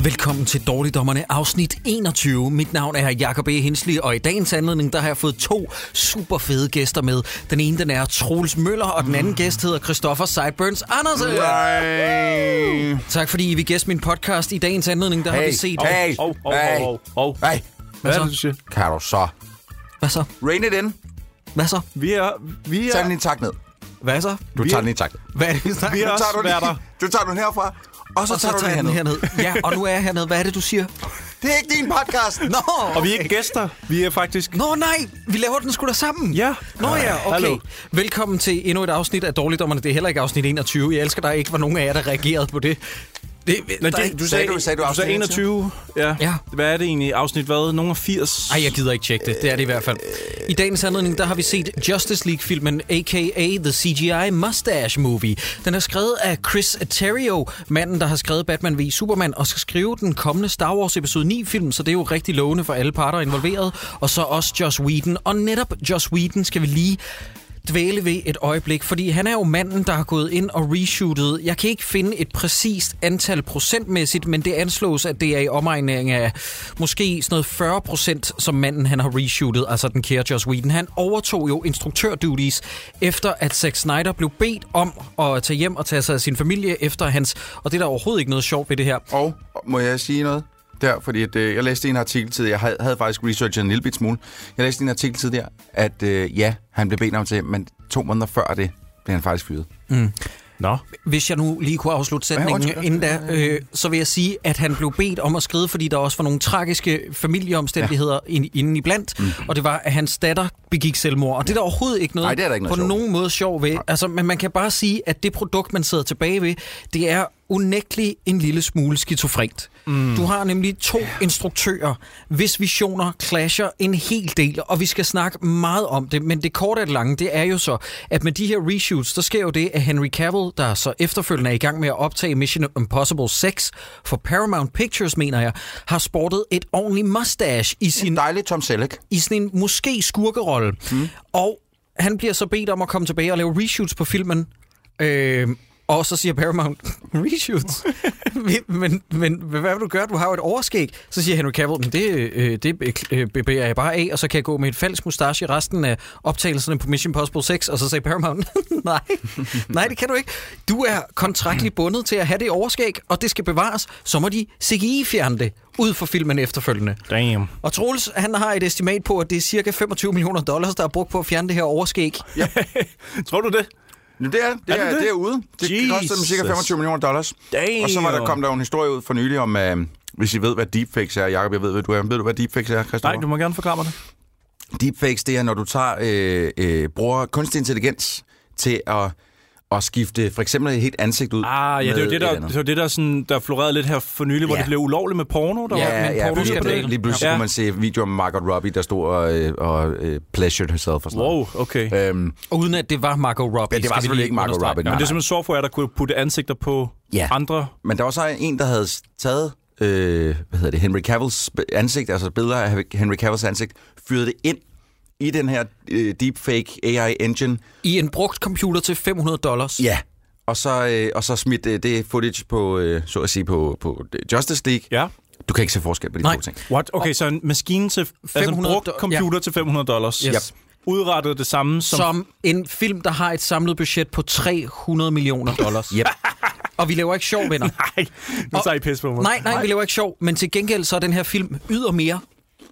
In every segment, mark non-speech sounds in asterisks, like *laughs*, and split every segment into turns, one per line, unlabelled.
Velkommen til Dårligdommerne, afsnit 21. Mit navn er Jakob E. Hensli, og i dagens anledning, der har jeg fået to super fede gæster med. Den ene, den er Troels Møller, og den anden gæst hedder Christoffer Sideburns Andersen.
Nej.
Tak fordi I vil gæste min podcast. I dagens anledning, der hey. har vi set...
Hey,
Hov, hov,
hey,
hov, hov.
hey.
Hvad
er
så?
det, du siger?
Kan du så?
Hvad så?
Rain it in.
Hvad så?
Vi er... Vi
Tag
er...
den i takt ned.
Hvad så?
Du
Vi-
tager den i takt. Du
Hvad er det, vi snakker
Vi er
om?
tager, du, den,
sværter.
du tager den herfra, og så,
Og så
tager du
tager jeg
den
den
herned.
herned. Ja, og nu er jeg hernede. Hvad er det, du siger?
Det er ikke din podcast.
Nå!
Og vi er ikke gæster. Vi er faktisk...
Nå nej, vi laver den sgu da sammen.
Ja.
Nå ja, okay. Hallo.
Hallo.
Velkommen til endnu et afsnit af Dårligdommerne. Det er heller ikke afsnit 21. Jeg elsker, der ikke var nogen af jer, der reagerede på det. det
Nej,
der er ikke-
Du sagde, du sagde, du
Du sagde 21. Ja.
Ja.
Hvad er det egentlig? Afsnit hvad? Nogle af 80?
Ej, jeg gider ikke tjekke det. Det er det i hvert fald. I dagens anledning, der har vi set Justice League-filmen, a.k.a. The CGI Mustache Movie. Den er skrevet af Chris Terrio, manden, der har skrevet Batman v Superman, og skal skrive den kommende Star Wars episode 9-film, så det er jo rigtig lovende for alle parter involveret. Og så også Joss Whedon. Og netop Joss Whedon skal vi lige dvæle ved et øjeblik, fordi han er jo manden, der har gået ind og reshootet. Jeg kan ikke finde et præcist antal procentmæssigt, men det anslås, at det er i omregning af måske sådan noget 40 procent, som manden han har reshootet, altså den kære Joss Whedon. Han overtog jo instruktørduties, efter at Zack Snyder blev bedt om at tage hjem og tage sig af sin familie efter hans, og det er der overhovedet ikke noget sjovt ved det her.
Og må jeg sige noget? Der, fordi at, øh, jeg læste en artikel tidligere. Jeg havde, havde faktisk researchet en lille bit smule. Jeg læste en artikel tidligere, at øh, ja, han blev bedt om til, men to måneder før det blev han faktisk fyret.
Nå.
Hvis jeg nu lige kunne afslutte sætningen
undskyld,
inden da, øh, så vil jeg sige, at han blev bedt om at skride, fordi der også var nogle tragiske familieomstændigheder ja. inden i blandt, mm. og det var, at hans datter begik selvmord. Og det er der overhovedet ikke noget,
Nej, det er der ikke noget
på
sjovt ved.
nogen måde sjov ved. Altså, men man kan bare sige, at det produkt, man sidder tilbage ved, det er unægteligt en lille smule skizofrent. Mm. Du har nemlig to instruktører, hvis visioner clasher en hel del, og vi skal snakke meget om det, men det korte af det lange, det er jo så, at med de her reshoots, der sker jo det, at Henry Cavill, der så efterfølgende er i gang med at optage Mission Impossible 6 for Paramount Pictures, mener jeg, har sportet et ordentligt mustache i sin
En dejlig Tom Selleck.
i sådan en måske skurkerolle. Mm. Og han bliver så bedt om at komme tilbage og lave reshoots på filmen. Øh, og så siger Paramount, *laughs* reshoots? *laughs* men, men hvad vil du gøre? Du har jo et overskæg. Så siger Henry Cavill, "Men det, øh, det øh, bebærer jeg bare af, og så kan jeg gå med et falsk mustache i resten af optagelserne på Mission Possible 6. Og så sagde Paramount, *laughs* nej, nej, det kan du ikke. Du er kontraktligt bundet til at have det overskæg, og det skal bevares. Så må de CGI-fjerne det ud for filmen efterfølgende.
Damn.
Og Troels, han har et estimat på, at det er cirka 25 millioner dollars, der er brugt på at fjerne det her overskæg.
*laughs* Tror du det?
Nu, det er, det er,
det
er, det?
det?
Det er ude. Det Jesus. kostede dem cirka
Jesus.
25 millioner dollars.
Damn.
Og så var der, kom der jo en historie ud for nylig om, øh, hvis I ved, hvad deepfakes er. Jakob, jeg ved, hvad du er. Ved du, hvad deepfakes er, Christoffer?
Nej, du må gerne forklare mig det.
Deepfakes, det er, når du tager, øh, øh, bruger kunstig intelligens til at, at skifte for eksempel et helt ansigt ud.
Ah, ja, det er
med
jo det,
et
der,
andet.
det, var det, der, sådan, der florerede lidt her for nylig, ja. hvor
Ja.
det blev ulovligt med porno. Der var
Ja,
en
ja,
pludselig
porno
pludselig,
på
ja,
det.
lige pludselig ja. kunne man se videoer om Margot Robbie, der stod og, øh, og øh, pleasured herself og sådan noget.
Wow, okay. Ja,
Øhm,
Uden at det var Margot Robbie.
Ja, det var
skal vi
selvfølgelig
lige
ikke Margot
understrege.
Robbie, nej.
Men det er simpelthen software, der kunne putte ansigter på
Ja.
andre.
men der var så en, der havde taget øh, hvad hedder det, Henry Cavills be- ansigt, altså billeder af Henry Cavills ansigt, fyrede det ind i den her øh, deepfake AI-engine,
I en brugt computer til 500 dollars.
Ja. Og så, øh, og så smidt øh, det footage på, øh, så at sige, på, på øh, Justice League.
Ja.
Du kan ikke se forskel på de
Nej.
to ting.
What? Okay, så en maskine til... Altså en
500
brugt
do-
computer til 500 dollars.
Yes.
Udrettet det samme som...
Som en film, der har et samlet budget på 300 millioner dollars.
Yep.
Og vi laver ikke sjov, venner.
Ej, nu tager I pis på mig.
Nej, nej, vi laver ikke sjov. Men til gengæld så er den her film ydermere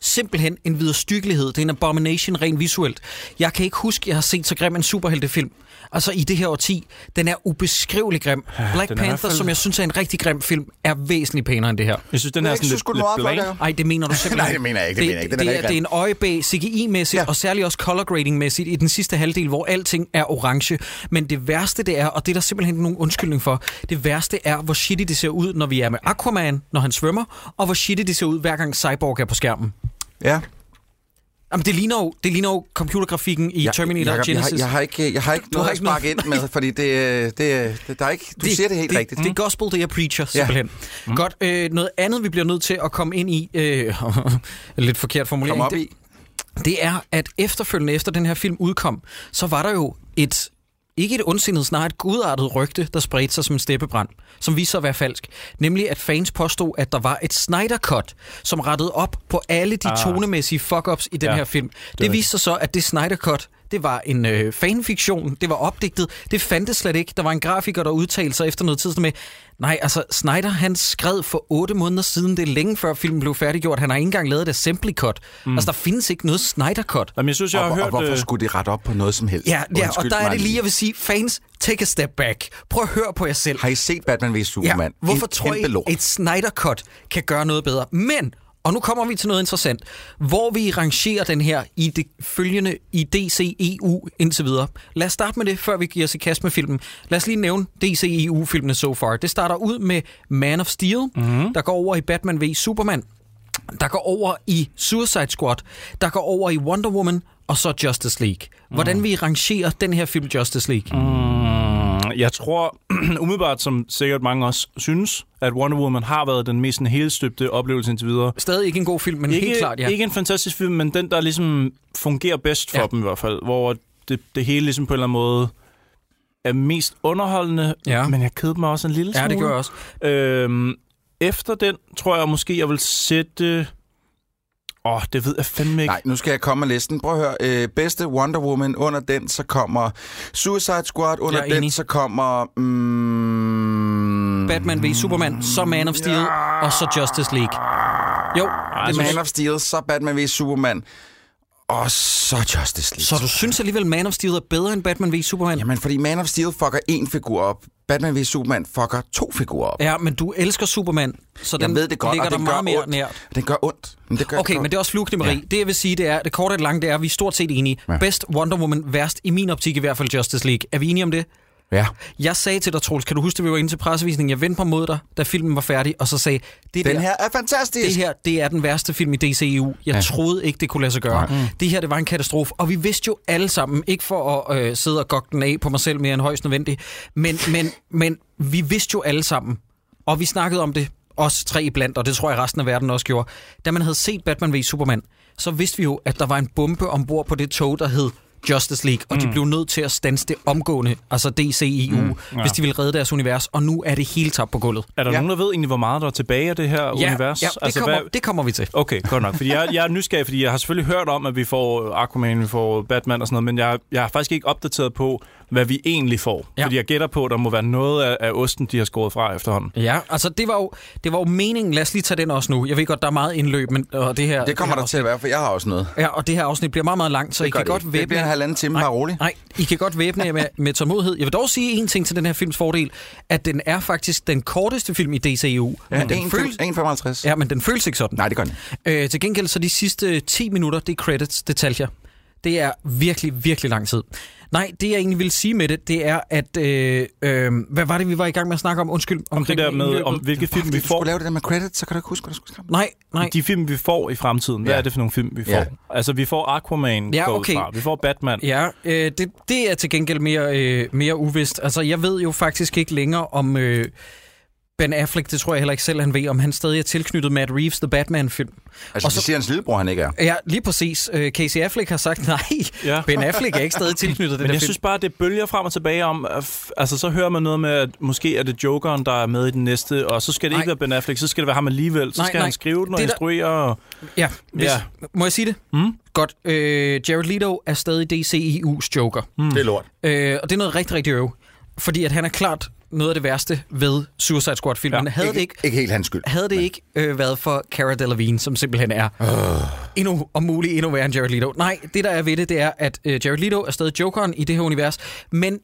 simpelthen en viderestyggelighed. Det er en abomination rent visuelt. Jeg kan ikke huske, jeg har set så grim en superheltefilm. Altså i det her årti. Den er ubeskrivelig grim. Black
den er i hvert
Panther,
fald-
som jeg synes er en rigtig grim film, er væsentligt pænere end det her.
Jeg synes, den
Jeg
er
ikke
sådan
synes
lidt,
sgu, den
lidt
var flot,
blank.
Jacob.
Ej, det mener
*laughs*
du simpelthen.
Nej, det mener jeg ikke, det mener jeg ikke. Den er
det,
rigtig
er, det er en øjebæg CGI-mæssigt, ja.
Ja.
og særlig også color grading-mæssigt i den sidste halvdel, hvor alting er orange. Men det værste det er, og det er der simpelthen ikke nogen undskyldning for, det værste er, hvor shitty det ser ud, når vi er med Aquaman, når han svømmer, og hvor shitty det ser ud, hver gang Cyborg er på skærmen.
Ja.
Jamen, det ligner jo, det ligner jo computergrafikken i ja, Terminator
Jacob, jeg,
Genesis.
har, jeg, har ikke, jeg har ikke
Du har
noget at
ikke noget-
sparke ind med, fordi det, det, det, der er ikke, du
Det-
siger det helt
det,
rigtigt. Mm.
Det er gospel, det er preacher, simpelthen. Ja. Mm. Godt. Øh, noget andet, vi bliver nødt til at komme ind i, øh, *laughs* lidt forkert formulering,
Kom op
det,
i.
det er, at efterfølgende efter den her film udkom, så var der jo et ikke et ondsindet, snarere et gudartet rygte, der spredte sig som en steppebrand, som viste sig at være falsk. Nemlig, at fans påstod, at der var et Snyder Cut, som rettede op på alle de ah. tonemæssige fuck-ups i den
Ja,
her film. Det,
rigtigt.
viste sig så, at det Snyder Cut, det var en øh, fanfiktion, det var opdigtet, det fandtes slet ikke. Der var en grafiker, der udtalte sig efter noget tid sådan med, nej, altså Snyder, han skred for 8 måneder siden, det er længe før filmen blev færdiggjort, han har ikke engang lavet et assembly cut. Mm. Altså, der findes ikke noget Snyder Cut.
Jamen, jeg synes, jeg
Og,
har
og,
hørt...
og hvorfor
øh,
skulle det rette op på noget som helst?
Ja, ja og
Undskyld
der er
mig
det lige, jeg vil sige, fans, take a step back. Prøv at høre på jer selv.
Har I set Batman vs. Superman?
Ja, hvorfor
En
tror
kæmpe
I,
lort.
et Snyder Cut kan gøre noget bedre? Men, og nu kommer vi til noget interessant, hvor vi rangerer den her i det følgende i DCEU indtil videre. Lad os starte med det, før vi giver os i kast med filmen. Lad os lige nævne DCEU-filmene so far. Det starter ud med Man of Steel,
Mhm.
mm-hmm. der går over i Batman v Superman, der går over i Suicide Squad, der går over i Wonder Woman, og så Justice League. Hvordan
Mhm.
vi rangerer den her film Justice League? Mm.
øh, Jeg tror *clears throat* umiddelbart, som sikkert mange også synes, at Wonder Woman har været den mest sådan helstøbte oplevelse indtil videre.
Stadig ikke en god film, men
Ikke,
helt klart, ja.
ikke en fantastisk film, men den, der ligesom fungerer bedst for
Ja.
ja. dem i hvert fald. Hvor det, det hele ligesom på en eller anden måde er mest underholdende,
Ja.
men jeg kedede mig også en lille
ja,
smule.
det gør jeg også.
Øhm, efter den, tror jeg måske, jeg vil sætte... Åh, oh, det ved jeg fandme ikke.
Nej, nu skal jeg komme med listen. Prøv at høre. Øh, bedste Wonder Woman, under den så kommer Suicide Squad, under
Jeg er
den
enig.
så kommer... Mm,
Batman v Superman, så Man of Steel, og så Justice League. Jo, det
det
er
Man
Man
of Steel, så Batman vs. Superman, og så Justice League.
Så du synes alligevel, Man of Steel er bedre end Batman v Superman?
Jamen, fordi Man of Steel fucker én figur op. Batman vs. Superman fucker to figurer op.
Ja, men du elsker Superman, så den
jeg ved det godt,
ligger
og
dig
den gør
meget mere
ondt.
nært.
Den gør ondt. Men det gør
Okay, men det er også flueknemmeri. Ja. Det jeg vil sige, det er, det korte og det lange, det er, at vi er stort set enige. Ja.
Ja.
Best Wonder Woman, værst i min optik i hvert fald Justice League. Er vi enige om det?
Ja.
Jeg sagde til dig, Troels, kan du huske, at vi var inde til pressevisningen? Jeg vendte mig mod dig, da filmen var færdig, og så sagde, det
Den
der,
her er fantastisk.
det her, det er den værste film i DCEU. Jeg ja. troede ikke, det kunne lade sig gøre. Mm. Det her, det var en katastrofe. Og vi vidste jo alle sammen, ikke for at øh, sidde og gokke den af på mig selv mere end højst nødvendigt, men, men, men vi vidste jo alle sammen, og vi snakkede om det, os tre iblandt, og det tror jeg resten af verden også gjorde. Da man havde set Batman v Superman, så vidste vi jo, at der var en bombe ombord på det tog, der hed Justice League, og mm. de blev nødt til at stanse det omgående, altså DCEU, mm. ja. hvis de ville redde deres univers, og nu er det hele tabt på gulvet.
Er der
Ja.
ja. nogen, der ved egentlig, hvor meget der er tilbage af det her univers?
ja det, altså, kommer, det kommer vi til.
Okay, godt nok. Fordi jeg, jeg er nysgerrig, fordi jeg har selvfølgelig hørt om, at vi får Aquaman, vi får Batman og sådan noget, men jeg, jeg har faktisk ikke opdateret på, hvad vi egentlig får.
Ja.
Ja. Fordi jeg gætter på, at der må være noget af, af osten, de har skåret fra efterhånden.
Ja, altså det var, jo, det var jo meningen. Lad os lige tage den også nu. Jeg ved godt, der er meget indløb, men og det her...
Det kommer
det
der
her
til at være, for jeg har også noget.
afsnit- Ja, og det her afsnit bliver meget, meget langt, så I
gør
kan
det
godt
ikke. Det
væbne...
bliver en halvanden time, bare rolig.
Nej, I kan godt væbne jer med, med tålmodighed. Jeg vil dog sige en ting til den her films fordel, at den er faktisk den korteste film i DCU.
Ja,
men den
1,
føles,
1,55.
ja, men den føles ikke sådan.
Nej, det gør den.
Øh, til gengæld så de sidste 10 minutter, det er credits, det talte jeg. Det er virkelig, virkelig lang tid. Nej, det jeg egentlig ville sige med det, det er, at... Øh, øh, hvad var det, vi var i gang med at snakke om? Undskyld.
Om det
omkring
der med,
indløbet.
om hvilke film vi
Hvis du skulle
får.
lave det der med credit, så kan du ikke huske, hvad du skulle skrive.
Nej, nej.
De film, vi får i fremtiden. Hvad
Ja.
er det for nogle film, vi får?
Ja.
Altså, vi får Aquaman
Ja,
ja,
okay.
okay. fra. Vi får Batman. Ja.
Ja, øh, det, det er til gengæld mere, øh, mere uvist. Altså, jeg ved jo faktisk ikke længere om øh, Ben Affleck, det tror jeg heller ikke selv, han ved, om han stadig er tilknyttet Matt Reeves' The Batman-film.
Altså,
Og
og
så- Mm.
så siger hans lillebror, han ikke er.
Ja, lige præcis. Øh, Casey Affleck har sagt, *laughs* nej, ja.
Ja.
Ben Affleck er ikke stadig
*laughs*
tilknyttet den
Men
der
jeg
film.
synes bare, det bølger frem og tilbage om, at f- altså så hører man noget med, at måske er det Jokeren, der er med i den næste, og så skal det
Nej.
ikke være Ben Affleck, så skal det være ham alligevel, så
Nej,
skal
nej.
han skrive den og
Det er der-
instruere. Og... Hmm?
Ja, hvis, ja.
Ja.
Må jeg sige det? Mm? Godt. Øh, Jared Leto er stadig DCEU's Joker. Mm.
Det er lort.
Øh, og det er noget rigtig, rigtig øv. Fordi at han er klart noget af det værste ved Suicide Squad-filmen. Ja.
Ja.
Havde det ikke
Ikke helt hans skyld.
havde det ikke øh, været for Cara Delevingne, som simpelthen er øh. endnu, om muligt endnu værre end Jared Leto. Nej, det der er ved det, det er, at øh, Jared Leto er stadig jokeren i det her univers, men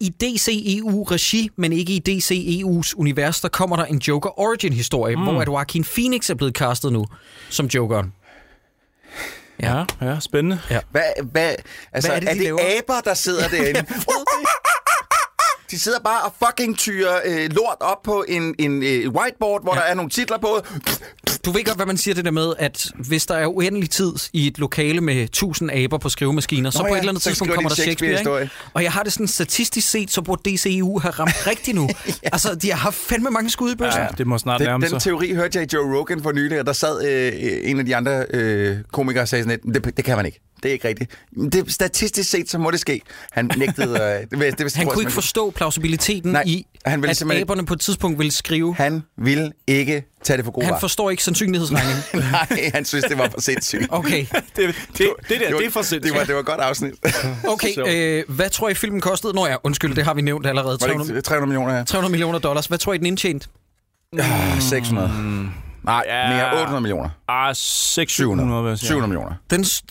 i DCEU-regi, men ikke i DCEU's univers, der kommer der en Joker Origin-historie, mm. hvor at Joaquin Phoenix er blevet castet nu som Jokeren.
Ja, ja, spændende.
Hvad, hvad,
Hvad
altså,
er
er
det,
det,
de
er det
laver?
aber, der
*laughs*
sidder derinde? De sidder bare og fucking tyrer øh, lort op på en, en øh, whiteboard, hvor ja. der er nogle titler på.
du ved godt, hvad man siger det der med, at hvis der er uendelig tid i et lokale med tusind aber på skrivemaskiner, så
Nå
på
ja,
et eller andet
så
tidspunkt
skriver de
kommer der
en
Shakespeare, Shakespeare
Shakespeare-historie.
ikke? Og jeg har det sådan statistisk set, så burde DCEU have
*laughs*
ramt rigtigt nu. ja. Altså, de har haft fandme mange skud i bøssen. Ja,
Det må snart
Den,
nærme
den
sig.
teori hørte jeg i Joe Rogan for nylig, og der sad øh, en af de andre øh, komikere og sagde sådan lidt, det, det kan man ikke. Det er ikke rigtigt. Men Det, statistisk set, så må det ske. Han nægtede... Øh, det, vil- det, det,
Han kunne ikke forstå plausibiliteten Nej,
Nej,
i,
han
han
ville
at
simpelthen ikke-
aberne på et tidspunkt ville skrive. Han,
Han ville ikke tage det for god
han
varer.
forstår ikke sandsynlighedsregningen.
*laughs* Nej, han synes, det var for sindssygt.
Okay,
*laughs* Det, det, det der, det er for
Det var,
sindssygt.
det var et godt
*laughs*
afsnit. *laughs*
Sjovt.
okay. Øh, hvad tror I, filmen kostede? Nå ja, undskyld, det har vi nævnt allerede.
Var det
300,
ikke 300 millioner, ja?
300 millioner dollars. Hvad tror I, den indtjente?
Ah, 600. Nej,
Ja.
mere 800 millioner.
Ah, 600, vil
700,
jeg sige.
700 millioner.
Den st-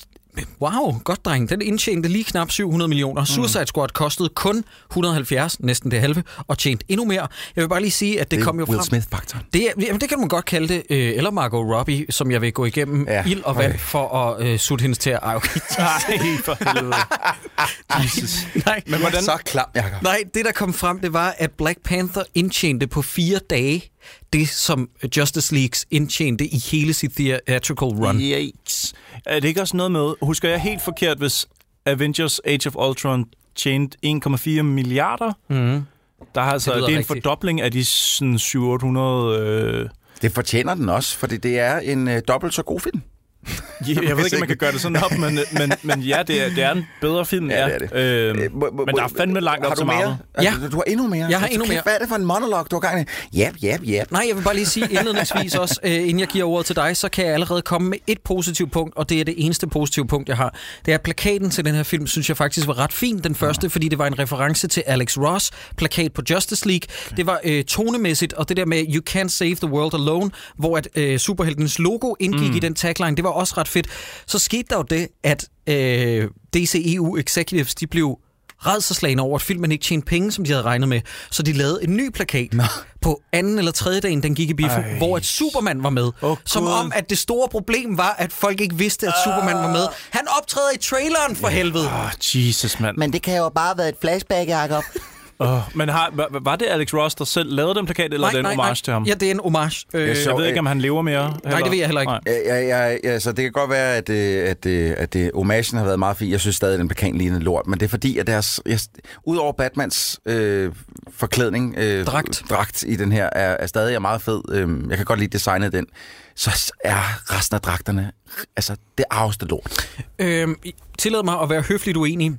Wow, godt dreng. Den indtjente lige knap 700 millioner. Suicide Squad kostede kun 170, næsten det halve, og tjente endnu mere. Jeg vil bare lige sige, at det, det kom jo frem...
faktor
Det, er- jamen, det kan man godt kalde det. Øh, eller Margot Robbie, som jeg vil gå igennem ja,
Ja,
ild og
okay.
vand for at øh, sutte hendes til. Ej, okay.
Nej, for helvede. Jesus.
Nej.
Men hvordan,
Så klam, Jacob.
Nej, det der kom frem, det var, at Black Panther indtjente på fire dage det, som Justice Leagues indtjente i hele sit theatrical run.
Yikes. Er det ikke også noget med, husker jeg helt forkert, hvis Avengers Age of Ultron tjente 1,4 milliarder? Mm. Der har altså,
Mhm. lyder
det, det er en
rigtigt.
fordobling af de sådan 700 øh,
Det fortjener den også, fordi det er en øh, dobbelt så god
Mm.
film.
Jeg, jeg ved ikke, om man kan gøre det sådan op, men, men, men ja, det er, det er en bedre film.
Ja, det er det.
Øh,
Øh, må- må-
men der er
må-
fandme langt
har
op
du
til
mere?
meget.
Altså,
Ja.
Du, du har endnu mere.
Jeg har
Altså,
endnu
kæft,
mere.
Hvad er det for en monolog, du har gang i? Jep, jep, jep.
Nej, jeg vil bare lige sige indledningsvis også, øh, inden jeg giver ordet til dig, så kan jeg allerede komme med et positivt punkt, og det er det eneste positive punkt, jeg har. Det er at plakaten til den her film, synes jeg faktisk var ret fin, den første, fordi det var en reference til Alex Ross, plakat på Justice League. Det var øh, tonemæssigt, og det der med You can't save the world alone, hvor at øh, superheltens logo indgik mm. i den tagline, det var også ret fedt. Så skete der jo det, at øh, DCEU Executives, de blev redselslagende over, at filmen ikke tjente penge, som de havde regnet med. Så de lavede en ny plakat Nå. på anden eller tredje dagen, den gik i biffen, Ej. hvor at Superman var med. Oh,
Åh,
som
Gud.
om, at det store problem var, at folk ikke vidste, at Superman var
Ah.
med. Han optræder i traileren for helvede.
Åh, oh, Jesus, mand. Men,
Men det kan jo bare have været et flashback, Jacob.
oh, men har, var, var det Alex Ross, der selv lavede den plakat, eller er det en homage til ham?
Ja, det er en homage. Øh,
Jeg så-
Jeg ved ikke, om han lever mere. Heller.
det ved jeg heller ikke.
Ja, ja, ja, ja, så det kan godt være, at, øh, at, øh, at, at homagen har været meget fin. Jeg synes stadig, at den bekan lignede lort. Men det er fordi, at deres... Jeg, udover Batmans øh, forklædning... Øh,
Dragt.
Dragt i den her er, er stadig er meget fed. Øh, jeg kan godt lide designet af den. Så er resten af dragterne... Altså, det arveste lort.
Øh, tillad mig at være høfligt uenig.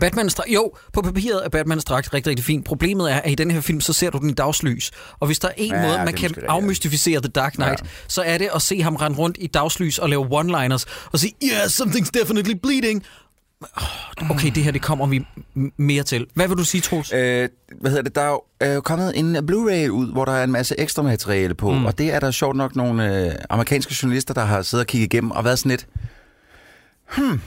Batmans dra- jo, på papiret er Batmans dragt rigtig, rigtig fint. Problemet er, at i den her film, så ser du den i dagslys. Og hvis der er en
Ja,
måde,
det er
man
måske
kan
rigtigt, ja.
afmystificere The Dark Knight, ja. så er det at se ham rende rundt i dagslys og lave one-liners og sige, yeah, something's definitely bleeding. Åh, Okay, det her, det kommer vi m- mere til. Hvad vil du sige, Troels?
Øh, hvad hedder det? Der er jo øh, kommet en Blu-ray ud, hvor der er en masse ekstra materiale på, mm. og det er der sjovt nok nogle øh, amerikanske journalister, der har siddet og kigget igennem og været sådan lidt... Hmm.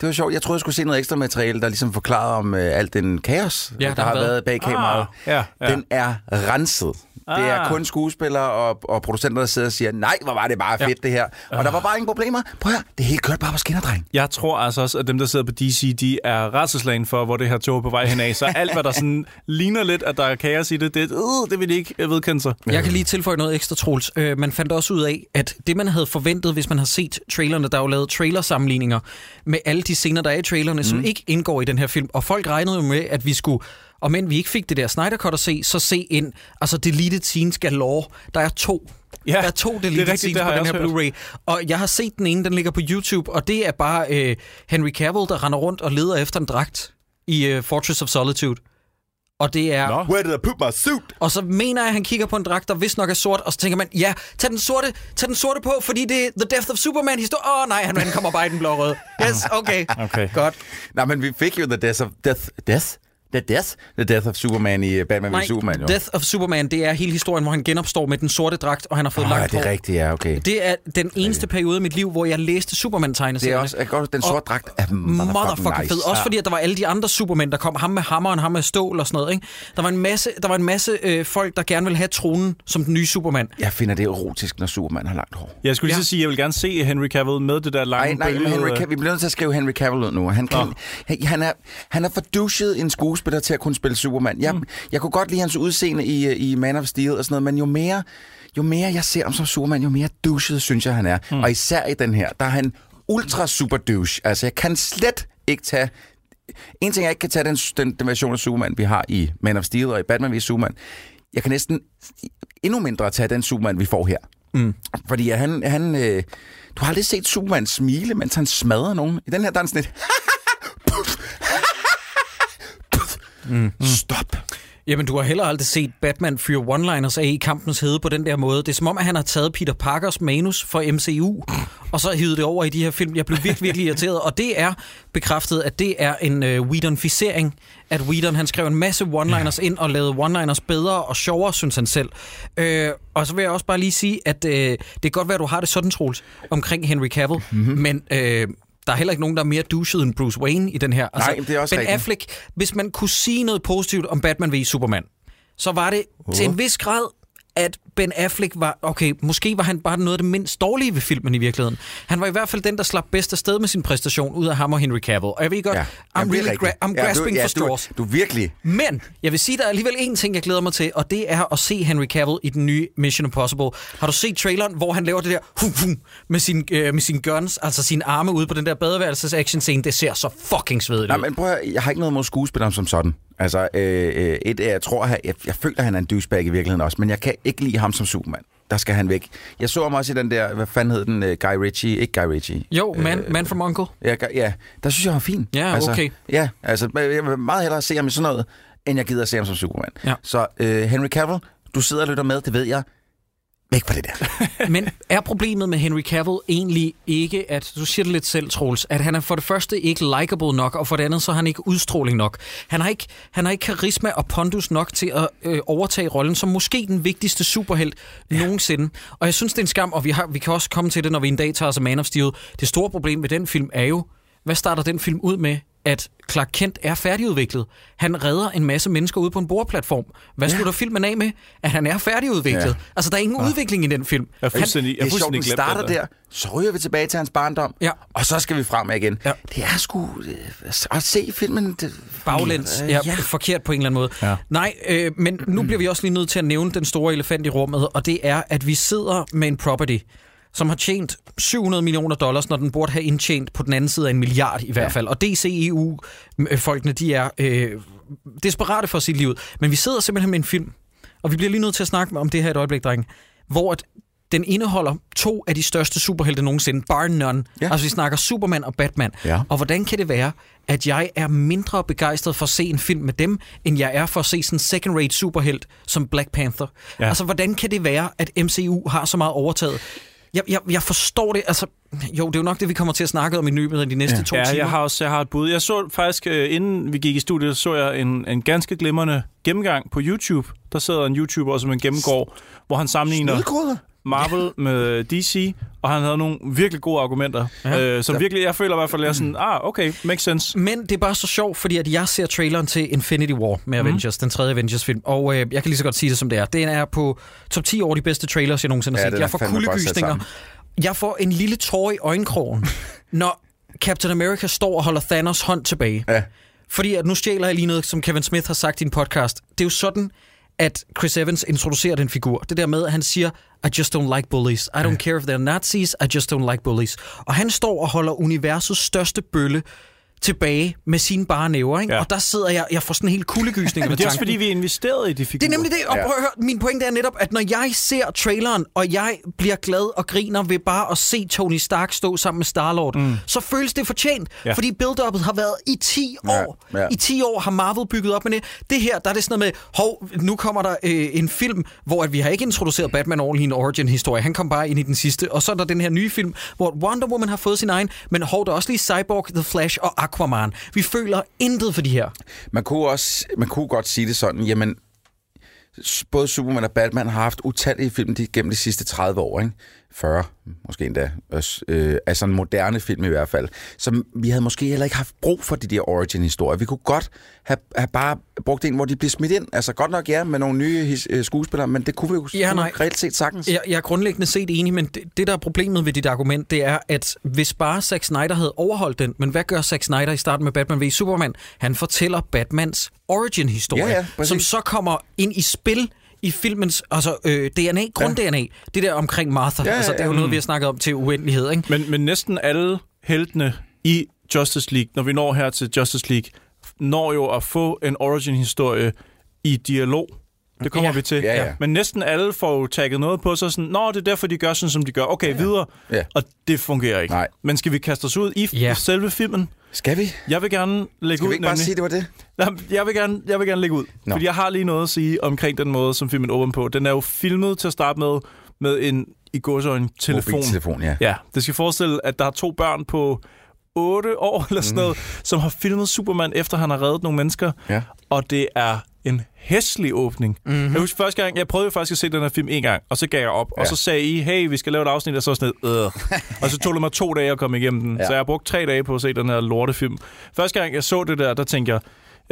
Det var sjovt. Jeg troede, jeg skulle se noget ekstra materiale, der ligesom forklarede om øh, alt den kaos,
Ja,
der, der har været, bag kameraet.
Ah, ja, ja.
Den er renset. Det er
Ah.
kun skuespillere og, og producenter, der sidder og siger, nej, hvor var det bare fedt, det her. Og der var bare ingen problemer. Prøv at høre, det hele kørte bare på skinner, dreng.
Jeg tror altså også, at dem, der sidder på DC, de er rædselslagen for, hvor det her tog er på vej henad. Så alt, hvad der sådan ligner lidt, at der er kaos i det, det, øh, det vil de ikke øh, vedkende sig.
Jeg kan lige tilføje noget ekstra, Troels. Øh, man fandt også ud af, at det, man havde forventet, hvis man har set trailerne, der er jo lavet trailersammenligninger med alle de scener, der er i trailerne, mm. som ikke indgår i den her film. Og folk regnede jo med, at vi skulle, og men vi ikke fik det der Snyder Cut at se, så se ind, altså Deleted Scenes galore. Der er to.
Ja,
der er to
det er
Deleted
rigtigt,
Scenes
det har
på
jeg
den her
også
Blu-ray. Og jeg har set den ene, den ligger på YouTube, og det er bare øh, Henry Cavill, der render rundt og leder efter en dragt i øh, Fortress of Solitude. Og det er...
Nå.
Where did I put my suit?
Og så mener jeg, at han kigger på en dragt, der vist nok er sort, og så tænker man, ja, tag den sorte, tag den sorte på, fordi det er The Death of Superman historie. Åh oh, nej, han, han kommer bare i den blå røde. Yes, okay.
Okay.
Godt.
Nej, men vi fik jo The Death of... Death? Death? The Death? The Death of Superman i øh, Batman vs.
Nej,
Superman, jo.
Death of Superman, det er hele historien, hvor han genopstår med den sorte dragt, og han har fået
Åh,
langt
ja, det
hår.
er rigtigt, ja, okay. Det,
Det er den eneste periode i mit liv, hvor jeg læste
det
Superman-tegneserierne.
er også er godt, den sorte dragt er motherfucking,
motherfucking
nice.
fed. Også fordi, at der var alle de andre Supermænd, der kom. Ham med hammeren, ham med stål og sådan noget. Ikke? Der var en masse, der var en masse øh, folk, der gerne ville have tronen som den nye Superman.
Jeg finder det erotisk, når Superman har langt hår.
Jeg skulle lige
Ja.
ja. så sige, at jeg vil gerne se Henry Cavill med det der lange øh,
Nej, nej, men
bølgede-
Henry, Cav- vi bliver nødt til at skrive Henry Cavill ud nu. Han, kan, han, han, er, han er for douchet en skuespiller til at kunne spille Superman. Jeg, mm. jeg kunne godt lide hans udseende i, øh, i Man of Steel og sådan noget, men jo mere... jo mere jeg ser ham som Superman, jo mere douchet synes jeg, han er. Mm. Og især i den her, der er han ultra super douche. Altså, jeg kan slet ikke tage... En ting, jeg ikke kan tage, den, den, den version af Superman, vi har i Man of Steel og i Batman vs. Superman. Jeg kan næsten endnu mindre tage den Superman, vi får her. Mm. Fordi han... han øh, du har aldrig set Superman smile, mens han smadrer nogen. I den her, der er han sådan lidt... mm. *laughs* Stop.
Jamen, du har heller aldrig set Batman fyre one-liners af i kampens hede på den der måde. Det er som om, at han har taget Peter Parkers manus fra MCU, og så hivet det over i de her film. Jeg blev virkelig, virkelig irriteret, og det er bekræftet, at det er en øh, Whedon-ficering. At Whedon, han skrev en masse one-liners ind og lavede one-liners bedre og sjovere, synes han selv. Øh, og så vil jeg også bare lige sige, at øh, det kan godt være, at du har det sådan, Troels, omkring Henry Cavill,
Mhm.
mm-hmm. men... Øh, der er heller ikke nogen, der er mere douchet end Bruce Wayne i den her. Altså,
Nej, men det er også
ben
rigtigt.
Affleck, hvis man kunne sige noget positivt om Batman v Superman, så var det uh. til en vis grad, at Ben Affleck var, okay, måske var han bare noget af det mindst dårlige ved filmen i virkeligheden. Han var i hvert fald den, der slap bedst af sted med sin præstation ud af ham og Henry Cavill. Og jeg ved godt, ja. I'm,
Jamen, det er
really
rigtigt.
gra- I'm
Ja, du-
grasping
ja,
for straws.
Du, du er virkelig...
Men jeg vil sige, der er alligevel en ting, jeg glæder mig til, og det er at se Henry Cavill i den nye Mission Impossible. Har du set traileren, hvor han laver det der hum, hum, med, sin, øh, med sine guns, altså sine arme ude på den der badeværelses action scene? Det ser så fucking svedigt
Nej,
ud.
men prøv at, høre, jeg har ikke noget mod skuespilleren som sådan. Altså, øh, øh, et, er, jeg tror, jeg, jeg, jeg føler, han er en douchebag i virkeligheden også, men jeg kan ikke lide ham som Superman. Der skal han væk. Jeg så ham også i den der, hvad fanden hed den, øh, Guy Ritchie, ikke Guy Ritchie.
Jo, man, man from Uncle.
Ja, Guy- ja, der synes jeg, han var fin.
Ja,
altså,
okay.
Ja, altså, jeg vil meget hellere se ham i sådan noget, end jeg gider se ham som Superman.
Ja.
Så øh, Henry Cavill, du sidder og lytter med, det ved jeg. Væk fra det der.
Men er problemet med Henry Cavill egentlig ikke, at du siger det lidt selv, Troels, at han er for det første ikke likable nok, og for det andet så er han ikke udstråling nok. Han har ikke, han har ikke karisma og pondus nok til at øh, overtage rollen som måske den vigtigste superhelt ja. nogensinde. Og jeg synes, det er en skam, og vi, har, vi kan også komme til det, når vi en dag tager os af Man of Steel. Det store problem ved den film er jo, hvad starter den film ud med? at Clark Kent er færdigudviklet. Han redder en masse mennesker ude på en boreplatform. Hvad slutter filmen af med? At han er færdigudviklet.
Ja.
Altså, der er ingen udvikling i den film.
Jeg er fuldstændig, jeg
det
er
er sjovt,
fuldstændig
den
glemt
starter
den der.
der, så ryger vi tilbage til hans barndom,
Ja.
og så skal vi fremad igen.
Ja.
Det er sgu... Øh, at se filmen... Det,
Baglæns,
Øh,
ja, ja. forkert på en eller anden måde. Ja. Nej, øh, men nu bliver vi også lige nødt til at nævne den store elefant i rummet, og det er, at vi sidder med en property, som har tjent 700 millioner dollars, når den burde have indtjent på den anden side af en milliard i hvert fald. Og E DCEU-folkene, de er øh, desperate for sit liv. Men vi sidder simpelthen med en film, og vi bliver lige nødt til at snakke om det her et øjeblik, dreng, hvor at den indeholder to af de største superhelte nogensinde, bar none. Ja.
Ja.
Altså, vi snakker Superman og Batman.
Ja.
Og hvordan kan det være, at jeg er mindre begejstret for at se en film med dem, end jeg er for at se sådan en second-rate superhelt som Black Panther? Ja.
Ja.
Altså, hvordan kan det være, at MCU har så meget overtaget? Jeg, jeg, jeg forstår det. Altså, jo, det er jo nok det, vi kommer til at snakke om i løbet af de næste ja. to
Ja,
timer.
jeg har også jeg har et bud. Jeg så faktisk, øh, inden vi gik i studiet, så jeg en, en ganske glimrende gennemgang på YouTube. Der sidder en YouTuber, som en gennemgår, hvor han sammenligner...
Nedkoder?
Marvel med DC, og han havde nogle virkelig gode argumenter, ja. øh, som virkelig, jeg føler i hvert fald, at jeg er sådan, ah, okay, makes sense.
Men det er bare så sjovt, fordi at jeg ser traileren til Infinity War med
Mhm.
Avengers, den tredje Avengers-film, og øh, jeg kan lige så godt sige det, som det er. Den er på top 10 over de bedste trailers, jeg nogensinde har
Ja,
set.
den
Jeg
er
får
fandme godt sat
kuldegysninger.
sammen.
Jeg får en lille tår i
*laughs*
øjenkrogen, når Captain America står og holder Thanos hånd tilbage.
Ja.
Fordi at nu stjæler jeg lige noget, som Kevin Smith har sagt i en podcast. Det er jo sådan, at Chris Evans introducerer den figur. Det der med, at han siger, I just don't like bullies. I don't care if they're Nazis, I just don't like bullies. Og han står og holder universets største bølle tilbage med sine bare næver, ikke? Ja.
Ja.
Og der sidder jeg, jeg får sådan en hel
*laughs*
kuldegysning ved
Men det er også
tanken.
fordi, vi investerede i de figurer.
Det er nemlig det, og prøv at høre, min pointe er netop, at når jeg ser traileren, og jeg bliver glad og griner ved bare at se Tony Stark stå sammen med Star-Lord, mm. så føles det fortjent, ja.
Ja.
fordi build-uppet har været i 10
Ja,
år.
ja.
I 10 år har Marvel bygget op med det. Det her, der er det sådan noget med, hov, nu kommer der øh, en film, hvor at vi har ikke introduceret Batman ordentligt i en origin-historie. Han kom bare ind i den sidste. Og så er der den her nye film, hvor Wonder Woman har fået sin egen, men hov, der er også lige Cyborg, The Flash og Aquaman. Vi føler intet for de her.
Man kunne, også, man kunne godt sige det sådan, jamen, s- både Superman og Batman har haft utallige film de, gennem de sidste 30 år, ikke? 40, måske endda, også, øh, altså en moderne film i hvert fald, som vi havde måske heller ikke haft brug for de der origin-historier. Vi kunne godt have, have bare brugt en, hvor de blev smidt ind. Altså godt nok, ja, med nogle nye his, øh, skuespillere, men det kunne vi jo
Ja,
kunne
nej.
reelt set sagtens.
Jeg, jeg er grundlæggende set enig, men det, det, der er problemet ved dit argument, det er, at hvis bare Zack Snyder havde overholdt den, men hvad gør Zack Snyder i starten med Batman v Superman? Han fortæller Batmans origin-historie,
Ja, ja, præcis.
som så kommer ind i spil i filmens altså, øh, DNA, grund-DNA, ja. det der omkring Martha. Ja, ja, ja. Altså, det er jo noget, vi har snakket om til uendelighed, ikke?
Men, men næsten alle heltene i Justice League, når vi når her til Justice League, når jo at få en origin-historie i dialog. Det kommer
Ja.
vi til.
Ja, ja.
Men næsten alle får jo tagget noget på sig, sådan, nå, det er derfor, de gør sådan, som de gør. Okay, videre.
Ja.
Og det fungerer ikke.
Nej.
Men skal vi kaste os ud i
Ja.
ja. selve filmen?
Skal vi?
Jeg vil gerne lægge
Skal
ud,
vi ikke bare
nemlig.
sige, det var det?
Nej, jeg vil gerne, jeg vil gerne lægge ud.
Nå.
Nå. Fordi jeg har lige noget at sige omkring den måde, som filmen åbner på. Den er jo filmet til at starte med, med en i en telefon.
Mobiltelefon, ja.
Ja, det skal forestille, at der er to børn på 8 år eller sådan noget, som har filmet Superman, efter han har reddet nogle mennesker.
Mm. Ja. Mhm.
Og det er en hæslig åbning. Mm-hmm. Jeg husker første gang, jeg prøvede jo faktisk at se den her film en gang, og så gav jeg op. Ja. Og så sagde I, hey, vi skal lave et afsnit, og så sådan noget,
*laughs*
"Øh." Og så tog det mig to dage at komme igennem den.
Ja.
Ja. Så jeg har brugt tre dage på at se den her lortefilm. Første gang, jeg så det der, der tænkte jeg,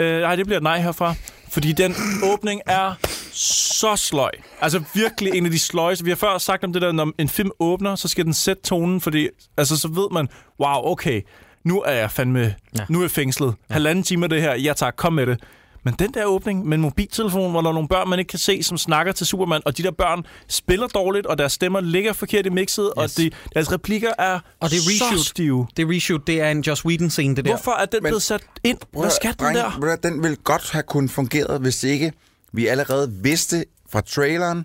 øh, nej, det bliver et nej herfra. Fordi den åbning er så sløj. Altså virkelig en af de sløjeste. Vi har før sagt om det der, når en film åbner, så skal den sætte tonen, fordi altså, så ved man, wow, okay, nu er jeg fandme, ja. nu er jeg fængslet. Ja. Halvanden time af det her, ja tak, kom med det. Men den der åbning med en mobiltelefon, hvor der er nogle børn, man ikke kan se, som snakker til Superman, og de der børn spiller dårligt, og deres stemmer ligger forkert i mixet, yes. og de, deres replikker er,
Og det er reshoot.
så stive.
Det reshoot, det er en Joss Whedon-scene, det der.
Hvorfor er den
Men-
blevet sat ind? Hvad skal den
Drenge,
der?
ved du hvad, Den ville godt have kunnet fungeret, hvis ikke vi allerede vidste fra traileren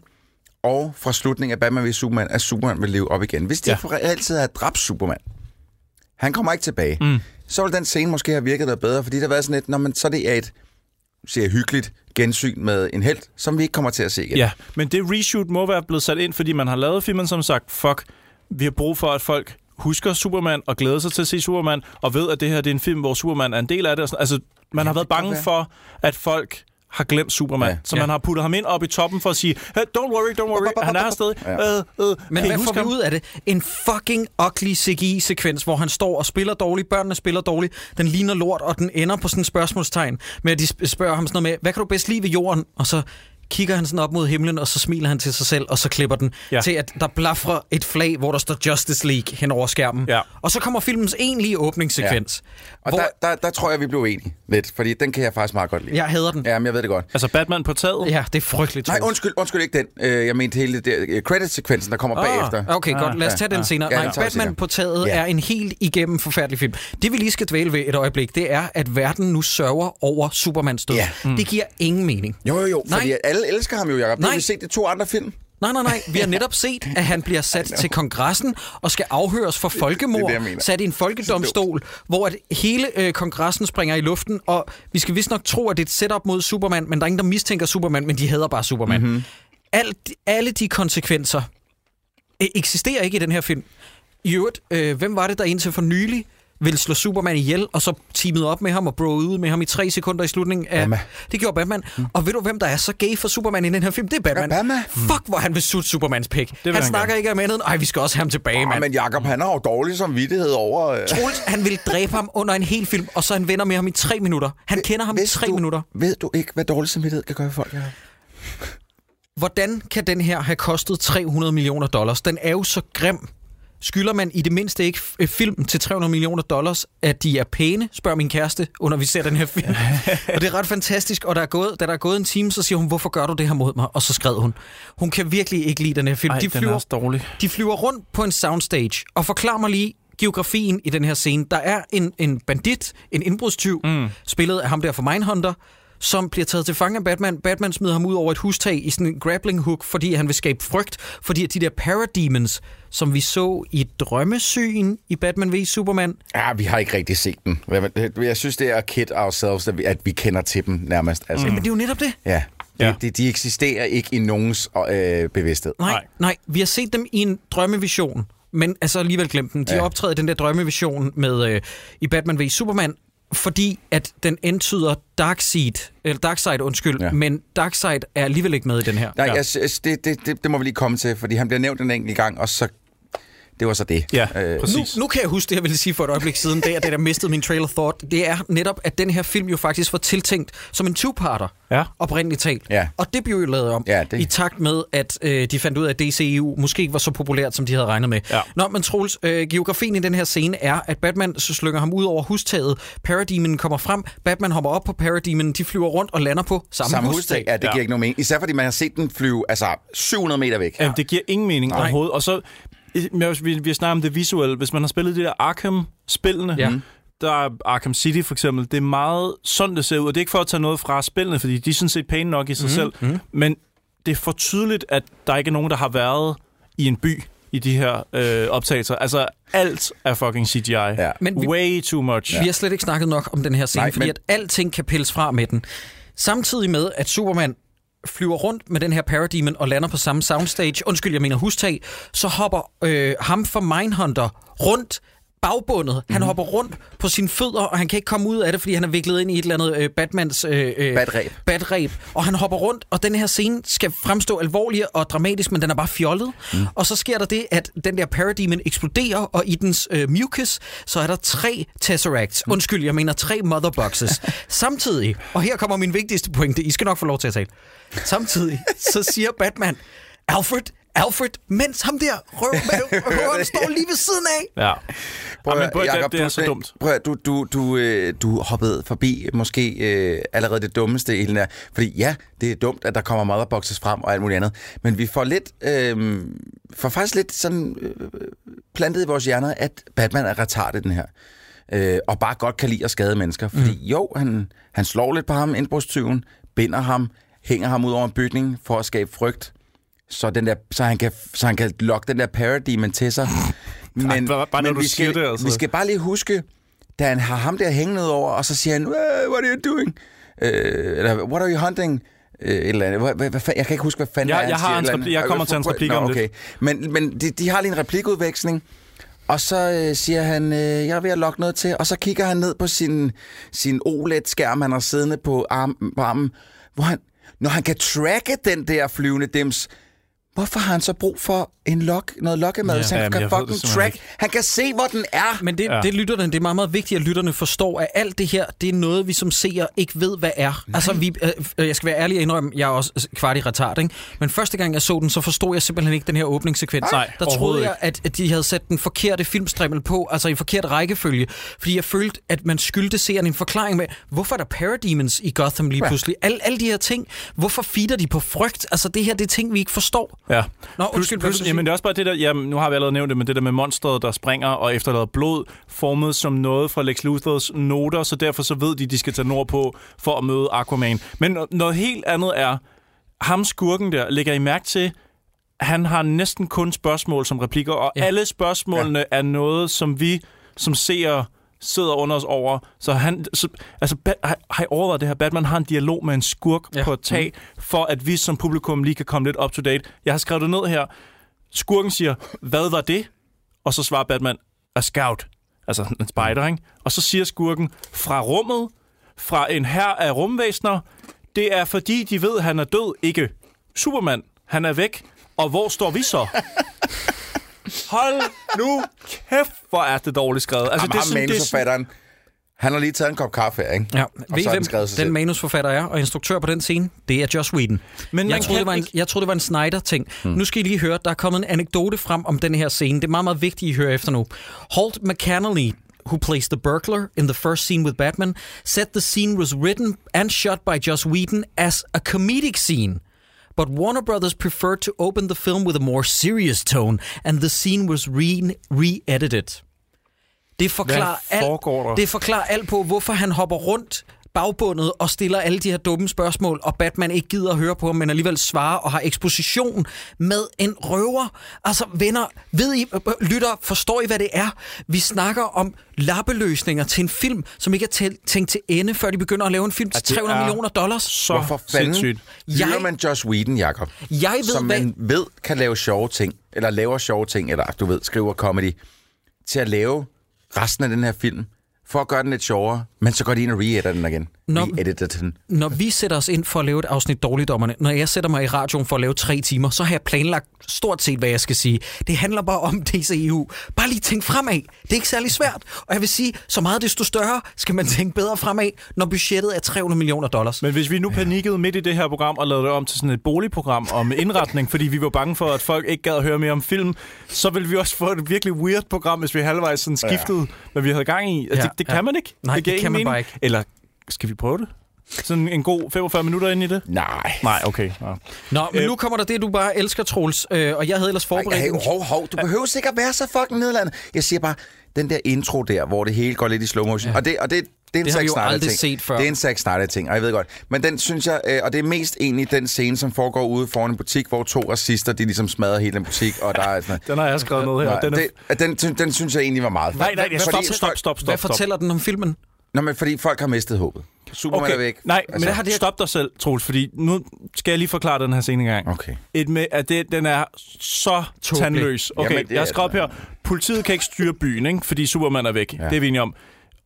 og fra slutningen af Batman vs. Superman, at Superman vil leve op igen. Hvis de
Ja.
ja. altid havde dræbt Superman, han kommer ikke tilbage, mm. så ville den scene måske have virket noget bedre, fordi der har været sådan lidt, når man, så det er et siger jeg, hyggeligt gensyn med en held, som vi ikke kommer til at se igen.
Ja, men det reshoot må være blevet sat ind, fordi man har lavet filmen, som sagt, fuck, vi har brug for, at folk husker Superman og glæder sig til at se Superman, og ved, at det her det er en film, hvor Superman er en del af det. Og sådan. Altså, man ja, har været bange
være.
for, at folk har glemt Superman,
Ja.
ja, så man har puttet ham ind op i toppen for at sige, hey, don't worry, don't worry, han er her stadig.
Ja.
Ja. Øh, øh,
Men
kan I
hvad
huske
får vi
ham?"
ud af det? En fucking ugly CGI-sekvens, hvor han står og spiller dårligt, børnene spiller dårligt, den ligner lort, og den ender på sådan et spørgsmålstegn med, at de sp- spørger ham sådan noget med, hvad kan du bedst lide ved jorden? Og så kigger han sådan op mod himlen, og så smiler han til sig selv, og så klipper den ja.
Ja.
til, at der blafrer et flag, hvor der står Justice League hen over skærmen.
Ja.
Og så kommer filmens egentlige åbningssekvens, ja.
Og
hvor
der, der, der tror jeg, vi blev enige lidt, fordi den kan jeg faktisk meget godt lide.
jeg hader den. Ja,
Jamen, jeg ved det godt.
Altså Batman på taget?
ja det er frygteligt.
Nej,
Troels.
undskyld, undskyld ikke den. Øh, Jeg mente hele det der øh, credit-sekvensen, der kommer
Ah,
bagefter.
Okay, godt. Lad os tage den senere.
Ja,
Nej,
den tager vi
Batman
senere.
på taget
Ja.
er en helt igennem forfærdelig film. Det vi lige skal dvæle ved et øjeblik, det er, at verden nu sørger over Supermans død.
Ja.
Det giver ingen mening.
Jo, jo, jo,
Nej.
fordi at alle elsker ham jo, Jacob. Nej.
Nej.
Har vi set de to andre film?
Nej, nej, nej. Vi har netop set, at han
*laughs*
bliver sat til kongressen og skal afhøres for folkemord,
det, jeg mener.
sat i en folkedomstol, hvor at hele øh, kongressen springer i luften, og vi skal vist nok tro, at det er et setup mod Superman, men der er ingen, der mistænker Superman, men de hader bare Superman.
Mhm.
Mm-hmm. Alt, alle de konsekvenser øh, eksisterer ikke i den her film. I øvrigt, øh, hvem var det, der indtil for nylig ville slå Superman ihjel, og så teamede op med ham og broede ud med ham i tre sekunder i slutningen af...
Batman.
Det gjorde Batman. Mm. Og ved du, hvem der er så gay for Superman i den her film? Det er Batman.
Batman.
Fuck, hvor han vil sutte Supermans pik. Han,
Mm. vil
han
han
snakker
gerne.
ikke om andet end, ej, vi skal også have ham tilbage,
Ja,
mand.
men Jacob, han har jo dårlig samvittighed over... Øh,
Troels, han vil dræbe ham under en hel film, og så er han venner med ham i tre minutter. Han kender ham i
Vidste
tre
du,
minutter.
Ved du ikke, hvad dårlig samvittighed kan gøre ved folk? Jacob?
Hvordan kan den her have kostet 300 millioner dollars? Den er jo så grim. Skylder man i det mindste ikke f- øh, film til 300 millioner dollars, at de er pæne, spørger min kæreste, under vi ser den her
*laughs*
film. og det er ret fantastisk, og der er gået, da der er gået en time, så siger hun, hvorfor gør du det her mod mig? Og så skred hun. Hun kan virkelig ikke lide den her film.
Ej,
de,
den er
flyver,
også dårlig.
de flyver rundt på en soundstage, og forklar mig lige geografien i den her scene. Der er en, en bandit, en indbrudstyv, mm. spillet af ham der for Mindhunter, som bliver taget til fange af Batman. Batman smider ham ud over et hustag i sådan en grappling hook, fordi han vil skabe frygt, fordi at de der parademons, som vi så i drømmesyn i Batman v Superman,
Ja, vi har ikke rigtig set den. Jeg synes, det er at kid ourselves, at vi, at vi kender til dem nærmest. Altså,
men det er jo netop det.
Ja.
Ja.
De, de, de eksisterer ikke i nogens øh, bevidsthed.
Nej, nej,
Nej.
nej, vi har set dem i en drømmevision, men altså alligevel glemt dem. De ja.
Ja.
optræder i den der drømmevision med øh, i Batman v Superman, fordi at den antyder Darkseid, eller Darkseid, undskyld, ja.
Ja.
men Darkseid er alligevel ikke med i den her.
Nej,
Ja.
jeg, synes- det, det, det, det må vi lige komme til, fordi han bliver nævnt en enkelt gang, og så... Det var så det.
Ja,
Øh,
Nu,
præcis.
nu kan jeg huske det, jeg ville sige for et øjeblik siden, da jeg, da jeg mistede min trailer thought. Det er netop, at den her film jo faktisk var tiltænkt som en two-parter,
Ja.
oprindeligt talt.
Ja.
Og det blev jo lavet om,
Ja, det-
i takt med, at øh, de fandt ud af, at DCEU måske ikke var så populært, som de havde regnet med.
Ja.
Nå, men Troels, øh, geografien i den her scene er, at Batman så slynger ham ud over hustaget, Parademon kommer frem, Batman hopper op på Parademon, de flyver rundt og lander på samme,
Samme
hustag.
hustag. Ja, det
Ja.
giver ikke nogen mening. Især fordi man har set den flyve altså 700 meter væk.
Jamen, det giver ingen mening Nej. overhovedet. Og så, men også, vi, vi snakker om det visuelle. Hvis man har spillet de der Arkham-spillene,
Ja.
ja. der er Arkham City for eksempel, det er meget sådan, det ser ud. Og det er ikke for at tage noget fra spillene, fordi de er sådan set pæne nok i sig mm. selv. Mm. Men det er for tydeligt, at der ikke er nogen, der har været i en by i de her øh, optagelser. Altså, alt er fucking CGI. Ja.
Men vi-
Way too much.
Vi har slet ikke snakket nok om den her scene, Nej,
Nej,
fordi men...
men-
at alting kan pilles fra med den. Samtidig med, at Superman flyver rundt med den her Parademon og lander på samme soundstage, undskyld, jeg mener hustag, så hopper øh, ham fra Mindhunter rundt bagbundet.
Mhm.
Han hopper rundt på sine fødder, og han kan ikke komme ud af det, fordi han er viklet ind i et eller andet øh, Batmans... Øh, øh,
Batræb.
Batræb. Og han hopper rundt, og den her scene skal fremstå alvorlig og dramatisk, men den er bare fjollet. Mm. Og så sker der det, at den der Parademon eksploderer, og i dens øh, mucus, så er der tre Tesseracts. Mm. Undskyld, jeg mener tre *laughs* Motherboxes. Samtidig, og her kommer min vigtigste pointe, I skal nok få lov til at tale. Samtidig, så siger Batman, Alfred, Alfred, mens ham der røv, *laughs* røven står lige ved siden af.
Ja. Prøv, Jamen, prøv,
høre,
Jacob, det er
du-
så dumt.
Prøv, at- du, du, du, øh, du hoppede forbi måske øh, allerede det dummeste i den her. Fordi ja, det er dumt, at der kommer motherboxes frem og alt muligt andet. Men vi får lidt, øh, får faktisk lidt sådan øh, plantet i vores hjerner, at Batman er retarded den her. Øh, og bare godt kan lide at skade mennesker. Fordi mm. jo, han, han slår lidt på ham, indbrudstyven, binder ham, hænger ham ud over en bygning for at skabe frygt. Så, den der, så, han kan, så han kan lokke den der parademon til
*laughs*
sig. Men,
Ej, bare- bare når du
vi
siger
skal,
det, altså.
Vi skal bare lige huske, da han har ham der hængende over, og så siger han, "Wha- what are you doing? Øh, eller, what are you hunting? Øh, et eller andet. Hvad, hvad, hvad, fanden- jeg kan ikke huske, hvad fanden
Jeg-
det er,
jeg
han
har
siger,
hans
et eller
repli-
andet.
jeg kommer til hans
Nå,
replik om lidt.
okay. Men, men de, de har lige en replikudveksling, og så øh, siger han, øh, jeg er ved at lokke noget til, og så kigger han ned på sin, sin OLED-skærm, han har siddende på, arm, på armen, hvor han, når han kan tracke den der flyvende dims, hvorfor har han så brug for en lok, noget lokkemad, ja, hvis han
jamen,
kan
jeg ved det
fucking
simpelthen
track? Han kan se, hvor den er!
Men det, ja. det lytterne, det er meget, meget vigtigt, at lytterne forstår, at alt det her, det er noget, vi som seere ikke ved, hvad er. Nej. Altså, vi, øh, øh, jeg skal være ærlig og indrømme, jeg er også øh, kvart i retard, ikke? Men første gang, jeg så den, så forstod jeg simpelthen ikke den her åbningssekvens.
Nej,
Der troede
overhovedet
jeg, at, at de havde sat den forkerte filmstrimmel på, altså i forkert rækkefølge, fordi jeg følte, at man skyldte seeren en forklaring med, hvorfor er der parademons i Gotham lige pludselig? Al, alle de her ting, hvorfor feeder de på frygt? Altså, det her, det er ting, vi ikke forstår.
Ja.
Nå, undskyld, hvad vil du sige?
jamen, det er også bare det der, jamen, nu har vi allerede nævnt det, men det der med monstret, der springer og efterlader blod, formet som noget fra Lex Luthors noter, så derfor så ved de, de skal tage nord på for at møde Aquaman. Men no- noget helt andet er, ham skurken der, lægger I mærke til, han har næsten kun spørgsmål som replikker, og
Ja.
ja. alle spørgsmålene ja. er noget, som vi som ser sidder under os over. Så han, så, altså, ba- har, har I overvejet det her? Batman har en dialog med en skurk
Ja.
ja. Mm. på et tag, for at vi som publikum lige kan komme lidt up to date. Jeg har skrevet det ned her. Skurken siger, hvad var det? Og så svarer Batman, a scout. Altså en spider,
Mm.
ikke? Og så siger skurken, fra rummet, fra en her af rumvæsner, det er fordi, de ved, han er død, ikke Superman. Han er væk, og hvor står vi
*laughs*
så? Hold nu kæft, hvor er det dårligt skrevet. Altså,
Jamen, det ham
sådan- det sådan-
manusforfatteren, han har lige taget en kop kaffe her, ikke?
Ja,
Og
ved
så
I,
har
hvem
den skrevet sig
den
selv.
manusforfatter er og instruktør på den scene? Det er Joss Whedon.
Men
jeg,
man
troede,
kan
det var en,
ikke- Mm.
jeg troede, det var en Snyder-ting. Hmm. Nu skal I lige høre, der er kommet en anekdote frem om den her scene. Det er meget, meget vigtigt, I hører efter nu. Holt McCannelly, who plays the burglar in the first scene with Batman, said the scene was written and shot by Joss Whedon as a comedic scene. But Warner Brothers preferred to open the film with a more serious tone, and the scene was re- re-edited. Det forklarer,
Hvad foregår der?
alt, det forklarer alt på, hvorfor han hopper rundt bagbundet og stiller alle de her dumme spørgsmål, og Batman ikke gider at høre på ham, men alligevel svarer og har eksposition med en røver. Altså venner, ved I, øh, øh, lytter, forstår I, hvad det er? Vi snakker om lappeløsninger til en film, som ikke er tæl- tænkt til ende, før de begynder at lave en film til
det
300
er
millioner dollars.
så
Hvorfor fanden
sindssygt.
hyrer
Jeg-
man Josh Whedon, Jacob?
Jeg ved,
som man ved kan lave sjove ting, eller laver sjove ting, eller du ved, skriver comedy, til at lave resten af den her film, for at gøre den lidt sjovere, men så går de ind og re-editor den igen.
Nå.
Re-editor den.
Når vi sætter os ind for at lave et afsnit Dårligdommerne, når jeg sætter mig i radioen for at lave tre timer, så har jeg planlagt stort set, hvad jeg skal sige. Det handler bare om DCEU. Bare lige tænk fremad. Det er ikke særlig svært. Og jeg vil sige, så meget desto større skal man tænke bedre fremad, når budgettet er 300 millioner dollars.
Men hvis vi nu panikkede midt i det her program og lavede det om til sådan et boligprogram
*laughs*
om indretning, fordi vi var bange for, at folk ikke gad at høre mere om film, så ville vi også få et virkelig weird program, hvis vi halvvejs sådan skiftede, ja. hvad vi havde gang i. Altså,
Ja,
ja, det, det
ja.
kan man ikke.
Nej, det
giver
kan
ingen
man
mening.
bare ikke.
Eller skal vi prøve det? Sådan en god 45 minutter ind i det?
Nej.
Nej, okay. Ja.
Nå, men nu kommer der det, du bare elsker, Troels. Øh, og jeg havde ellers
Ej,
forberedt...
Hey, hov, hov, du behøver sikkert være så fucking nedladende. Jeg siger bare, den der intro der, hvor det hele går lidt i slow motion, ja. og, det, og det, det er en
Det har vi
Zack
jo
Snyder
aldrig
ting.
set før.
Det er en Zack Snyder ting, og jeg ved godt. Men den synes jeg, øh, og det er mest egentlig den scene, som foregår ude foran en butik, hvor to racister, de ligesom smadrer hele den butik, og der er
*laughs*
sådan
Den har jeg skrevet ned her.
Nej,
Den er...
det, at den, den, den synes jeg egentlig var meget fed.
Nej, nej,
Hvad-
stop,
hvad-
stop, stop, stop.
Hvad
stop.
fortæller den om filmen?
Nå, men fordi folk har mistet håbet. Superman
Okay,
er væk.
nej, altså, men
har det-
stop dig selv, Troels, fordi nu skal jeg lige forklare den her scene engang.
Okay.
Et med, at det, den er så
Tåbelig.
Tåbelig. tandløs. Okay,
Jamen,
Jamen,
det
jeg
er altså-
har skrevet her. Politiet kan ikke styre byen, ikke? fordi Superman er væk. Ja. Det er vi enige om.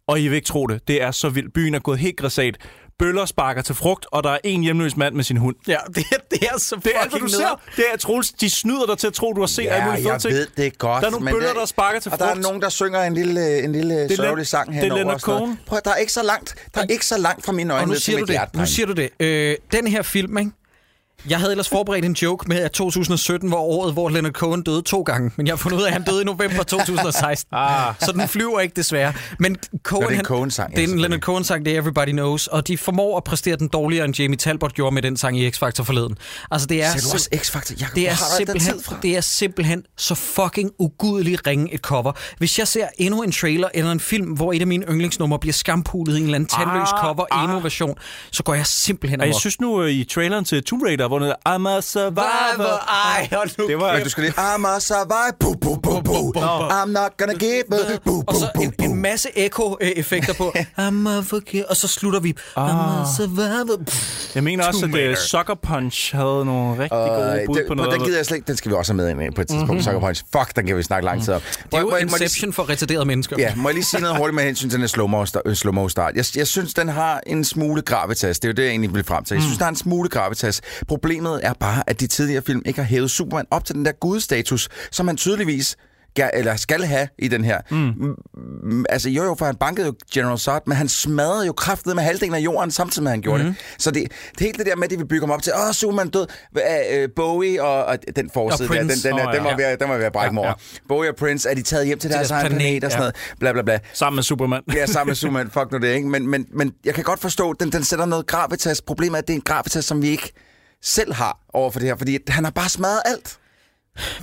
Og I vil ikke tro det. Det er så vildt. Byen er gået helt græsat. Bøller sparker til frugt, og der er en hjemløs mand med sin hund.
Ja, det, er- det er så
Det er alt, hvad du ser. Det er, Troels, de snyder dig til at tro, du har set alle
Ja,
mulige fede
jeg
ting.
ved det godt.
Der er nogle
men
bøller,
det-
der sparker til
Og der er
frugt.
nogen, der synger en lille, en lille
er
sørgelig
Len-
sang
det er
henover.
Leonard
og sådan noget.
Cohen.
Prøv, at- der er ikke så langt, der er ikke så langt fra mine øjne
Og nu
ned til
siger, du
mit
det.
hjerte,
nu
drenge.
siger du det. Øh, den her film, ikke? Jeg havde ellers forberedt en joke med, at 2017 var året, hvor Leonard Cohen døde to gange. Men jeg har fundet ud af, at han døde i november
*laughs*
2016. ah. Så den flyver ikke, desværre. Men Cohen,
Nå, det er en
han-
Cohen-sang, ja,
Det er en
selvfølgelig.
Leonard Cohen-sang, det er Everybody Knows. Og de formår at præstere den dårligere, end Jamie Talbot gjorde med den sang i X-Factor forleden. Altså, det er...
Ser du
sim-
også X-Factor? Jakob,
det
hvor
er,
har du alt den
simpelthen,
tid fra?
det er simpelthen så fucking ugudeligt ringe et cover. Hvis jeg ser endnu en trailer eller en film, hvor et af mine yndlingsnumre bliver skampulet i en eller anden tandløs
Ah,
cover
ah.
emo-version, så går jeg simpelthen
Og jeg
over.
synes nu øh, i traileren til Tomb Raider, hvor den er, I'm a survivor.
Ej, hold nu
Det var,
Men du skal lige... I'm a survivor. Boo, boo, boo, boo. I'm not gonna give a... Boo,
og
boo,
så en,
boo,
en
boo.
masse echo-effekter
*laughs*
på. I'm a forget- og så slutter vi.
Ah.
I'm a survivor. Pff.
jeg mener også,
Tomb
at
Raider.
øh, Sucker Punch havde nogle rigtig gode
Øh,
bud
den-
på
på
noget.
den gider jeg slet ikke. Den skal vi også have med ind på et tidspunkt. Mm-hmm. Sucker Punch. Fuck, den kan vi snakke lang tid om.
Det er jo Inception for retarderede mennesker.
Ja, må jeg lige sige noget hurtigt med hensyn til den her slow-mo sta- øh, slow-mo start. Jeg, jeg synes, den har en smule gravitas. Det er jo det, jeg egentlig vil frem til. Jeg synes, der er en smule gravitas. Problemet er bare, at de tidligere film ikke har hævet Superman op til den der gudstatus, som han tydeligvis ga- eller skal have i den her. Mm. Mm, altså jo jo, for han bankede jo General Zod, men han smadrede jo kraftet med halvdelen af jorden, samtidig med at han gjorde mm. det. Så det, det hele det der med, at de vil bygge ham op til, åh, Superman død, øh, Bowie og, og den forside der, den, den,
Prince.
den,
Åh,
oh,
ja.
den, var ved, at- den var ved at brække mig over. Bowie og Prince, er de taget hjem til deres,
deres
egen
planet,
planet, og sådan
ja.
noget bla bla bla.
Sammen med Superman.
Ja, sammen med Superman, fuck nu det, ikke? Men, men, men jeg kan godt forstå, den, den sætter noget gravitas. Problemet er, at det er en gravitas, som vi ikke selv har over for det her, fordi at han har bare smadret alt.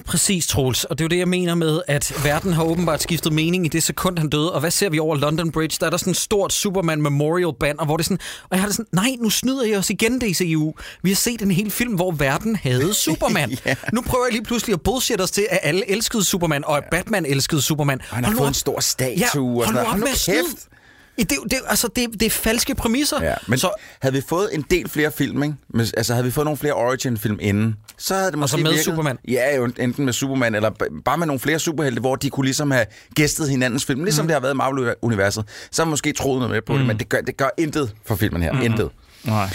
Præcis, Troels. Og det er jo det, jeg mener med, at verden har åbenbart skiftet mening i det sekund, han døde. Og hvad ser vi over London Bridge? Der er der sådan et stort Superman Memorial Banner, hvor det er sådan... Og jeg har det sådan, nej, nu snyder jeg os igen, DCU. Vi har set en hel film, hvor verden havde Superman.
*laughs*
yeah. Nu prøver jeg lige pludselig at bullshit os til, at alle elskede Superman, og at Batman elskede Superman.
Og han har
Hold nu
fået
op.
en stor
Ja,
statue
hold
og sådan
nu
noget.
op
Hold nu
med at snyde.
kæft.
Ja, Det, er jo- det, er jo- altså, det, er- det er falske præmisser.
Ja, men
så,
så havde vi fået en del flere film, ikke? Men, altså havde vi fået nogle flere Origin-film inden, så havde det måske
så med
virket.
Superman?
Ja, jo, enten med Superman, eller b- bare med nogle flere superhelte, hvor de kunne ligesom have gæstet hinandens film, ligesom
Mhm.
mm. det har været i Marvel-universet. Så har man måske troet noget mere på mm. det, men det gør, det gør intet for filmen
Mhm.
her. Mm. Intet.
*laughs* Nej.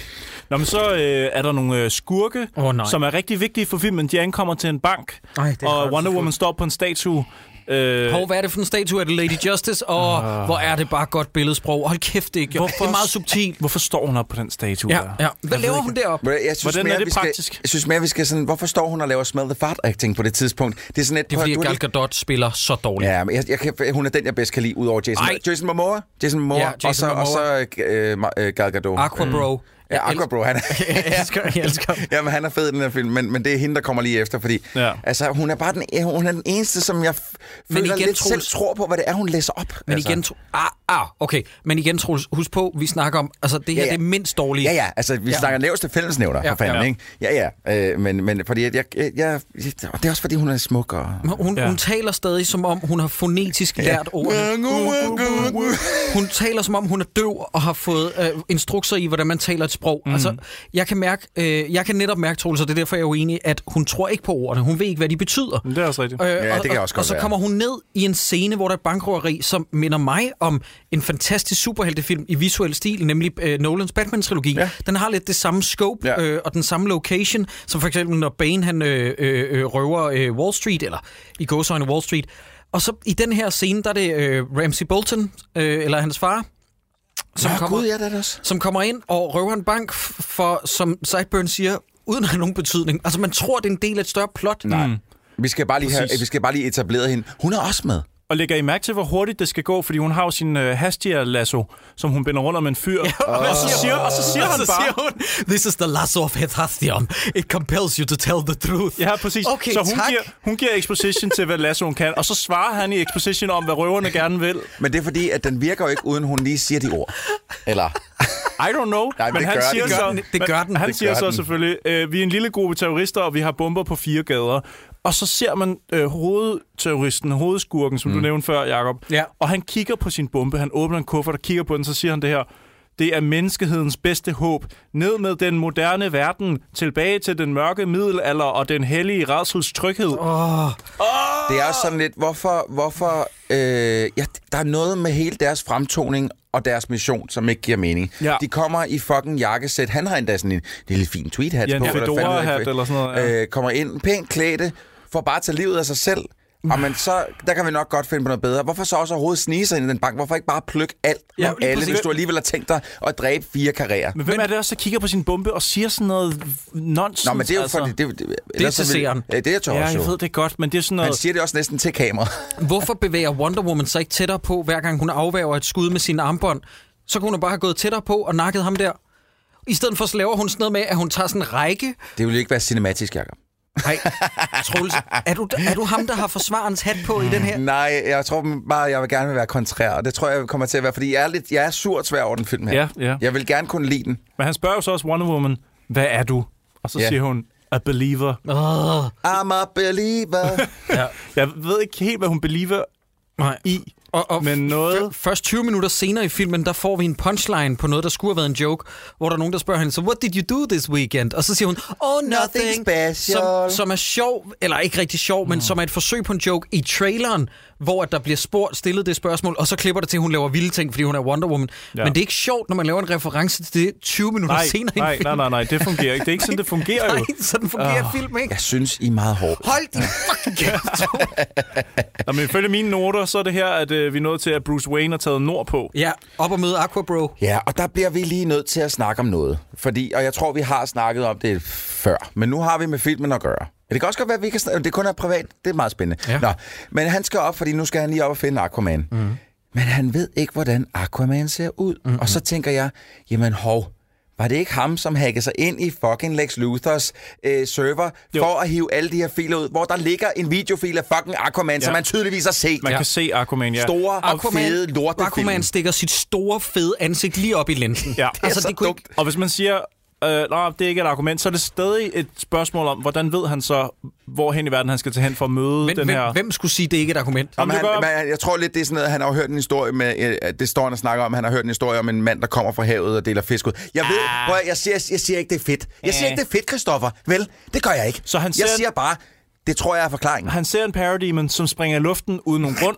Nå, men så øh, er der nogle øh, skurke,
Åh, nej.
som er rigtig vigtige for filmen. De ankommer til en bank,
Ej, det er
og
rart,
Wonder
så
Woman står på en statue. Øh,
Hov, hvad er det for en statue? Er det Lady Justice? Og
Ah.
hvor er det bare godt billedsprog. Hold kæft, det er, gjort. det er meget subtilt.
Hvorfor står hun op på den statue
Ja,
der?
ja. Hvad laver hun deroppe?
Men Jeg synes
Hvordan er
mere,
det
vi skal,
praktisk?
Jeg synes mere, vi skal sådan... Hvorfor står hun og laver smell the fart acting på det tidspunkt? Det er sådan et...
Det er fordi, at
du
Gal Gadot spiller så dårligt.
Ja, men jeg, jeg kan, hun er den, jeg bedst kan lide, udover Jason.
Ej.
Jason Momoa. Jason Momoa.
Ja, Jason
og så, Og så øh, Ma- øh, Gal Gadot.
Aquabro.
Ja, Aquabro, han
*laughs* Jeg
*laughs* er...
elsker, jeg elsker. ham.
Jamen, han er fed i den her film, men, men det er hende, der kommer lige efter, fordi
Ja.
ja. altså, hun er bare den, ja, hun er den eneste, som jeg f-
Men
føler
igen,
lidt selv
Troels-
tror på, hvad det er, hun læser op. Altså.
Men igen, tro- ah, ah, okay. Men igen, Troels, husk på, vi snakker om, altså det her,
Ja, ja.
det er mindst dårlige.
Ja, ja, altså vi
Ja.
ja. snakker laveste fællesnævner,
Ja,
ja, for fanden,
ja.
ja. ikke? Ja, ja, øh, men, men fordi jeg, jeg, jeg, jeg, og det er også fordi, hun er smuk og...
Men Hun,
Ja.
hun taler stadig, som om hun har fonetisk lært ordene.
Mange uger
hun, hun taler som om, hun er døv og har fået øh, instrukser i, hvordan man taler et sprog. Mm. Altså, jeg kan, mærke, øh, jeg kan netop mærke, Troels, og det er derfor, jeg er uenig, at hun tror ikke på ordene. Hun ved ikke, hvad de betyder.
Men Det er også rigtigt.
Øh,
det
og,
kan også
og, og
godt
så
være.
kommer hun ned i en scene, hvor der er et bankrøveri, som minder mig om en fantastisk superheltefilm i visuel stil, nemlig øh, Nolans Batman-trilogi. Ja.
Ja.
Den har lidt det samme scope ja.
Ja.
øh, og den samme location, som for eksempel når Bane han, øh, øh, øh, røver øh, Wall Street, eller i gåsøjne Wall Street. Og så i den her scene, der er det øh, Ramsey Bolton, øh, eller hans far, som
Nå,
kommer
Gud, ja, det er det også.
som kommer ind og røver en bank f- for, som Sideburn siger, uden at have nogen betydning. Altså, man tror, det er en del af et større plot. Nej.
Vi skal bare lige, have,
Præcis.
vi skal bare lige etablere hende. Hun er også med.
Og lægger I mærke til, hvor hurtigt det skal gå, fordi hun har jo sin øh, hastigere lasso, som hun binder rundt om en fyr. og, så siger, og så siger
Og
han
så
bare...
siger hun, this is the lasso of Hethastion. It compels you to tell the truth.
Ja, præcis.
Okay,
så hun
tak.
giver, hun giver exposition til, hvad lassoen kan, og så svarer han i exposition om, hvad røverne gerne vil.
Men det er fordi, at den virker jo ikke, uden hun lige siger de ord. Eller,
I don't know,
Nej, men
men
det
han
gør
siger
den. Det
gør
så...
den. Det
men
gør den.
Han
Det
siger
gør
så
den.
selvfølgelig, øh, vi er en lille gruppe terrorister, og vi har bomber på fire gader. Og så ser man øh, hovedterroristen, hovedskurken, som mm. du nævnte før, Jacob.
Ja.
Og han kigger på sin bombe, han åbner en kuffert og kigger på den, så siger han det her. Det er menneskehedens bedste håb. Ned med den moderne verden, tilbage til den mørke middelalder og den hellige redsels tryghed. Oh.
det er også sådan lidt, hvorfor... hvorfor øh, ja, der er noget med hele deres fremtoning og deres mission, som ikke giver mening.
Ja.
De kommer i fucking jakkesæt. Han har endda sådan en lille fin tweet-hat
Ja, en
på. hvad fanden
fedora-hat
hedder det?
eller sådan noget, ja.
Øh, kommer ind pænt klædte, for bare at tage livet af sig selv.
Mm.
Og men så, der kan vi nok godt finde på noget bedre. Hvorfor så også overhovedet snige sig ind i den bank? Hvorfor ikke bare plukke alt
Ja,
ja, om
lige
alle,
præcis.
hvis du alligevel har tænkt dig at dræbe fire karrierer?
Men hvem er det også, der kigger på sin bombe og siger sådan noget nonsens?
Nå, men det er jo
altså?
fordi... Det, det, det, ellers
til
så vil-
seeren.
Ja, det er Thomas
Ja,
jo.
jeg ved det godt, men det er sådan noget...
Han siger det også næsten til kamera. *laughs*
Hvorfor bevæger Wonder Woman sig ikke tættere på, hver gang hun afværger et skud med sin armbånd? Så kunne hun bare have gået tættere på og nakket ham der. I stedet for så laver hun sådan noget med, at hun tager sådan en række.
Det ville ikke være cinematisk, Jacob.
Nej, Troels, er du, er du ham, der har forsvarens hat på i den her?
Nej, jeg tror bare, jeg vil gerne vil være kontrær, og det tror jeg kommer til at være, fordi jeg er, lidt, jeg er sur og svær over den film her.
Ja, ja.
Jeg vil gerne kunne lide den.
Men han spørger jo så også Wonder Woman, hvad er du? Og så
Ja.
siger hun, a believer.
Oh,
I'm a
*laughs*
believer.
Jeg ved ikke helt, hvad hun believer
nej.
i,
Og, og
men noget...
Først 20 minutter senere i filmen, der får vi en punchline på noget, der skulle have været en joke, hvor der er nogen, der spørger hende, så what did you do this weekend? Og så siger hun, oh nothing,
Nothing special.
Som, som er sjov, eller ikke rigtig sjov, mm. men som er et forsøg på en joke i traileren, hvor at der bliver spurgt, stillet det spørgsmål, og så klipper det til, at hun laver vilde ting, fordi hun er Wonder Woman. Ja.
Ja.
Men det er ikke sjovt, når man laver en reference til det 20 minutter
Nej,
senere i
nej,
en film.
nej, Ah. nej, nej, det fungerer ikke. Det er ikke sådan,
*laughs*
det fungerer jo.
*laughs* nej sådan fungerer oh. film, ikke?
jeg synes, I er meget hårde.
Hold
*laughs*
din fucking kæft, Troels.
Nå, men ifølge mine noter, så er det her, at øh, vi er nået til, at Bruce Wayne har taget nord på.
Ja, op og møde Aqua Bro.
Ja, og der bliver vi lige nødt til at snakke om noget. Fordi, og jeg tror, vi har snakket om det før, men nu har vi med filmen at gøre. Det kan også godt være, at vi kan snakke, det kun er privat. Det er meget spændende.
Ja.
Nå, men han skal op, fordi nu skal han lige op og finde Aquaman. Mm. Men han ved ikke, hvordan Aquaman ser ud. Mm-hmm. Og så tænker jeg, jamen hov, var det ikke ham, som hackede sig ind i fucking Lex Luthers øh, server jo. for at hive alle de her filer ud, hvor der ligger en videofil af fucking Aquaman, ja. som man tydeligvis har set.
Man
Man
ja.
ja.
kan se Aquaman, ja.
Store og fede lortefilm.
Aquaman stikker sit store, fede ansigt lige op i Altså, linsen.
Ja.
Altså, Det er så dumt.
ikke...
Og hvis man siger, øh, nej, det er ikke et argument, så er det stadig et spørgsmål om, hvordan ved han så, hvor hen i verden han skal til hen for at møde
Men
den
hvem,
her...
hvem skulle sige, det ikke er et argument?
Om
Men
det
han,
går op.
men han- jeg tror lidt, det er sådan noget, han har jo hørt en historie med, øh, at det står han og snakker om, han har hørt en historie om en mand, der kommer fra havet og deler fisk ud. Jeg ved, ah. prøv, at- jeg, siger, jeg siger ikke, det er fedt. Jeg siger ikke, det er fedt, Christoffer. Vel, det gør jeg ikke.
Så han
jeg
ser-
siger bare, det tror jeg er forklaringen.
han ser en parademon, som springer i luften uden nogen grund.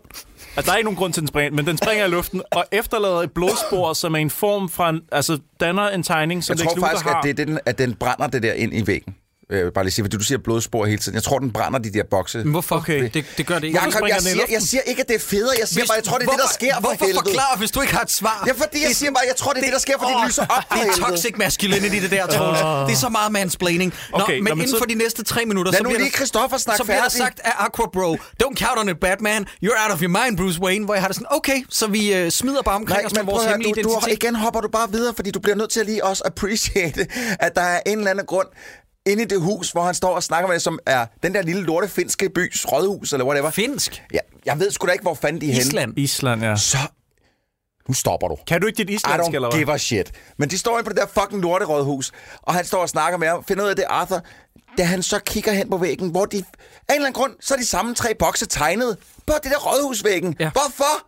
Altså, der er ikke nogen grund til, at den springer, men den springer i luften og efterlader et blodspor, som er en form fra en, altså danner en tegning, som
Jeg
Lex
tror
Luthor
faktisk,
har.
at, det, er den, at den brænder det der ind i væggen. Øh, bare lige sige, fordi du siger blodspor hele tiden. Jeg tror, den brænder de der bokse.
Men Hvorfor?
Okay.
Det, det gør det ikke.
Jeg, kom,
springer
jeg,
den i
siger,
luften?
jeg siger ikke, at det er federe. Jeg siger bare, jeg tror, det er det, der sker for
Hvorfor
helvede.
forklare, hvis du ikke har et svar?
Ja, fordi jeg siger bare, jeg tror, det er det, der sker, fordi det lyser op for
Det er
helvede.
toxic masculinity, det der, Troels. Det er så meget mansplaining. Nå,
Ah. Okay,
men,
nå, men
inden
så-
for de næste tre minutter,
Lad
så
nu
bliver,
lige Christoffer
der,
snakke
så bliver der
færdig.
sagt af Aqua Bro, don't count on it, Batman. You're out of your mind, Bruce Wayne. Hvor jeg har det sådan, okay, så vi øh, smider bare omkring os med
prøv
vores
at høre,
hemmelige
du, du,
identitet.
Igen hopper du bare videre, fordi du bliver nødt til at lige også appreciate, at der er en eller anden grund inde i det hus, hvor han står og snakker med det, som er den der lille lorte finske bys rådhus, eller whatever.
Finsk.
ja, jeg ved sgu da ikke, hvor fanden de er henne.
Island.
Island, ja.
Så... Nu stopper du.
Kan du ikke dit
I
islandsk, eller
don't
hvad?
give a shit. Men de står inde på det der fucking lorterådhus, og han står og snakker med ham, finder ud af det er Arthur. Da han så kigger hen på væggen, hvor de... Af en eller anden grund, så er de samme tre bokse tegnet på det der rådhusvæggen.
Ja.
Hvorfor?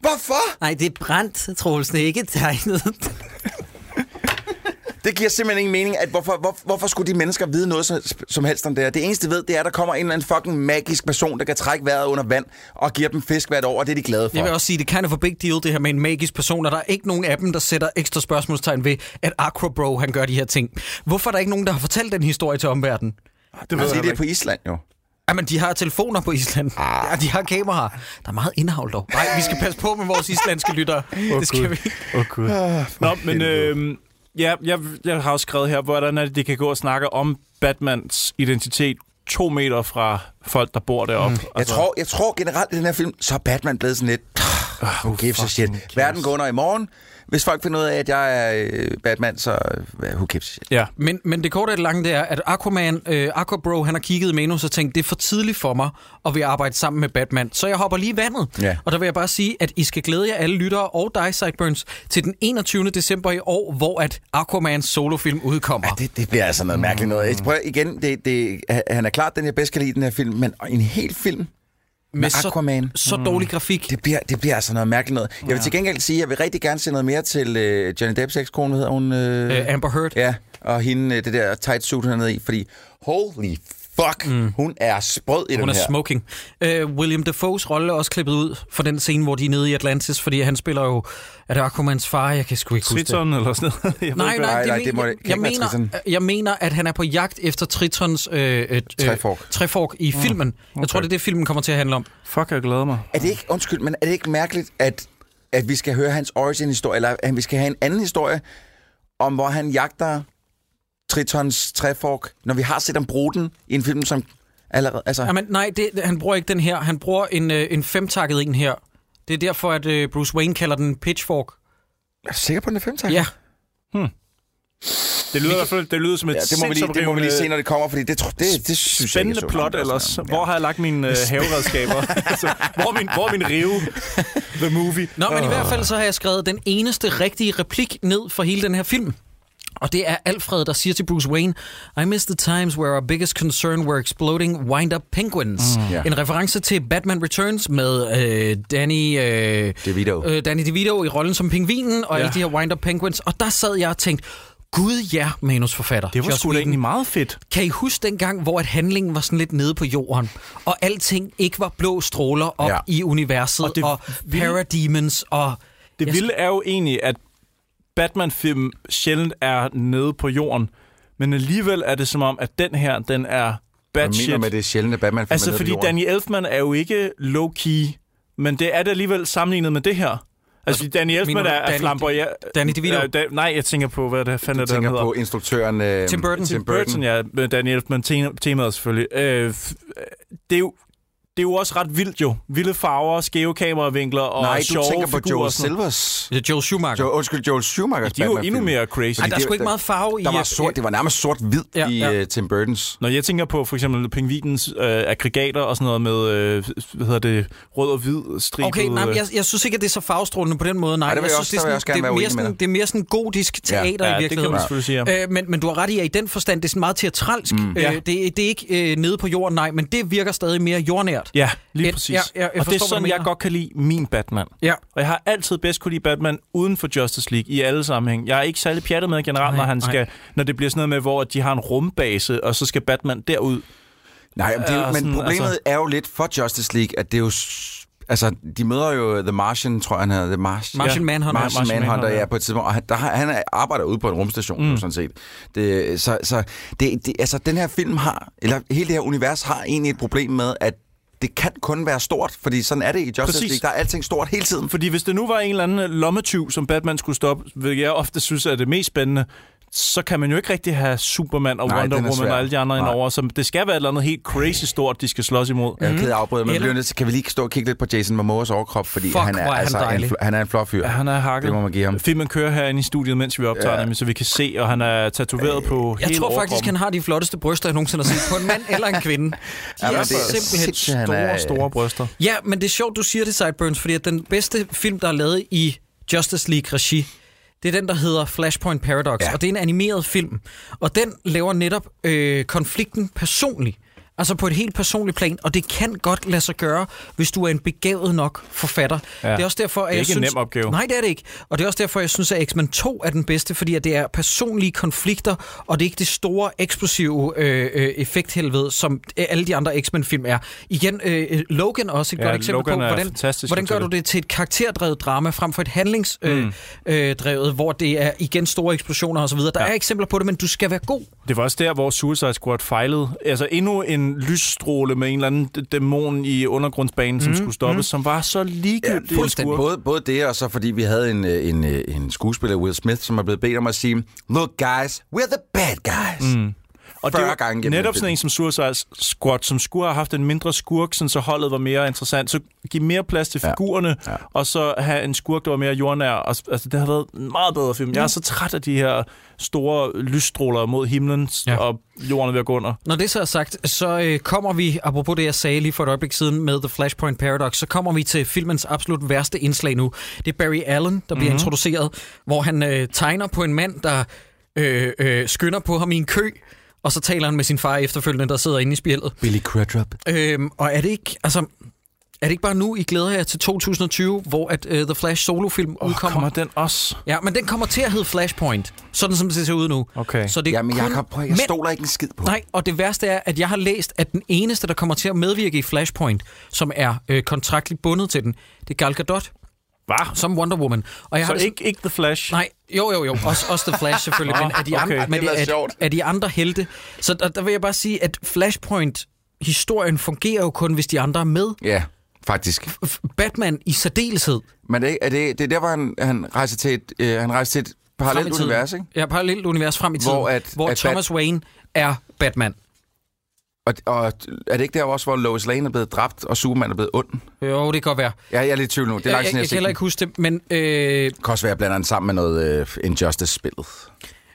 Hvorfor?
Nej, det er brændt, Troels. Det er ikke tegnet.
Det giver simpelthen ingen mening, at hvorfor, hvor, hvorfor skulle de mennesker vide noget som, som helst om det her? Det eneste, de ved, det er, at der kommer en eller anden fucking magisk person, der kan trække vejret under vand og giver dem fisk hvert år, og det er de glade for.
Jeg vil også sige, det er kind of a big deal, det her med en magisk person, og der er ikke nogen af dem, der sætter ekstra spørgsmålstegn ved, at Aquabro, han gør de her ting. Hvorfor er der ikke nogen, der har fortalt den historie til omverdenen?
Det
Man
ved
siger,
jeg
Altså, det er
ikke.
på Island jo.
Jamen, de har telefoner på Island. Ah. Ja, de har kameraer. Der er meget indhold dog. Nej, vi skal passe på med vores islandske lyttere. Oh, det skal vi.
Oh, Gud. Nå, men øh, ja, jeg, jeg har også skrevet her, hvordan er det, de kan gå og snakke om Batmans identitet to meter fra folk, der bor deroppe. Mm.
Jeg tror, jeg tror generelt i den her film, så er Batman blevet sådan lidt...
Ah,
Oh, who gives a shit. Verden går under i morgen. Hvis folk finder ud af, at jeg er øh, Batman, så øh, who gives a shit.
Ja.
Men, men det korte af det lange, det er, at Aquaman, øh, Aquabro, han har kigget i Manus og tænkt, det er for tidligt for mig at vil arbejde sammen med Batman. Så jeg hopper lige i vandet.
Ja.
Og der vil jeg bare sige, at I skal glæde jer alle lyttere og dig, Sideburns, til den 21. december i år, hvor at Aquamans solofilm udkommer.
Ja,
Ah.
det, det bliver altså noget mærkeligt noget. Jeg prøver igen, det, det, han er klart, den jeg bedst kan lide i den her film, men en hel film med, med Aquaman.
Så, så dårlig grafik.
Det bliver, det bliver altså noget mærkeligt noget. Jeg vil til gengæld sige, at jeg vil rigtig gerne se noget mere til øh, Johnny Depps ekskone, hvad hedder hun? Øh,
Øh, Amber Heard.
Ja, og hende, øh, det der tight suit, hun er nede i, fordi holy fuck, mm. hun er sprød i
Hun
den
er
her.
smoking. Øh, William Defoes rolle er også klippet ud for den scene, hvor de er nede i Atlantis, fordi han spiller jo... Er det Aquamans far? Jeg kan sgu ikke huske det.
Triton eller sådan noget. *laughs* Jeg ved
Nej,
ikke, hvad-
nej,
Nej,
det,
nej,
men-
det må det-
jeg,
kan
jeg,
ikke være
mener,
Triton.
jeg mener, at han er på jagt efter Tritons øh, øh,
Trefork.
trefork i filmen. Jeg tror, det er det, filmen kommer til at handle om.
Fuck, jeg glæder mig.
Er det ikke, undskyld, men er det ikke mærkeligt, at, at vi skal høre hans origin-historie, eller at vi skal have en anden historie, om hvor han jagter Tritons træfork, når vi har set ham bruge den i en film, som allerede... Altså,
Jamen, nej, det, han bruger ikke den her. Han bruger en, øh, en femtakket en her. Det er derfor, at øh, Bruce Wayne kalder den pitchfork.
er du sikker på den er fem, tak?
Ja,
Det lyder i hvert fald det lyder som et
Ja, det, må vi lige, det må vi lige se, når det kommer, fordi det, tro- det, det synes jeg
spændende
ikke, jeg så Altså, meget.
plot ellers. Hvor har jeg lagt
*laughs*
mine øh, haveredskaber? altså, hvor, er min, hvor er min rive? The movie.
Nå, men i hvert fald så har jeg skrevet den eneste rigtige replik ned for hele den her film. Og det er Alfred, der siger til Bruce Wayne, I miss the times where our biggest concern were exploding wind-up penguins. Mm.
Ja.
Yeah. En reference til Batman Returns med øh, Danny, øh,
DeVito.
øh, Danny DeVito i rollen som pingvinen og
Ja.
alle de her wind-up penguins. Og der sad jeg og tænkte, Gud ja, manusforfatter.
Det var
Joss
sgu da
Whedon."
egentlig meget fedt.
Kan I huske dengang, hvor at handlingen var sådan lidt nede på jorden, og alting ikke var blå stråler op
Ja.
ja. i universet, og,
det
det, og
vilde-
parademons, og...
Det
Jeg-
vilde er jo egentlig, at Batman-film sjældent er nede på jorden, men alligevel er det som om, at den her, den er bad
Jeg
shit.
mener med det sjældne Batman
altså, fordi Danny Elfman er jo ikke low-key, men det er det alligevel sammenlignet med det her. Altså, altså Danny
mener
Elfman
du
er, er
Danny-
flamboyant.
Danny DeVito?
Øh, da, nej, jeg tænker på, hvad det fanden er,
Jeg
det, han
tænker
hedder.
på instruktøren... Øh,
Tim Burton.
Tim
Burton, ja, med Danny Elfman, te- temaet selvfølgelig. Øh, f- det er jo det er jo også ret vildt jo. Vilde farver, skæve kameravinkler og
Nej, du
sjove
tænker på
figurer. og
Joel
sådan noget.
Silvers...
Det er Joel Schumacher.
Jo, undskyld, Joel Schumachers
De er jo endnu
Batman-film.
mere crazy.
Ej, der er
det-
sgu ikke
der-
meget farve i...
Der var
øh,
sort, det var nærmest sort-hvid ja,
Ja,
i
ja.
ja. Tim Burtons.
Når jeg tænker på for eksempel pingvinens øh, aggregater og sådan noget med, øh, hvad hedder det, rød og hvid stribet.
øh, Okay, nej, men jeg, jeg synes ikke, at det er så farvestrålende på den måde. Nej,
Ej, det vil jeg også-
synes,
der vil jeg også gerne
det, er
være
mere
uenig med
sådan,
dig.
det er mere sådan godisk teater
øh, ja,
i
det kan
virkeligheden.
man selvfølgelig sige.
Øh, men, men du har ret i, at i den forstand, det er sådan meget teatralsk. Mm. Øh,
Ja.
det, det er ikke øh, nede på jorden, nej, men det virker stadig mere jordnært.
Ja, lige
Et-
præcis.
ja, ja, jeg
og det er
forstår, hvad
sådan,
du
jeg
mener.
godt kan lide min Batman.
Ja.
Og jeg har altid bedst kunne lide Batman uden for Justice League i alle sammenhæng. Jeg er ikke særlig pjattet med generelt, når,
Nej,
han
nej.
skal, når det bliver sådan noget med, hvor de har en rumbase, og så skal Batman derud.
Nej, men, det, er jo-
Ja,
men
sådan,
problemet
altså-
altså... er jo lidt for Justice League, at det er jo... s- Altså, de møder jo The Martian, tror jeg, han hedder. The Martian,
Martian
Ja.
Manhunter.
Martian,
Martian
Manhunter,
Manhunter,
ja, på et tidspunkt. Og han, der, har- han er- arbejder ude på en rumstation, mm. sådan set. Det, så så det, det, altså, den her film har, eller hele det her univers har egentlig et problem med, at det kan kun være stort, fordi sådan er det i Justice
Præcis. Mhm.
League. Der er alting stort hele tiden.
Fordi hvis det nu var en eller anden lommetyv, som Batman skulle stoppe, hvilket jeg ofte synes er det mest spændende, så kan man jo ikke rigtig have Superman og
Nej,
Nej, Wonder
den er
Woman
svær.
og alle de andre
Nej.
indover. Så det skal være et eller andet helt crazy stort, de skal slås imod.
Jeg er ked af at afbryde, men vi
Eller-
bliver nødt til, kan vi lige stå og kigge lidt på Jason Momoas overkrop, fordi
Fuck,
han er,
hvor er han
altså, en,
dejlig.
fl- han er en flot fyr.
Ja, han er hakket.
Det må man give ham.
Filmen kører herinde i studiet, mens vi optager ja. nemlig, så vi kan se, og han er
Øh,
tatoveret på
Jeg
hele
tror faktisk, han har de flotteste bryster, jeg nogensinde har set på en mand eller en
*laughs*
kvinde. De
Ja, men
er
det er
simpelthen
sindssygt, han
store,
er-
store bryster.
Ja, men det er sjovt, du siger det, Sideburns, fordi at den bedste film, der er lavet i Justice League-regi, det er den, der hedder Flashpoint Paradox, ja. og det er en animeret film. Og den laver netop øh, konflikten personlig. Altså på et helt personligt plan, og det kan godt lade sig gøre, hvis du er en begavet nok forfatter. Ja. Det er også derfor, at
Det er
jeg
ikke en
synes...
nem opgave.
Nej, det er det ikke. Og det er også derfor, jeg synes, at X-Men 2 er den bedste, fordi at det er personlige konflikter, og det er ikke det store, eksplosive øh, øh, effekthelvede, som øh, alle de andre X-Men-film er. Igen, øh, Logan er også et
Ja,
godt eksempel
Logan
på,
er
hvordan,
fantastisk
hvordan gør
til
du
det.
det til et karakterdrevet drama, frem for et
Mm.
handlingsdrevet, øh, øh, drevet, hvor det er igen store eksplosioner osv. Der ja. er eksempler på det, men du skal være god.
Det var også der, hvor Suicide Squad fejlede. Altså endnu en lysstråle med en eller anden d- dæmon i undergrundsbanen,
Mhm,
som skulle stoppes, som var så ligegyldigt. en skurk.
Både, både det, og så fordi vi havde en, øh, en, øh, en skuespiller, Will Smith, som er blevet bedt om at sige, Look guys, we're the bad guys. Mm.
Og det
40
var
gange gennem
netop
den
sådan en som Suicide Squad, som skulle have haft en mindre skurk, sådan så holdet var mere interessant. Så give mere plads til
Ja.
figurerne, ja. og så have en skurk, der var mere jordnær. Og, s- altså, det har været en meget bedre film. Jeg
Mm.
er så træt af de her store lysstråler mod himlen,
Ja.
ja. og jorden er ved at gå under.
Når det så er sagt, så øh, kommer vi, apropos det jeg sagde lige for et øjeblik siden med The Flashpoint Paradox, så kommer vi til filmens absolut værste indslag nu. Det er Barry Allen, der bliver
Mhm.
mm-hmm. introduceret, hvor han øh, tegner på en mand, der øh, øh, skynder på ham i en kø, og så taler han med sin far efterfølgende, der sidder inde i spjældet.
Billy Crudup.
Øhm, og er det ikke, altså, er det ikke bare nu, I glæder jer til 2020, hvor at øh, The Flash solofilm
Og
udkommer?
kommer den også?
Ja, men den kommer til at hedde Flashpoint, sådan som det ser ud nu.
Okay.
Så det er
Jamen,
kun
Jacob, prøv, at- jeg
mænd,
stoler ikke en skid på.
Nej, og det værste er, at jeg har læst, at den eneste, der kommer til at medvirke i Flashpoint, som er øh, kontraktligt bundet til den, det er Gal Gadot
Var.
som Wonder Woman. Og jeg har det
Så
sådan-
ikke, ikke The Flash?
Nej, jo, jo, jo. Også, også The Flash
*laughs*
selvfølgelig, men er de, andre,
okay.
men
Det var
er, er,
sjovt.
er de andre helte. Så der, der vil jeg bare sige, at Flashpoint... Historien fungerer jo kun, hvis de andre er med.
Ja, faktisk.
F- Batman i særdeleshed.
Men det, er det, det er der, hvor han, han rejser til et, øh, han rejser til et
frem i
parallelt
tiden.
univers, ikke?
Ja, parallelt univers frem i tiden,
Hvor at-
hvor
at
Thomas Wayne er Batman.
Og, og er det ikke der også, hvor Lois Lane er blevet dræbt, og Superman er blevet ond?
Jo, det kan godt være.
Ja, jeg er lidt i tvivl nu. Det er
Jeg,
langt
jeg,
siden,
jeg
jeg,
kan heller
jeg,
ikke huske det, men... Øh,
Det kan også være, at jeg blander den sammen med noget øh, Injustice-spillet.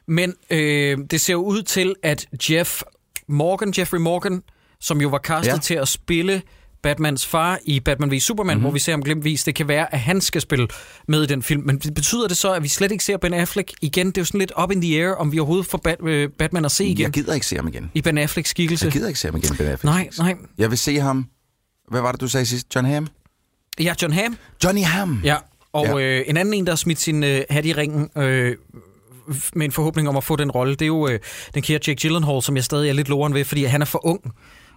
Men øh, det ser jo ud til, at Jeff Morgan, Jeffrey Morgan, som jo var castet ja.
Ja.
til at spille Batmans far i Batman v Superman,
Mhm.
mm-hmm. hvor vi ser ham glimtvis, det kan være, at han skal spille med i den film. Men betyder det så, at vi slet ikke ser Ben Affleck igen? Det er jo sådan lidt up in the air, om vi overhovedet får Bat- øh, Batman at se igen
Jeg gider ikke se ham igen.
i Ben Afflecks skikkelse.
Jeg gider ikke se ham igen, Ben Affleck.
Nej, nej.
Jeg vil se ham... Hvad var det, du sagde sidst? John Hamm?
Ja, John Hamm.
Johnny Hamm!
Ja, og ja.
Ja.
Øh, en anden en, der har smidt sin øh, hat i ringen øh, f- med en forhåbning om at få den rolle, det er jo øh, den kære Jake Gyllenhaal, som jeg stadig er lidt loren ved, fordi han er for ung.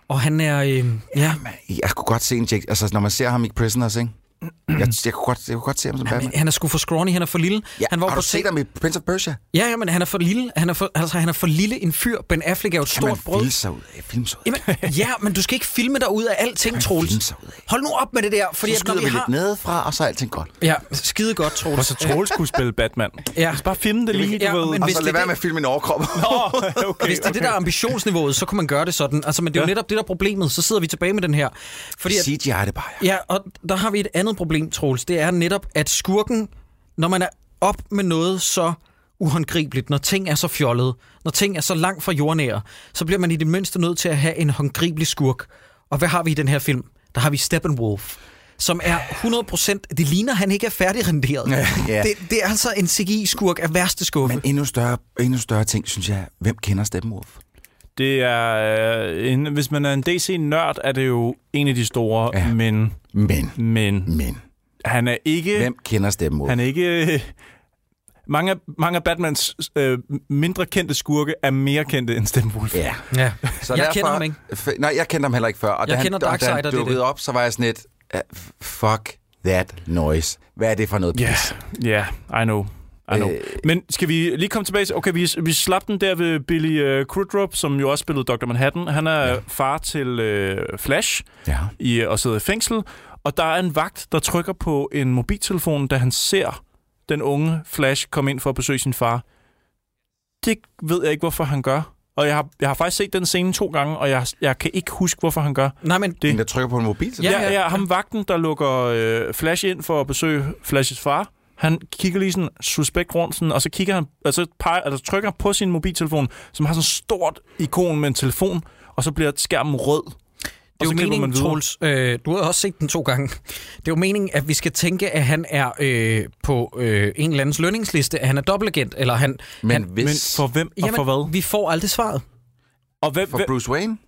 Og han er... Øh, ja,
Jeg kunne godt se en Jake... Altså, når man ser ham i Prisoners, ikke?
Mm-hmm.
Jeg, jeg, kunne, godt, jeg kunne godt se ham som Batman.
han er sgu for scrawny, han er for lille.
Ja,
han
var har
jo
du
på
set
te-
ham i Prince of Persia?
Ja, ja, men han er for lille. Han er for, altså, han er for lille en fyr. Ben Affleck er jo et
Kan man
stort brød.
filme sig ud af? Filme sig ud af?
Jamen, ja, men du skal ikke filme dig ud af alting,
filme
Troels.
sig ud af?
Hold nu op med det der, fordi
Så
at når
skyder
vi
vi lidt
har...
nedefra, og så er alting godt.
Ja, skide godt, Troels. Øh,
Og så Troels skulle spille Batman.
Ja.
Så bare finde det lige, du
Ja,
ved.
men
Og
hvis
så
det
lad
er
være
det-
med at filme en overkrop.
Nå, okay,
Hvis det er det, der er ambitionsniveauet, så kunne man gøre det sådan. Altså, men det er jo
Ja.
netop det, der er problemet. Så sidder vi tilbage med den her. Fordi
*laughs*
at,
CGI er det bare, ja.
ja, og der har vi et andet problem, Troels. Det er netop, at skurken, når man er op med noget så uhåndgribeligt, når ting er så fjollede, når ting er så langt fra jordnære, så bliver man i det mindste nødt til at have en håndgribelig skurk. Og hvad har vi i den her film? Der har vi Steppenwolf som er 100%... Det ligner, han ikke er færdigrenderet. Ja,
ja.
Det, det er altså en CGI-skurk af værste skuffe.
Men endnu større, endnu større ting, synes jeg, hvem kender Steppenwolf?
Det er, øh, en, hvis man er en DC-nørd, er det jo en af de store, ja.
Ja.
men,
Men,
men
men,
han er
Øh.
ikke...
hvem kender Steppenwolf?
Han er ikke... øh, Mange af, mange af Batmans øh, mindre kendte skurke er mere kendte end Steppenwolf.
Ja.
Ja.
Så
Jeg kender ham ikke.
F- nej, jeg kendte ham heller ikke før. Og
Jeg kender
da han, og da
Darkseid, og
han
det er
dukkede
det.
op, så var jeg sådan lidt, "Ah, f- fuck that noise. Hvad er det for noget pis?
Ja, yeah, I know. I know. Øh,
Øh.
Men skal vi lige komme tilbage? til- Okay, vi, vi slap den der ved Billy uh, Crudup, som jo også spillede Dr. Manhattan. Han er ja. far til uh, Flash
Ja.
i, øh, og sidder i fængsel. Og der er en vagt, der trykker på en mobiltelefon, da han ser den unge Flash komme ind for at besøge sin far. Det ved jeg ikke, hvorfor han gør. Og jeg har, jeg har faktisk set den scene to gange, og jeg, jeg kan ikke huske, hvorfor han gør.
Nej, men
En, der trykker på en mobil. så-
Ja,
Ja,
ja.
ja, ja. Ham vagten, der lukker øh, Flash ind for at besøge Flashes far, han kigger lige sådan suspekt rundt, sådan, og så kigger han, altså, peger, altså trykker han på sin mobiltelefon, som har sådan et stort ikon med en telefon, og så bliver skærmen rød.
Det er jo
og så klipper
meningen,
videre.
Troels, øh, du har også set den to gange. Det er jo meningen, at vi skal tænke, at han er øh, på øh, en eller andens lønningsliste, at han er dobbeltagent, eller han...
Men
han
hvis...
Men for hvem og for hvad?
Vi får aldrig svaret.
Og hvem,
For
hvem,
Bruce Wayne?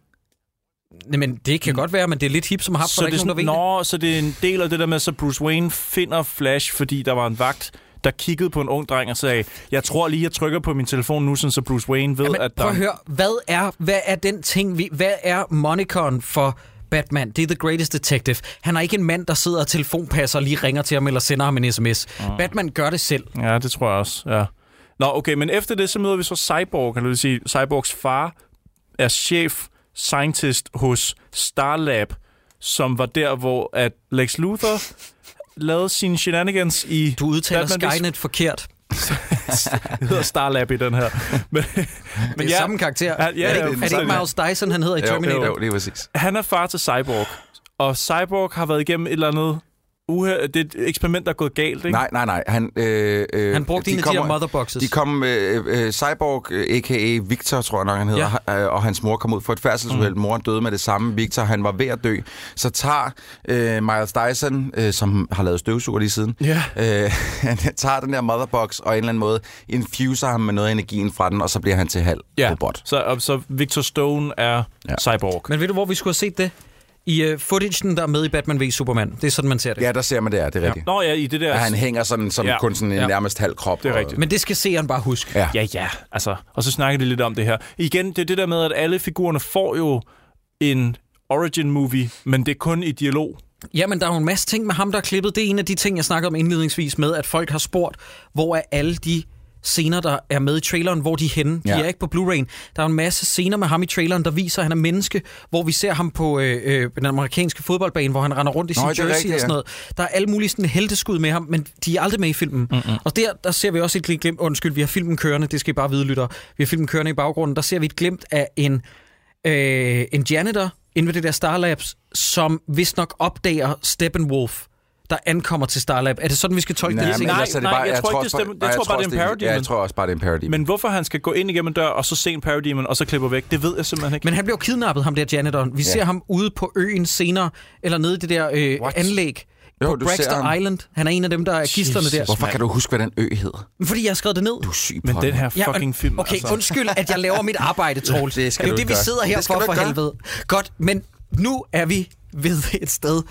Nej, men det kan godt være, men det er lidt hip som hap, for
Mm. så
der er
det, er
ikke nogen, der ved det.
sådan, nå, så det er en del af det der med, så Bruce Wayne finder Flash, fordi der var en vagt, der kiggede på en ung dreng og sagde, jeg tror lige, jeg trykker på min telefon nu, sådan så Bruce Wayne ved,
Jamen,
at der...
prøv at høre, hvad er, hvad er den ting, vi, hvad er monikeren for Batman? Det er The Greatest Detective. Han er ikke en mand, der sidder og telefonpasser og lige ringer til ham eller sender ham en sms.
Ah.
Mm. Batman gør det selv.
Ja, det tror jeg også, ja. Nå, okay, men efter det, så møder vi så Cyborg, kan du sige, Cyborgs far er chef scientist hos Starlab, som var der, hvor at Lex Luthor lavede sine shenanigans i...
Du udtaler
Batman,
Batman,
det-
Skynet forkert.
Det *laughs* hedder Starlab i den her. Men,
Men det er ja, samme karakter.
Ja,
Ja,
ja,
er det
ja,
ikke, er det ikke
fuldstændig.
Miles Dyson, han hedder i Terminator?
Jo, jo, det er præcis.
han er far til Cyborg, og Cyborg har været igennem et eller andet uha- det er et eksperiment, der er gået galt, ikke?
Nej, nej, nej. Han, øh, øh,
Han brugte en af de her motherboxes.
De kom, øh, øh, Cyborg, øh, a.k.a. Victor, tror jeg nok, han hedder, ja. og hans mor kom ud for et færdselsuheld. Mm. Moren døde med det samme. Victor, han var ved at dø. Så tager øh, Miles Dyson, øh, som har lavet støvsuger lige siden,
Ja.
øh, *laughs* han tager den der motherbox og en eller anden måde infuser ham med noget af energien fra den, og så bliver han til halv
ja.
robot.
Så, og, så Victor Stone er ja.
Ja.
Cyborg.
Men ved du, hvor vi skulle have set det? I uh, footagen, der er med i Batman v Superman. Det er sådan, man ser det.
Ja, der ser man det er, det er rigtigt.
Nå ja, i det der...
Ja. Han hænger sådan, som
Ja.
ja. kun sådan en
Ja.
nærmest halv krop.
Det er
og-
rigtigt.
Men det skal seeren bare huske.
Ja.
Ja, ja, altså. Og så snakker de lidt om det her. Igen, det er det der med, at alle figurerne får jo en origin movie, men det er kun i dialog.
Jamen, der er jo en masse ting med ham, der er klippet. Det er en af de ting, jeg snakkede om indledningsvis med, at folk har spurgt, hvor er alle de scener, der er med i traileren, hvor de er henne. De
Ja.
er ikke på Blu-ray'en. Der er en masse scener med ham i traileren, der viser, at han er menneske, hvor vi ser ham på øh, øh, den amerikanske fodboldbane, hvor han render rundt i
Nå,
sin
det er
jersey
rigtigt,
og sådan
ja.
noget. Der er alle mulige sådan helteskud med ham, men de er aldrig med i filmen. Mm-hmm. Og der, der ser vi også et lille glimt. Undskyld, vi har filmen kørende, det skal I bare vide, lytter. Vi har filmen kørende i baggrunden. Der ser vi et glimt af en øh, en janitor inde ved det der Starlabs, som vist nok opdager Steppenwolf, der ankommer til Starlab. Er det sådan, vi skal tolke
Nej,
det?
men
Signe?
Nej,
ellers er det
nej,
bare-
jeg tror ikke, det
også bare-
stemmer. Jeg
nej,
tror bare, det er en
også,
parody,
Ja,
men-
jeg tror også bare, det er en parody.
Men hvorfor han skal gå ind igennem en dør, og så se en parodimon, og så klipper væk, det ved jeg simpelthen ikke.
Men han bliver jo kidnappet, ham der janitoren. Vi ja. ser ham ude på øen senere, eller nede i det der øh,
What?
anlæg.
Jo,
på
du ser
Braxton
ham.
Island. Han er en af dem, der er gisterne der.
Hvorfor kan du huske, hvad den ø hedder?
Fordi jeg har skrevet det ned.
Du er syg på
Men den her
Ja,
fucking
men-
film,
Okay,
altså.
undskyld, at jeg laver mit arbejde, Troels.
Det skal
det er
du
jo det,
ikke
vi
gøre.
sidder her
Det skal
for,
du
for
ikke gøre.
helvede. Godt, men nu er vi ved et sted,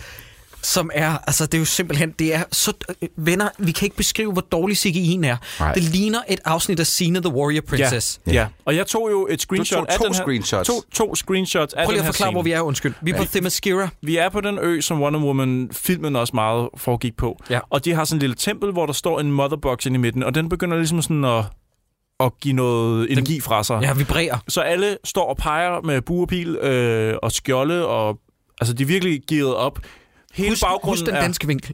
som er, altså det er jo simpelthen, det er så, øh, venner, vi kan ikke beskrive, hvor dårlig CGI'en er.
Nej.
Det ligner et afsnit af Sina the Warrior Princess.
Ja, ja, og jeg tog jo et screenshot
tog
af
to
den her,
screenshots.
To, to screenshots af
Prøv lige
den
at
her
forklare,
scene.
hvor vi er, undskyld. Vi er på Themyscira.
Vi er på den ø, som Wonder Woman-filmen også meget foregik på.
Ja.
Og de har sådan en lille tempel, hvor der står en motherbox inde i midten, og den begynder ligesom sådan at, at give noget energi fra sig.
Ja, vibrerer.
Så alle står og peger med buerpil øh, og skjolde, og altså, de er virkelig gearet op. Hele
Husk,
baggrunden
husk den
er...
danske vinkel.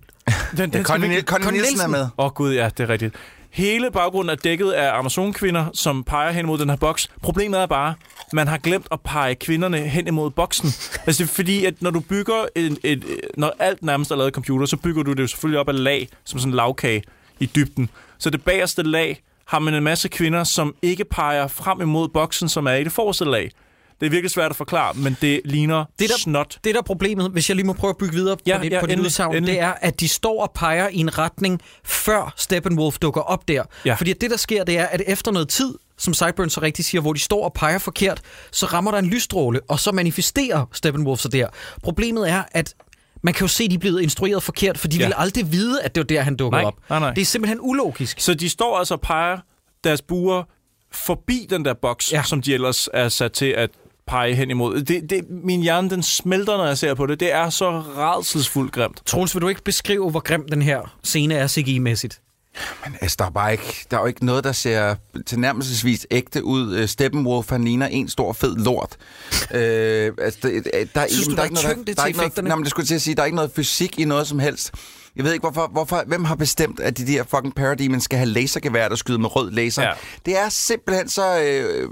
Den, den
Conny, Niel- Conny
Conny
Nielsen er
Nielsen.
med.
Åh oh, gud, ja, det er rigtigt. Hele baggrunden er dækket af Amazonkvinder, som peger hen mod den her boks. Problemet er bare, man har glemt at pege kvinderne hen imod boksen. Altså, det er fordi, at når du bygger et, et, når alt nærmest er lavet i computer, så bygger du det jo selvfølgelig op af lag, som sådan en lavkage i dybden. Så det bagerste lag har man en masse kvinder, som ikke peger frem imod boksen, som er i det forreste lag. Det er virkelig svært at forklare, men det ligner
Det
det
der-
der... snot.
Det, der er problemet, hvis jeg lige må prøve at bygge videre ja,
Ja,
på, det, ja,
ja,
på dit
endelig,
udsagn,
endelig.
det er, at de står og peger i en retning, før Steppenwolf dukker op der. Ja.
Ja.
Fordi at det, der sker, det er, at efter noget tid, som Cyburn så rigtigt siger, hvor de står og peger forkert, så rammer der en lysstråle, og så manifesterer Steppenwolf sig der. Problemet er, at man kan jo se, at de er blevet instrueret forkert, for de ja.
Ja.
ville aldrig vide, at det var der, han dukkede
Nej,
op.
nej, nej.
Det er simpelthen ulogisk.
Så de står altså og peger deres buer forbi den der boks,
Ja.
ja. som de ellers er sat til at pege hen imod. Det, det, min hjerne, den smelter, når jeg ser på det. Det er så rædselsfuldt grimt.
Troels, vil du ikke beskrive, hvor grim den her scene er CGI-mæssigt?
Altså, der er bare ikke, der er jo ikke noget, der ser tilnærmelsesvis ægte ud. Øh, Steppenwolf, han ligner en stor fed lort. øh, altså, det- der, der,
Synes du,
jamen,
der er tyngde
ikke noget, der er
til
ikke noget,
effekterne?
nej, men det skulle jeg til at sige, der er ikke noget fysik i noget som helst. Jeg ved ikke, hvorfor, hvorfor, hvem har bestemt, at de der fucking parademons skal have lasergevær, der skyder med rød laser.
Ja.
Ja. Det er simpelthen så... Øh,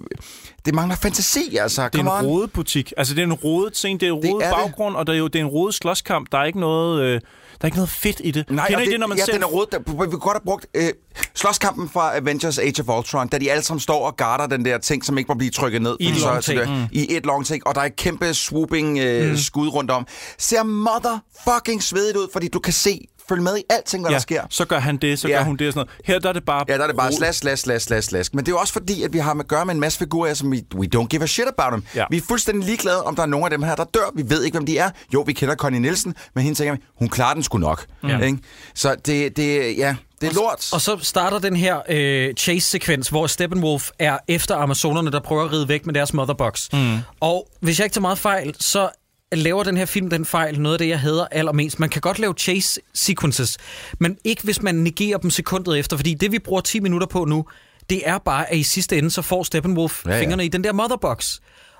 det mangler fantasi, altså.
Det er
Come
en
on.
rodet butik. Altså, det er en rodet scene, det er en rodet
er det.
baggrund, og det er jo det er en rodet slåskamp. Der er ikke noget, øh, der er ikke noget fedt i det.
Nej,
Kender
og
I det, når man
ja,
ser...
den er rodet. Der- Vi kunne godt have brugt øh, slåskampen fra Avengers Age of Ultron, da de alle sammen står og garder den der ting, som ikke må blive trykket ned.
I et
Så-
long
så
take.
Mm.
det- I et long take. Og der er et kæmpe swooping øh, skud rundt om. Ser motherfucking svedigt ud, fordi du kan se følge med i alting, hvad ja. der sker.
så gør han det, så
Ja.
gør hun det og sådan noget. Her der er det bare...
Ja, der er det bare
roligt.
slash, slash, slash, slash, slash. Men det er jo også fordi, at vi har med at gøre med en masse figurer, som vi we don't give a shit about dem.
Ja.
Vi er fuldstændig ligeglade, om der er nogen af dem her, der dør. Vi ved ikke, hvem de er. Jo, vi kender Connie Nielsen, men hende tænker vi, hun klarer den sgu nok. Ja. Ikke? Så det, det, ja, det er lort.
Og så starter den her øh, chase-sekvens, hvor Steppenwolf er efter amazonerne, der prøver at ride væk med deres motherbox. Mm. Og hvis jeg ikke tager meget fejl, så laver den her film den fejl, noget af det, jeg hader allermest. Man kan godt lave chase sequences, men ikke hvis man negerer dem sekundet efter, fordi det, vi bruger 10 minutter på nu, det er bare, at i sidste ende, så får Steppenwolf ja,
ja.
ja. fingrene i den der motherbox.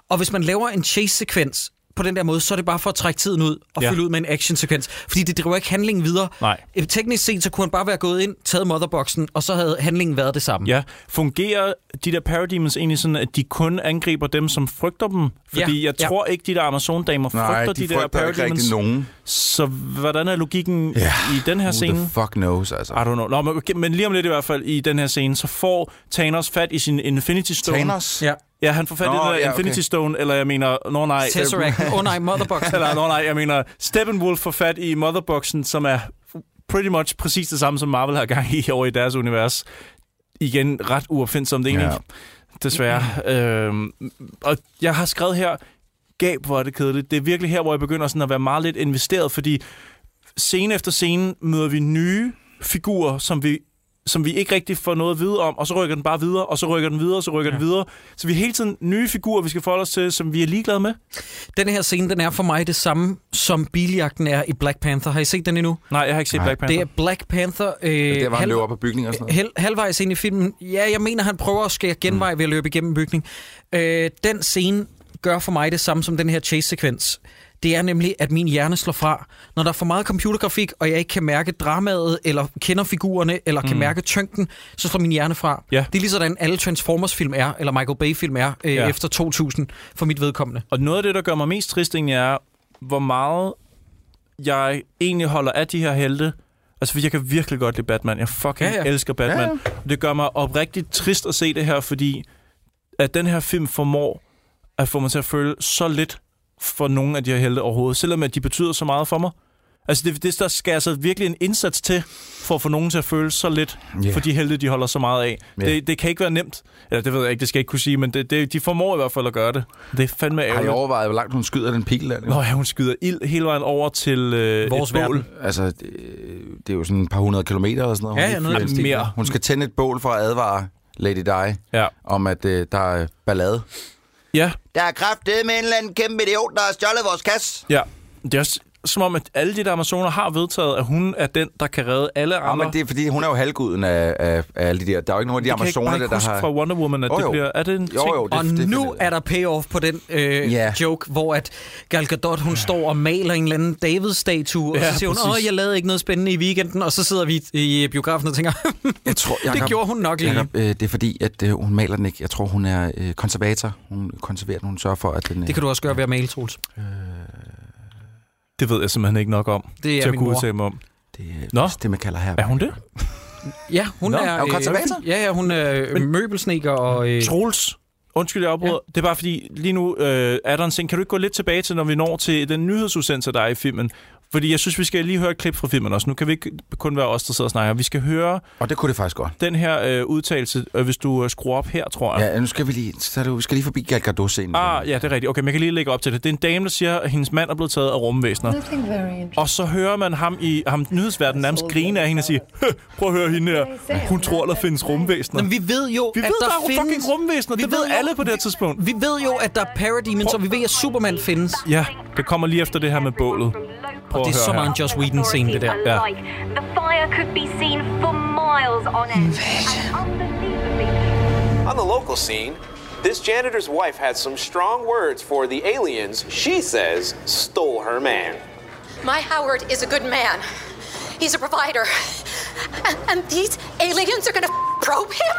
Og hvis man laver en chase-sekvens på den der måde, så er det bare for at trække tiden ud og
Ja.
ja. fylde ud med en action-sekvens. Fordi det driver ikke handlingen videre.
Nej.
Øh, Teknisk set, så kunne han bare være gået ind, taget motherboxen, og så havde handlingen været det
Mm.
samme.
Ja, fungerer de der parademons egentlig sådan, at de kun angriber dem, som frygter dem? Fordi
Ja,
jeg
ja.
tror ikke, de der Amazon-damer frygter
Nej, de,
de, der
frygter ikke
parademons.
rigtig nogen.
Så hvordan er logikken
Ja.
i den her
Who the
scene?
fuck knows, altså.
I don't know. Nå, men, okay, men lige om lidt i hvert fald i den her scene, så får Thanos fat i sin Infinity Stone.
Thanos?
Ja.
Ja, han får fat i
Nå,
den der
ja,
ja,
okay.
Infinity Stone, eller jeg mener... Nå nej.
Tesseract. Åh oh, nej, motherboxen.
Eller nå nej, jeg mener Steppenwolf får fat i Motherboxen, som er pretty much præcis det samme, som Marvel har gang i over i deres univers. Igen, ret uopfindsomt egentlig.
Ja.
Ja. Desværre. øhm, og jeg har skrevet her, gab hvor er det kedeligt. Det er virkelig her, hvor jeg begynder sådan at være meget lidt investeret, fordi scene efter scene møder vi nye figurer, som vi som vi ikke rigtig får noget at vide om, og så rykker den bare videre, og så rykker den videre, og så rykker ja. den videre. Så vi har hele tiden nye figurer, vi skal forholde os til, som vi er ligeglade med.
Den her scene, den er for mig det samme, som biljagten er i Black Panther. Har I set den endnu?
Nej, jeg har ikke set
Nej.
Black Panther.
Det er Black Panther... Øh,
Det er, hvor han
halv-
løber op ad bygningen og sådan noget.
Hel, halvvejs ind i filmen. Ja, jeg mener, han prøver at skære genvej ved at løbe igennem en bygning. Øh, den scene gør for mig det samme som den her chase-sekvens. Det er nemlig, at min hjerne slår fra. Når der er for meget computergrafik, og jeg ikke kan mærke dramaet, eller kender figurerne, eller kan mærke tyngden, så slår min hjerne fra.
Ja.
Det er lige sådan, alle Transformers-film er, eller Michael Bay-film er, øh,
Ja.
ja. efter 2000, for mit vedkommende.
Og noget af det, der gør mig mest trist, egentlig er, hvor meget jeg egentlig holder af de her helte. Altså, fordi jeg kan virkelig godt lide Batman. Jeg fucking ja,
Ja,
ja.
ja.
elsker Batman. Ja, ja. Det gør mig oprigtigt trist at se det her, fordi at den her film formår at få mig til at føle så lidt for nogle af de her helte overhovedet, selvom at de betyder så meget for mig. Altså, det, det, der skal altså virkelig en indsats til, for at få nogen til at føle så lidt
Ja.
yeah. for de helte, de holder så meget af.
Ja.
Yeah. Det, det kan ikke være nemt. Eller det ved jeg ikke, det skal jeg ikke kunne sige, men det, det, de formår i hvert fald at gøre det. Det er fandme
Har I
ærgerligt.
overvejet, hvor langt hun skyder den pil der?
Nå ja, hun skyder ild hele vejen over til øh,
Vores
et bål.
verden.
Altså, det, det er jo sådan et par hundrede kilometer eller sådan noget.
Ja,
hun
ja,
er
noget af
flyvet.
den stil.
Mere.
Hun skal tænde et bål for at advare Lady Di
Ja.
om, at øh, der er ballade.
ja,
Der er kraftedet med en eller anden kæmpe idiot, der har stjålet vores kasse.
ja. Det er også som om, at alle de der amazoner har vedtaget, at hun er den, der kan redde alle
Ja,
andre.
men det er fordi, hun er jo halvguden af, af, af alle de der. Der er jo ikke nogen af de
jeg kan ikke
amazoner,
bare
der,
ikke
der
huske
har...
fra Wonder Woman, at
Jo,
det
jo.
bliver... Er det en
Jo,
ting?
jo, det,
Og
det finder
nu
jeg.
er der payoff på den øh,
Ja.
joke, hvor at Gal Gadot, hun står og maler en eller anden David-statue, og
Ja,
så siger hun,
præcis.
åh, jeg lavede ikke noget spændende i weekenden, og så sidder vi i biografen og tænker, *laughs*
Jeg tror,
det
Jacob-
gjorde hun nok lige.
Jacob, øh, det er fordi, at øh, hun maler den ikke. Jeg tror, hun er øh, konservator. Hun konserverer den. Hun sørger for, at den... Øh,
Det kan du også gøre ved at male, Troels.
Det ved jeg simpelthen ikke nok om,
Det er
til at
min
kunne
mor.
udtale mig om.
det, øh,
Nå.
det, er det, man kalder her.
Er hun det?
Ja, hun
Nå,
er... øh,
er hun konservator?
Ja, ja, hun er øh, møbelsneker og... Øh,
Troels, undskyld, jeg afbryder. Ja. Det er bare fordi, lige nu øh, er der en ting. Kan du ikke gå lidt tilbage til, når vi når til den nyhedsudsendelse, der er i filmen? Fordi jeg synes, vi skal lige høre et klip fra filmen også. Nu kan vi ikke kun være os, der sidder og snakker. Vi skal høre
Og det kunne det faktisk godt.
den her øh, udtalelse, øh, hvis du øh, skruer op her, tror jeg.
Ja, nu skal vi lige, så er det, jo- vi skal lige forbi Gal Gadot-scenen.
Ah, ja, det er rigtigt. Okay, man kan lige lægge op til det. Det er en dame, der siger, at hendes mand er blevet taget af rumvæsener.
Nothing very interesting.
Og så hører man ham i ham nyhedsverdenen nærmest grine af hende og sige, "Hø, prøv at høre hende her. Hun tror, der findes rumvæsener.
Jamen, vi ved jo,
Vi ved,
at der,
der er
findes...
fucking rumvæsener.
Vi
Det ved
jo-
alle på det her tidspunkt.
Vi ved jo, at der er parademons, og vi ved, at Superman findes.
Ja, det kommer lige efter det her med bålet. Prøv at
Det er
høre
så
her.
meget en Joss Whedon-scene, det der.
Ja.
The fire could be seen for miles on end. And unbelievably,
On the local scene, this janitor's wife had some strong words for the aliens she says stole her man.
My Howard is a good man. He's a provider. And, and these aliens are gonna f- probe him?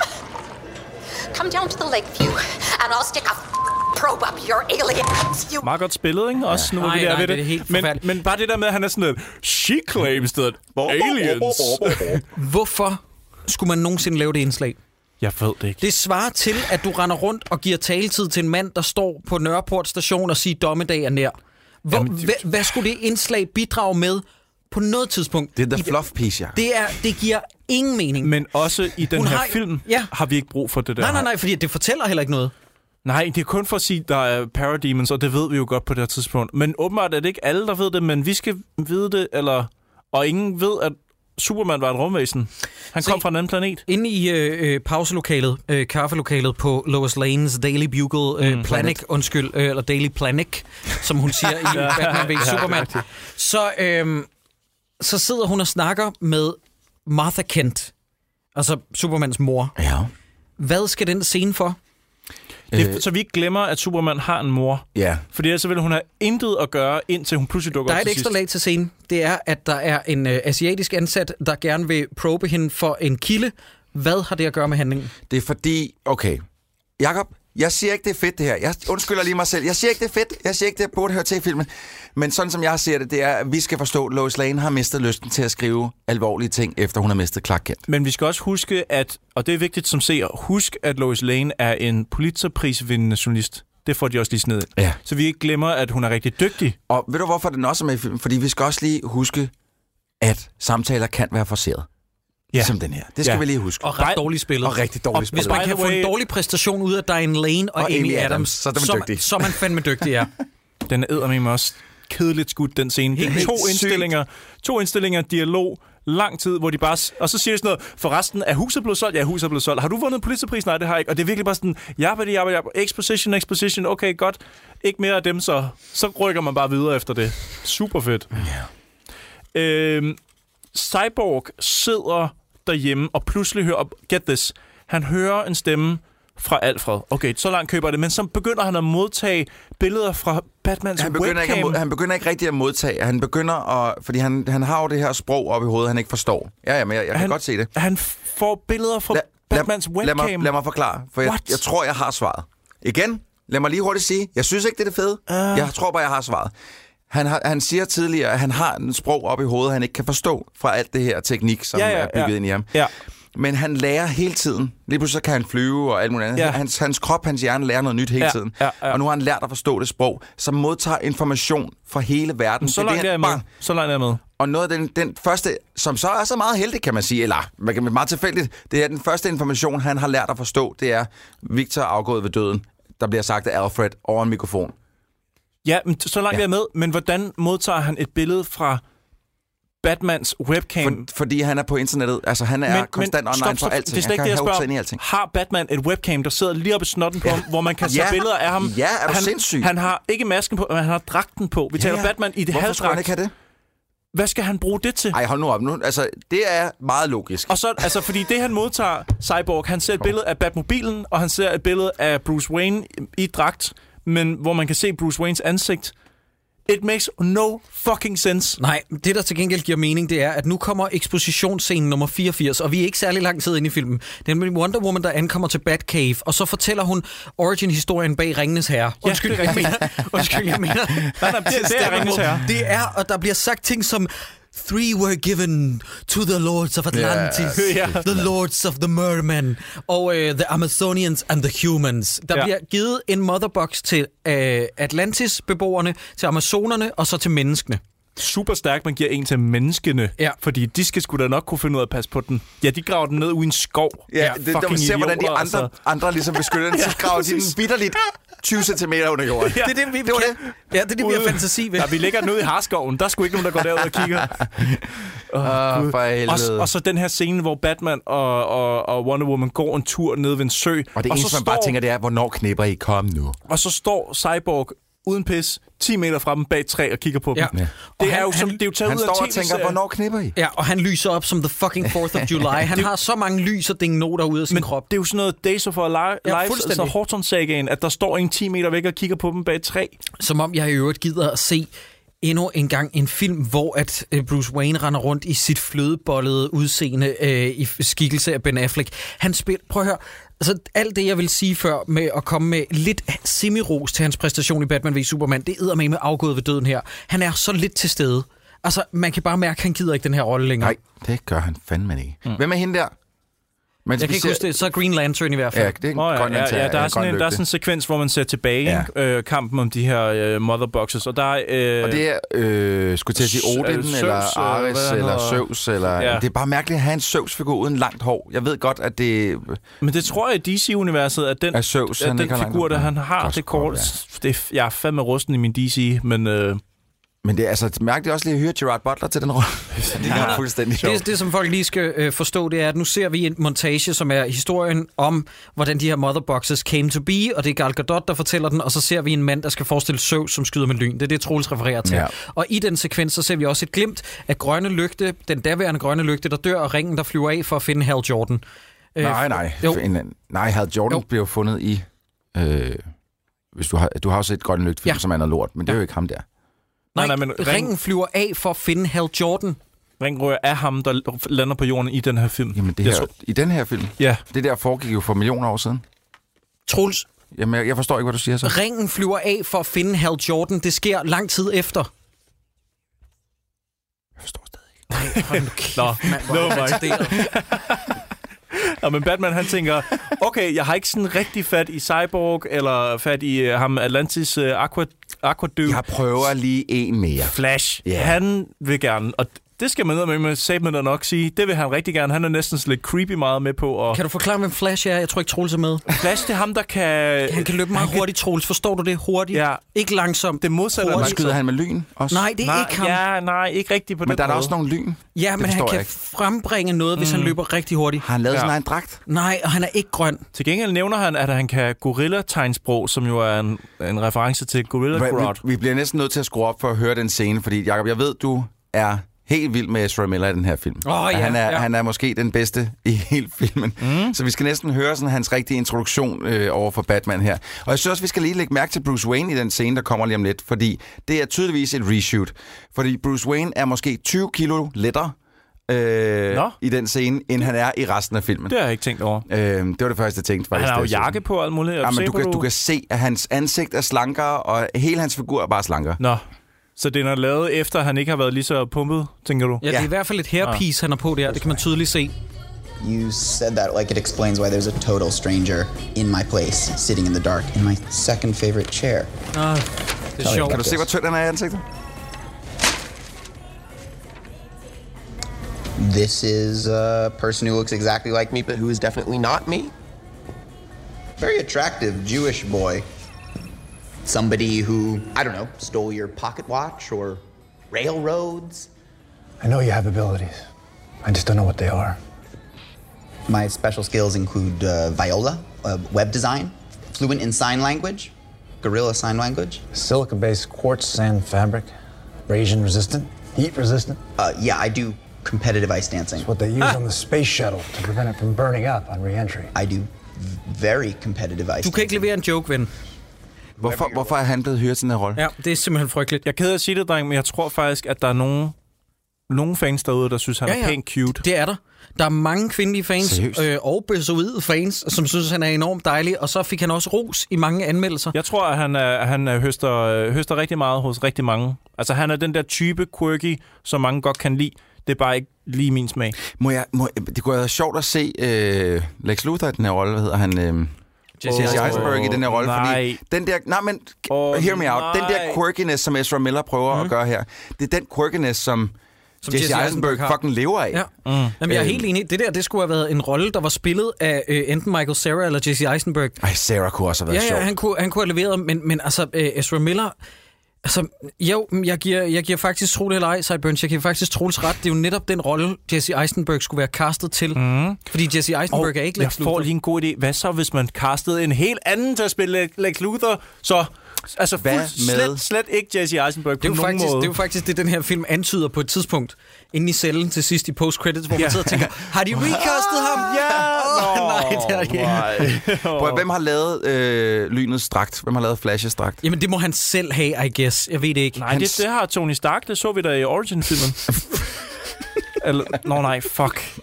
Come down to the lake view, and I'll stick a f- probe up your alien ass, you
Meget godt spillet, ikke? Også nu er
Nej,
vi der
nej,
ved
det er helt
men,
forfærdeligt.
men bare det der med, at han er sådan lidt, she claims that aliens.
Hvorfor skulle man nogensinde lave det indslag?
Jeg ved det ikke.
Det svarer til, at du render rundt og giver taletid til en mand, der står på Nørreport station og siger, dommedag er nær. Hvor, Jamen,
Jamen, det-
hvad, hvad skulle det indslag bidrage med på noget tidspunkt.
Det er
i
The Fluff Piece, Jacob.
Det, er, det giver ingen mening.
Men også i den
Hun
her
har-
film
ja.
har vi ikke brug for det der.
nej, nej, nej, fordi det fortæller heller ikke noget.
Nej, det er kun for at sige, der er parademons, og det ved vi jo godt på det her tidspunkt. Men åbenbart er det ikke alle, der ved det, men vi skal vide det, eller... Og ingen ved, at Superman var et rumvæsen. Han
Se.
kom fra en anden planet.
Inde i øh, øh, pauselokalet, øh, kaffelokalet på Lois Lanes Daily Bugle, øh, Planet, undskyld, øh, eller Daily Planet, som hun siger i Batman v Superman, så, øh, så sidder hun og snakker med Martha Kent, altså Supermans mor.
Ja.
Hvad skal den scene for?
Det, er- så vi ikke glemmer, at Superman har en mor.
Ja.
Fordi ellers så ville hun have intet at gøre, indtil hun pludselig dukker
Der er et
op til
ekstra
sidst.
lag til scenen. Det er, at der er en øh, asiatisk ansat, der gerne vil probe hende for en kilde. Hvad har det at gøre med handlingen?
Det er fordi... Okay. Jakob, jeg siger ikke, det er fedt det her. Jeg undskylder lige mig selv. Jeg siger ikke, det er fedt. Jeg siger ikke, det burde høre til i filmen. Men sådan som jeg ser det, det er, at vi skal forstå, at Lois Lane har mistet lysten til at skrive alvorlige ting, efter hun har mistet Clark Kent.
Men vi skal også huske, at, og det er vigtigt som seer, husk, at Lois Lane er en Pulitzerprisvindende journalist. Det får de også lige sned.
Ja.
Så vi ikke glemmer, at hun er rigtig dygtig.
Og ved du, hvorfor den også er med i filmen? Fordi vi skal også lige huske, at samtaler kan være forceret. Ja. Som Ligesom den her. Det skal
Ja.
vi lige huske.
Og ret
Nej.
dårligt spillet.
og rigtig
og
dårligt
Hvis
By
man
spillet.
kan
the
få en
way-
dårlig præstation ud af Diane Lane og, og Amy Adams,
så er man dygtig.
Så er man fandme dygtig,
*laughs*
ja.
Den er eddermame også kedeligt skudt, den scene. Det er
Helt
to
sygt.
indstillinger, to indstillinger, dialog, lang tid, hvor de bare... s- Og så siger de sådan noget, for resten er huset blevet solgt? Ja, huset er blevet solgt. Har du vundet Pulitzerprisen? Nej, det har jeg ikke. Og det er virkelig bare sådan, jabbedi, jabbedi, jabbedi, exposition, exposition, okay, godt. Ikke mere af dem, så, så rykker man bare videre efter det. Super fedt. Yeah. Øhm, Cyborg sidder derhjemme og pludselig hører, og get this, han hører en stemme fra Alfred. Okay, så langt køber jeg det, men så begynder han at modtage billeder fra Batmans
Han begynder, ikke at,
webcam.
mo- han begynder ikke rigtig at modtage. Han begynder at... Fordi han, han har jo det her sprog op i hovedet, han ikke forstår. Ja, ja, men jeg, jeg kan godt se det.
Han får billeder fra Batmans
lad,
webcam.
mig, lad mig forklare, for jeg,
What?
jeg tror, jeg har svaret. Igen, lad mig lige hurtigt sige, jeg synes ikke, det er det fede.
Ah.
Uh. Jeg tror bare, jeg har svaret. Han, har, han siger tidligere, at han har en sprog op i hovedet, han ikke kan forstå fra alt det her teknik, som
Ja, ja,
er bygget
ja.
ind i ham.
Ja.
Men han lærer hele tiden. Lige pludselig så kan han flyve og alt muligt andet.
Ja.
Ja. Hans, hans krop, hans hjerne lærer noget nyt hele
Ja,
tiden.
ja, ja.
Og nu har han lært at forstå det sprog, som modtager information fra hele verden.
Så
Det
langt
det,
er jeg
han-
med.
bang.
Så langt er jeg med.
Og noget af den, den første, som så er så meget heldig, kan man sige, eller man kan- meget tilfældigt, det er den første information, han har lært at forstå, det er, Victor er afgået ved døden. Der bliver sagt af Alfred over en mikrofon.
Ja, men så langt ja. er jeg med. Men hvordan modtager han et billede fra Batmans webcam?
For, fordi han er på internettet, altså han er konstant online for alting.
Det er slet
han
ikke det, jeg
have sig ind i
spørger.
alting.
om. Har Batman et webcam, der sidder lige oppe i snotten på ham, hvor man kan tage
Ja.
billeder af ham?
Ja, er du
han,
sindssyg?
Han har ikke masken på, men han har dragten på. Vi ja, taler ja. Batman i det
Hvorfor skulle han ikke
halvdragt.
have det?
Hvad skal han bruge det til?
Ej, hold nu op. Nu, altså, det er meget logisk.
Og så, altså, fordi det, han modtager, Cyborg, han ser et billede af Batmobilen, og han ser et billede af Bruce Wayne i dragt, men hvor man kan se Bruce Waynes ansigt. It makes no fucking sense.
Nej, det der til gengæld giver mening, det er, at nu kommer ekspositionsscenen nummer 84, og vi er ikke særlig lang tid inde i filmen. Det er nemlig Wonder Woman, der ankommer til Batcave, og så fortæller hun origin-historien bag Ringenes Herre. Undskyld,
det
ja,
er
jeg
rigtigt.
mener.
*laughs*
Undskyld, jeg mener.
Nej, nej, det- det er
Stemmer
Ringenes
mod-
Herre.
Det er, og der bliver sagt ting som... Three were given to the lords of Atlantis,
Ja.
yeah. *laughs* the lords of the mermen, og uh, the Amazonians and the humans. Der
Ja.
ja. bliver givet en motherbox til uh, Atlantis-beboerne, til amazonerne og så til menneskene.
Super stærkt, man giver en til menneskene,
Ja.
fordi de skal sgu da nok kunne finde ud af at passe på den. Ja, de graver den ned ude i en skov.
Ja, det, når man ser, hvordan de andre,
altså.
andre ligesom beskytter
*laughs*
den, så graver de den bitterligt 20 cm under jorden.
Ja.
Det er det, vi
Det var
kan. Ja, det er det, vi har fantasi ved.
Ja, vi ligger den ude i harskoven. Der er sgu ikke nogen, der går derud og kigger.
Åh, *laughs* for
Og,
helvede.
og så den her scene, hvor Batman og, og, og Wonder Woman går en tur ned ved en sø.
Og det eneste,
så
man bare
står-
tænker, det er, hvornår knipper I? Kom nu.
Og så står Cyborg uden pis 10 meter fra dem bag et træ og kigger på
Ja.
dem.
Ja. Og
Det er
han-
jo som,
han-
det er jo taget
Han
ud af
står og
en
tænker,
TV-serie.
hvornår knipper I?
Ja, og han lyser op som the fucking 4th of July. Han har så mange lys og dingnoter ude af sin
Men
krop.
det er jo sådan noget Days of Our Li-
Ja,
Lives, altså
fuldstændig.
Horton-sagaen, at der står en 10 meter væk og kigger på dem bag et træ.
Som om jeg i øvrigt gider at se endnu en gang en film, hvor at øh, Bruce Wayne render rundt i sit flødebollede udseende øh, i f- skikkelse af Ben Affleck. Han spiller... Prøv at høre. Altså, alt det, jeg vil sige før med at komme med lidt semiros til hans præstation i Batman v Superman, det æder med med afgået ved døden her. Han er så lidt til stede. Altså, man kan bare mærke, at han gider ikke den her rolle længere.
Nej, det gør han fandme ikke. Mm. Hvem er hende der? Men
Jeg kan ikke huske det. Så er Green Lantern i hvert fald.
Ja, det er en
Nå,
oh,
ja,
grøn
ja,
lantern.
ja, der, er
en grøn
sådan en, der er
lygte.
sådan en sekvens, hvor man ser tilbage ja. øh, kampen om de her øh, mother boxes, og der er... Øh,
Og det er, øh, skulle til at sige
Sø-
Odin,
øh, Zeus,
eller
øh,
Ares,
hvad han
eller
hedder.
Søvs, eller...
Ja.
Ja. Det er bare mærkeligt at have en Søvs-figur uden langt hår. Jeg ved godt, at det...
Men det tror jeg i DC-universet, at den,
At Zeus,
at
han
den
ikke har langt
figur,
hår.
der han har,
Godt
det kort, det, er- jeg er fandme rusten i min DC, men øh,
Men det er altså mærkeligt også lige at hyre Gerard Butler til den rolle. *laughs* det er ja. fuldstændig sjovt.
Det, det, som folk lige skal øh, forstå, det er, at nu ser vi en montage, som er historien om, hvordan de her motherboxes came to be, og det er Gal Gadot, der fortæller den, og så ser vi en mand, der skal forestille Søvs, som skyder med lyn. Det er det, Troels refererer til.
Ja.
Og i den sekvens, så ser vi også et glimt af grønne lygte, den daværende grønne lygte, der dør, og ringen, der flyver af for at finde Hal Jordan. Øh,
Nej, nej.
Jo.
En, anden- nej, Hal Jordan
Jo.
jo. blev jo fundet i... Øh, hvis du har, du har jo set Grønne Lygt film,
Ja.
ja. som er noget lort, men det er jo ikke ham der.
Nej,
Nej, nej, men ring-
ringen flyver af for at finde Hal Jordan.
ringrør er ham, der l- lander på jorden i den her film.
Jamen, det
Jeg
her,
tror-
i den her film,
Ja,
det der foregik jo for millioner år siden.
Troels,
Jamen, jeg, jeg forstår ikke, hvad du siger så.
ringen flyver af for at finde Hal Jordan. Det sker lang tid efter.
Jeg forstår stadig ikke.
Hold nu kæft,
Nå,
mand, hvor
no,
er han
Mike.
retarderet.
og men Batman han tænker, okay, jeg har ikke sådan rigtig fat i Cyborg, eller fat i øh, ham Atlantis øh, Aqua, Aqua Dude.
Jeg prøver lige en mere.
Flash,
Ja.
yeah. han vil gerne, og det skal man ned med, med Sabman og nok sige, det vil han rigtig gerne. Han er næsten sådan lidt creepy meget med på, og
Kan du forklare, hvem Flash er? Jeg tror ikke, Troels er med.
Flash, det er ham, der kan...
Han kan løbe meget hurtigt, Troels. Forstår du det? Hurtigt.
Ja.
Ikke langsomt.
Det modsatte af
Hurtigt.
Man skyder han med lyn også.
Nej, det er
Nej,
ikke ham. Ja,
Ja, nej, ikke rigtigt på den
Men der er der
måde.
også nogle lyn.
ja men han
forstår
kan
jeg ikke.
frembringe noget,
Mm.
hvis han løber rigtig hurtigt.
Har han lavet
Ja.
ja. sin egen dragt?
Nej, og han er ikke grøn.
Til gengæld nævner han, at han kan gorilla-tegnsprog, som jo er en, en reference til Gorilla Grodd.
Vi, vi bliver næsten nødt til at skrue op for at høre den scene, fordi Jacob, jeg ved, du er helt vild med Ezra Miller i den her film.
Åh, ja,
han, er,
ja.
han er måske den bedste i hele filmen. Mm. Så vi skal næsten høre sådan hans rigtige introduktion øh, over for Batman her. Og jeg synes også, vi skal lige lægge mærke til Bruce Wayne i den scene, der kommer lige om lidt, fordi det er tydeligvis et reshoot. Fordi Bruce Wayne er måske 20 kilo lettere øh,
Nå.
i den scene, end han er i resten af filmen.
Det har jeg ikke tænkt over.
Øh, det var det første, jeg tænkte faktisk.
Han har jo
da jeg så den.
jakke på og alt muligt.
Ja, men
Se
du,
på,
kan, du kan se, at hans ansigt er slankere, og hele hans figur er bare slankere.
Nå, så den er lavet efter, at han ikke har været lige så pumpet, tænker du?
Ja, det er i hvert fald et hairpiece, han har på der. Det kan man tydeligt se.
You said that like it explains why there's a total stranger in my place, sitting in the dark, in my second favorite chair.
Det er sjovt.
Kan du se, hvor tynd han er i ansigtet?
This is a person who looks exactly like me, but who is definitely not me. Very attractive Jewish boy. Somebody who, I don't know, stole your pocket watch or railroads.
I know you have abilities. I just don't know what they are.
My special skills include uh, Viola, uh, web design, fluent in sign language, gorilla sign language.
Silica based quartz sand fabric, abrasion resistant, heat resistant.
Uh, yeah, I do competitive ice dancing.
What they use on the space shuttle to prevent it from burning up on re entry.
I do v- very competitive ice
Du kan ikke levere en joke, ven.
Hvorfor, hvorfor er han blevet hyret til den her rolle?
Ja, det er simpelthen frygteligt.
Jeg er ked af at sige det, dreng, men jeg tror faktisk, at der er nogen, nogen fans derude, der synes, han er pænt cute.
Det er der. Der er mange kvindelige fans
Seriøst?
øh, og besoide fans, som synes, han er enormt dejlig. Og så fik han også ros i mange anmeldelser.
Jeg tror, at han, er, han er høster, øh, høster rigtig meget hos rigtig mange. Altså, han er den der type quirky, som mange godt kan lide. Det er bare ikke lige min smag.
Må jeg, må, det kunne have været sjovt at se øh, Lex Luthor i den her rolle. Hvad hedder han? Øh,
Jesse
Jesse
Eisenberg.
Eisenberg i den her rolle.
Nej.
Fordi den der, nej, men
Åh,
oh, hear me out. Den
nej.
der quirkiness, som Ezra Miller prøver mm. at gøre her, det er den quirkiness, som, som Jesse,
Jesse
Eisenberg,
Eisenberg har.
fucking lever af.
Ja. Mm. Jamen, jeg er
Øhm.
helt enig. Det der, det skulle have været en rolle, der var spillet af øh, enten Michael Cera eller Jesse Eisenberg.
Ej, Sarah kunne også have været
Ja,
sjov.
ja, han kunne, han kunne have leveret, men, men altså, øh, Ezra Miller... Altså, jo, men jeg giver, jeg giver faktisk Troels eller ej, Sideburns, jeg giver faktisk Troels ret. Det er jo netop den rolle, Jesse Eisenberg skulle være castet til. Mm. Fordi Jesse Eisenberg er ikke
jeg
Lex Luthor.
får lige en god idé. Hvad så, hvis man castede en helt anden til at spille Le- Lex Luthor? Så altså,
Hvad
fuld,
med-
slet, slet ikke Jesse Eisenberg
Det er,
på
jo
nogen
faktisk,
måde.
det er jo faktisk det, den her film antyder på et tidspunkt. Inde i cellen til sidst i post-credits, hvor man
Ja.
sidder og tænker, har de recastet ham?
Ja!
Åh,
*laughs* Nå,
nej, det har de ikke.
Prøv, at- hvem har lavet øh, lynets dragt? Hvem har lavet flashes dragt?
Jamen, det må han selv have, I guess. Jeg ved det ikke.
Nej, det, *laughs* det har Tony Stark, det så vi da i Origin-filmen. Eller, nå nej, fuck.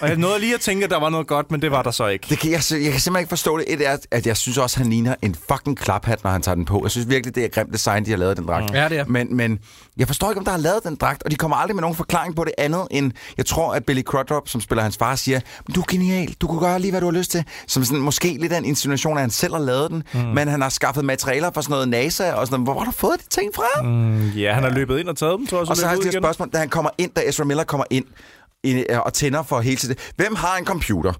Og jeg nåede lige at tænke, at der var noget godt, men det var der så ikke.
Det kan jeg, jeg kan simpelthen ikke forstå det. Et er, at jeg synes også, han ligner en fucking klaphat, når han tager den på. Jeg synes virkelig, det er et grimt design, de har lavet den dragt.
Mm. Ja, det er.
Men, men jeg forstår ikke, om der har lavet den dragt, og de kommer aldrig med nogen forklaring på det andet, end jeg tror, at Billy Crudup, som spiller hans far, siger, du er genial, du kunne gøre lige, hvad du har lyst til. Som sådan, måske lidt af en insinuation, at han selv har lavet den, mm. men han har skaffet materialer fra sådan noget NASA, og sådan noget. Hvor har du fået de ting fra? Mm.
Ja, han har løbet ind og taget dem, tror jeg.
Og så
løbet
har
ud
jeg et
igen.
spørgsmål, da han kommer ind, da Ezra Miller kommer ind i- øh, og tænder for hele tiden. Hvem har en computer?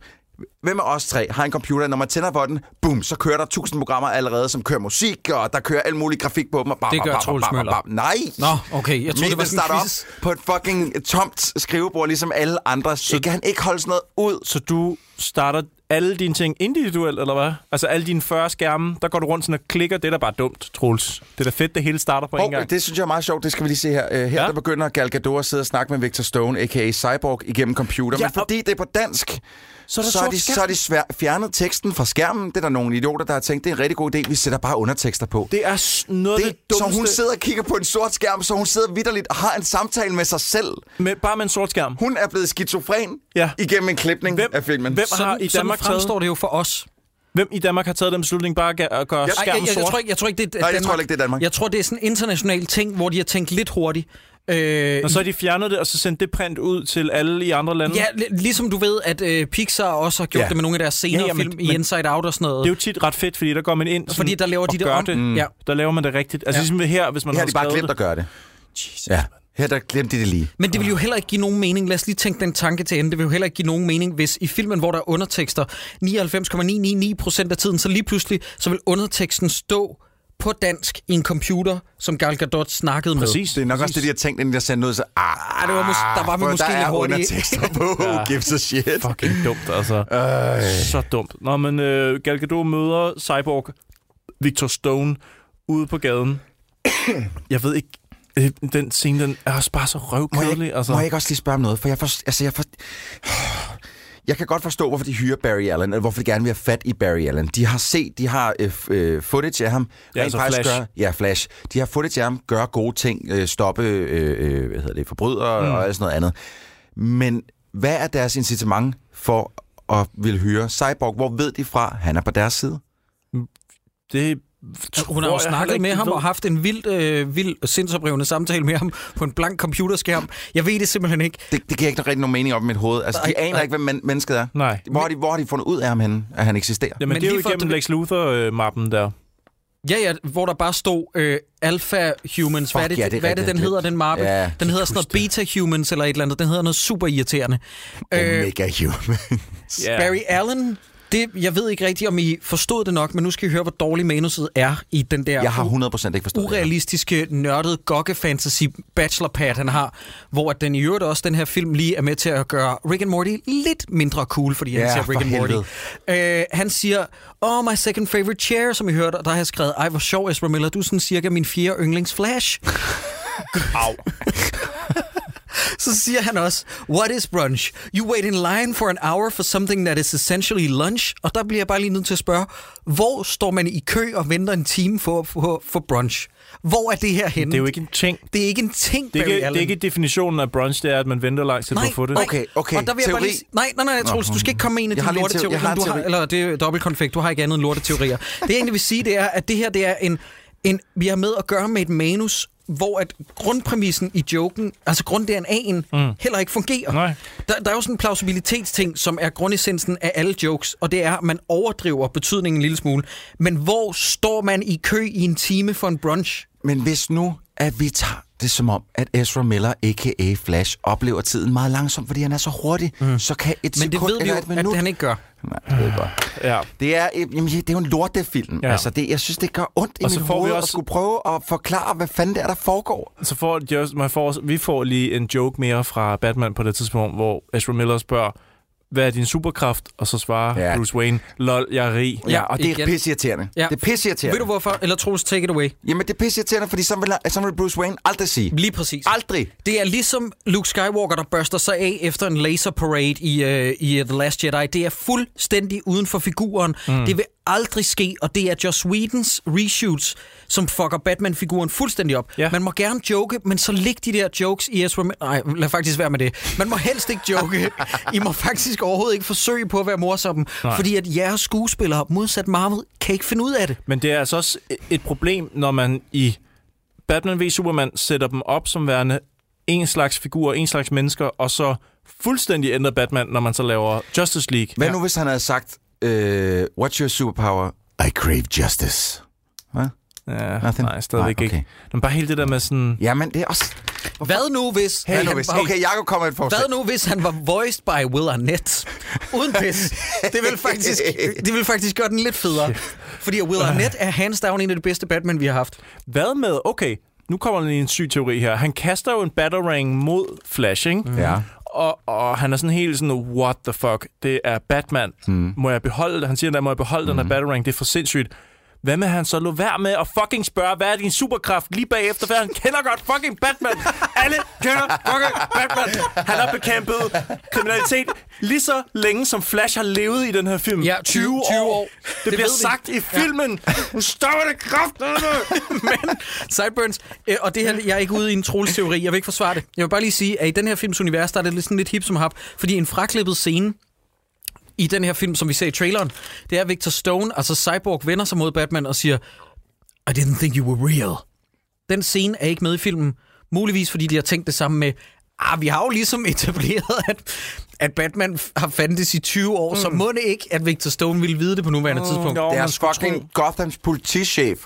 Hvem af os tre har en computer? Når man tænder for den, boom, så kører der tusind programmer allerede, som kører musik, og der kører al mulig grafik på dem. Og bam,
Det gør
bam, bam,
Troels
bam, bam,
Møller.
bam. Nej!
Nå, okay, jeg troede, det var sådan en
starter
quiz.
op på et fucking tomt skrivebord, ligesom alle andre. Så kan han ikke holde sådan noget ud?
Så du starter alle dine ting individuelt, eller hvad? Altså alle dine 40 skærme, der går du rundt sådan og klikker. Det er da bare dumt, Troels. Det er da fedt, det hele starter på en
Hov,
gang.
det synes jeg er meget sjovt. Det skal vi lige se her. Øh, Her
Ja.
ja. der begynder Gal Gadot at sidde og snakke med Victor Stone, a.k.a. Cyborg, igennem computer.
Ja,
Ja, men
og-
fordi det er på dansk,
Så er der
så, er
sort
de,
skærm.
så er de svær- fjernet teksten fra skærmen. Det er der nogle idioter, der har tænkt, det er en rigtig god idé. Vi sætter bare undertekster på.
det er s- noget af
det,
det
så
dummeste.
hun sidder og kigger på en sort skærm, så hun sidder vidderligt og har en samtale med sig selv.
med, bare med en sort skærm.
Hun er blevet skizofren
Ja.
igennem en klipning
Hvem-
af filmen.
hvem- har
Sådan,
i
sådan
Danmark
fremstår
taget-
det jo for os.
Hvem i Danmark har taget den beslutning bare at ga- at gøre
Ej, jeg,
skærmen
jeg, jeg,
sort?
tror ikke, jeg tror ikke, det er
Nej, jeg
Danmark.
tror ikke, det er Danmark.
Jeg tror, det er sådan en international ting, hvor de har tænkt lidt hurtigt. Øh,
Og så har de fjernet det, og så sendt det print ud til alle i andre lande.
Ja, li- ligesom du ved, at øh, Pixar også har gjort ja.
Ja.
det med nogle af deres senere ja,
Ja, ja,
ja,
men-
film i
men-
Inside Out og sådan noget.
Det er jo tit ret fedt, fordi der går man ind sådan,
fordi der laver
og
de det
gør
om.
det.
Mm. Ja.
Der laver man det rigtigt. Altså ja. ligesom her, hvis man
Her har
har
de bare
skrevet
glemt at gøre det. Jesus, ja. Her der glemte de det lige.
Men det vil jo heller ikke give nogen mening. Lad os lige tænke den tanke til ende. Det vil jo heller ikke give nogen mening, hvis i filmen, hvor der er undertekster 99,999 procent af tiden, så lige pludselig, så vil underteksten stå på dansk i en computer, som Gal Gadot snakkede med.
Det er nok også det, de har tænkt, inden jeg sendte noget. Så, ah,
Ah, det var mås- der var vi
prøv,
måske
der
lidt
er
hurtige."
undertekster på. ja. Gives a shit.
Fucking dumt, altså. Så dumt. Nå, men øh, Gal Gadot møder Cyborg Victor Stone ude på gaden. jeg ved ikke, øh, den scene, den er også bare så
Må jeg,
røvkedelig.
ikke-
Altså.
må jeg ikke også lige spørge om noget? For jeg, for, altså, jeg, for, jeg kan godt forstå, hvorfor de hyrer Barry Allen, eller hvorfor de gerne vil have fat i Barry Allen. De har set, de har øh, f- øh, footage af ham.
Ja,
rent
altså
faktisk
Flash.
Gør, ja, Flash. De har footage af ham, gøre gode ting, øh, stoppe øh, øh, hvad hedder det, forbrydere mm. og alt sådan noget andet. Men hvad er deres incitament for at vil hyre Cyborg? Hvor ved de fra, han er på deres side?
Det tror
Hun har jo
jeg heller
snakket
ikke,
med
de
ham
ved.
og haft en vild, øh, vild sindsoprivende samtale med ham på en blank computerskærm. Jeg ved det simpelthen ikke.
Det, det giver ikke rigtig nogen mening op i mit hoved. Altså, de
Nej,
aner
nej.
ikke, hvem men- mennesket er.
Nej.
Hvor har, de, hvor har de fundet ud af ham henne, at han eksisterer?
Jamen,
Men
men det er jo
lige for-
igennem Lex Luthor-mappen der.
Ja, ja, hvor der bare stod øh, Alpha Humans. Hvad er
Fuck,
det,
ja,
ja,
det er
det, hvad er det
rigtigt,
den
det er
hedder,
glemt.
den mappe?
Ja,
Ja,
jeg
den
kan
hedder sådan noget Beta Humans eller et eller andet. Den hedder noget super irriterende. Øh,
Omega Human.
Ja.
Barry Allen, det, jeg ved ikke rigtigt, om I forstod det nok, men nu skal I høre, hvor dårlig manuset er i den der
Jeg har
u-
100% ikke forstået det.
urealistiske, nørdede gokke-fantasy bachelorpad, han har, hvor at den i øvrigt også, den her film, lige er med til at gøre Rick and Morty lidt mindre cool, fordi han
Ja,
siger Rick
for
and Morty. Øh, han siger, oh, my second favorite chair, som I hørte, og der har jeg skrevet, ej, hvor sjov, Ezra Miller, du er sådan cirka min fjerde yndlings Flash.
Au.
Så siger han også, what is brunch? You wait in line for an hour for something that is essentially lunch. Og der bliver jeg bare lige nødt til at spørge, hvor står man i kø og venter en time for, for, for brunch? Hvor er det her henne?
Det er jo ikke en ting.
det er ikke en ting,
Det er,
Barry
ikke, det
Allen.
er ikke definitionen af brunch, det er, at man venter langt til på at få det.
Okay, okay.
Og der vil jeg bare
Teori.
lige... s- Nej, nej, nej, Troels, du skal ikke komme med en af
Jeg har
dine
lige en teo-
lorteteorier.
jeg har en
du har,
teori.
eller det er dobbeltkonfekt, du har ikke andet end lorteteorier. det jeg egentlig vil sige, det er, at det her det er en, en... Vi har med at gøre med et manus, hvor at grundpræmissen i joken, altså grund-DNA'en, mm. heller ikke fungerer.
Nej.
Der, der er jo sådan en plausibilitetsting, som er grundessensen af alle jokes, og det er, at man overdriver betydningen en lille smule. Men hvor står man i kø i en time for en brunch?
Men hvis nu, at vi tager det som om, at Ezra Miller, a.k.a. Flash, oplever tiden meget langsomt, fordi han er så hurtig, mm. så kan et
Men det
sekund
ved vi
eller
jo,
et
at
minut...
han ikke gør.
Nej, det ved jeg godt.
Ja.
Det er, øh, jamen, ja, det er jo en lortefilm.
Ja.
Ja. Altså, det, jeg synes, det gør ondt i
Og
og
så
mit
får vi
hoved også...
også-
at skulle prøve at forklare, hvad fanden det er, der foregår.
Så får, de også, man får, vi får lige en joke mere fra Batman på det tidspunkt, hvor Ezra Miller spørger, hvad er din superkraft? Og så svarer ja.
Ja.
Bruce Wayne, lol, jeg er rig.
Ja,
og det er
igen.
pisseirriterende.
Ja.
Det er pisseirriterende.
Ved du hvorfor? Eller Troels, take it away.
Jamen, det er pisseirriterende, fordi sådan vil, sådan vil Bruce Wayne aldrig sige.
Lige præcis.
Aldrig.
Det er ligesom Luke Skywalker, der børster sig af efter en laserparade i, øh, i øh, The Last Jedi. Det er fuldstændig uden for figuren. Mm. Det vil aldrig ske, og det er Joss Whedons reshoots, som fucker Batman-figuren fuldstændig op.
Ja.
Ja. Man må gerne joke, men så lig de der jokes i Ezra Miller. Nej, lad faktisk være med det. Man må helst ikke *laughs* joke. I må faktisk overhovedet ikke forsøge på at være morsomme,
Nej.
Nej. fordi at jeres skuespillere, modsat Marvel, kan ikke finde ud af det.
Men det er altså også et problem, når man i Batman v Superman sætter dem op som værende en slags figurer, en slags mennesker, og så fuldstændig ændrer Batman, når man så laver Justice League.
Hvad nu, hvis han havde sagt, øh, what's your superpower? I crave justice.
Ja,
Nothing?
nej, stadigvæk
Nej, okay.
nej, okay. ikke. Men bare hele det der med sådan...
Jamen, det er også...
Hvad nu hvis...
Hvad nu
han
hvis?
var-
Okay, Jacob kommer med et forslag.
Hvad nu, hvis han var voiced by Will Arnett? Uden pis. Det ville faktisk, det ville faktisk gøre den lidt federe. Fordi Will Arnett er hands down en af de bedste Batman, vi har haft.
Hvad med... Okay, nu kommer der lige en syg teori her. Han kaster jo en batarang mod Flash, ikke?
Ja.
Og, og han er sådan helt sådan, what the fuck, det er Batman. Mm. Må jeg beholde det? Han siger, der må jeg beholde mm. den her batarang, det er for sindssygt. Hvad med, at han så lå være med at fucking spørge, hvad er din superkraft lige bagefter, for han kender godt fucking Batman. Alle kender fucking Batman. Han har bekæmpet kriminalitet lige så længe, som Flash har levet i den her film.
Ja,
20
20 år.
Det,
Det
bliver
ved vi.
sagt i filmen. Ja. Nu stopper det kraftedeme.
Men Sideburns, øh, og det her, jeg er ikke ude i en trolsteori, jeg vil ikke forsvare det. Jeg vil bare lige sige, at i den her films univers, der er det lidt sådan lidt hip som hap, fordi en fraklippet scene i den her film, som vi ser i traileren, det er at Victor Stone, altså Cyborg, vender sig mod Batman og siger, I didn't think you were real. Den scene er ikke med i filmen, muligvis fordi de har tænkt det samme med, ah, vi har jo ligesom etableret, at, at Batman f- har fandtes i 20 år, mm. så må det ikke, at Victor Stone ville vide det på nuværende mm, tidspunkt.
jo. man
Deres fucking Gothams politichef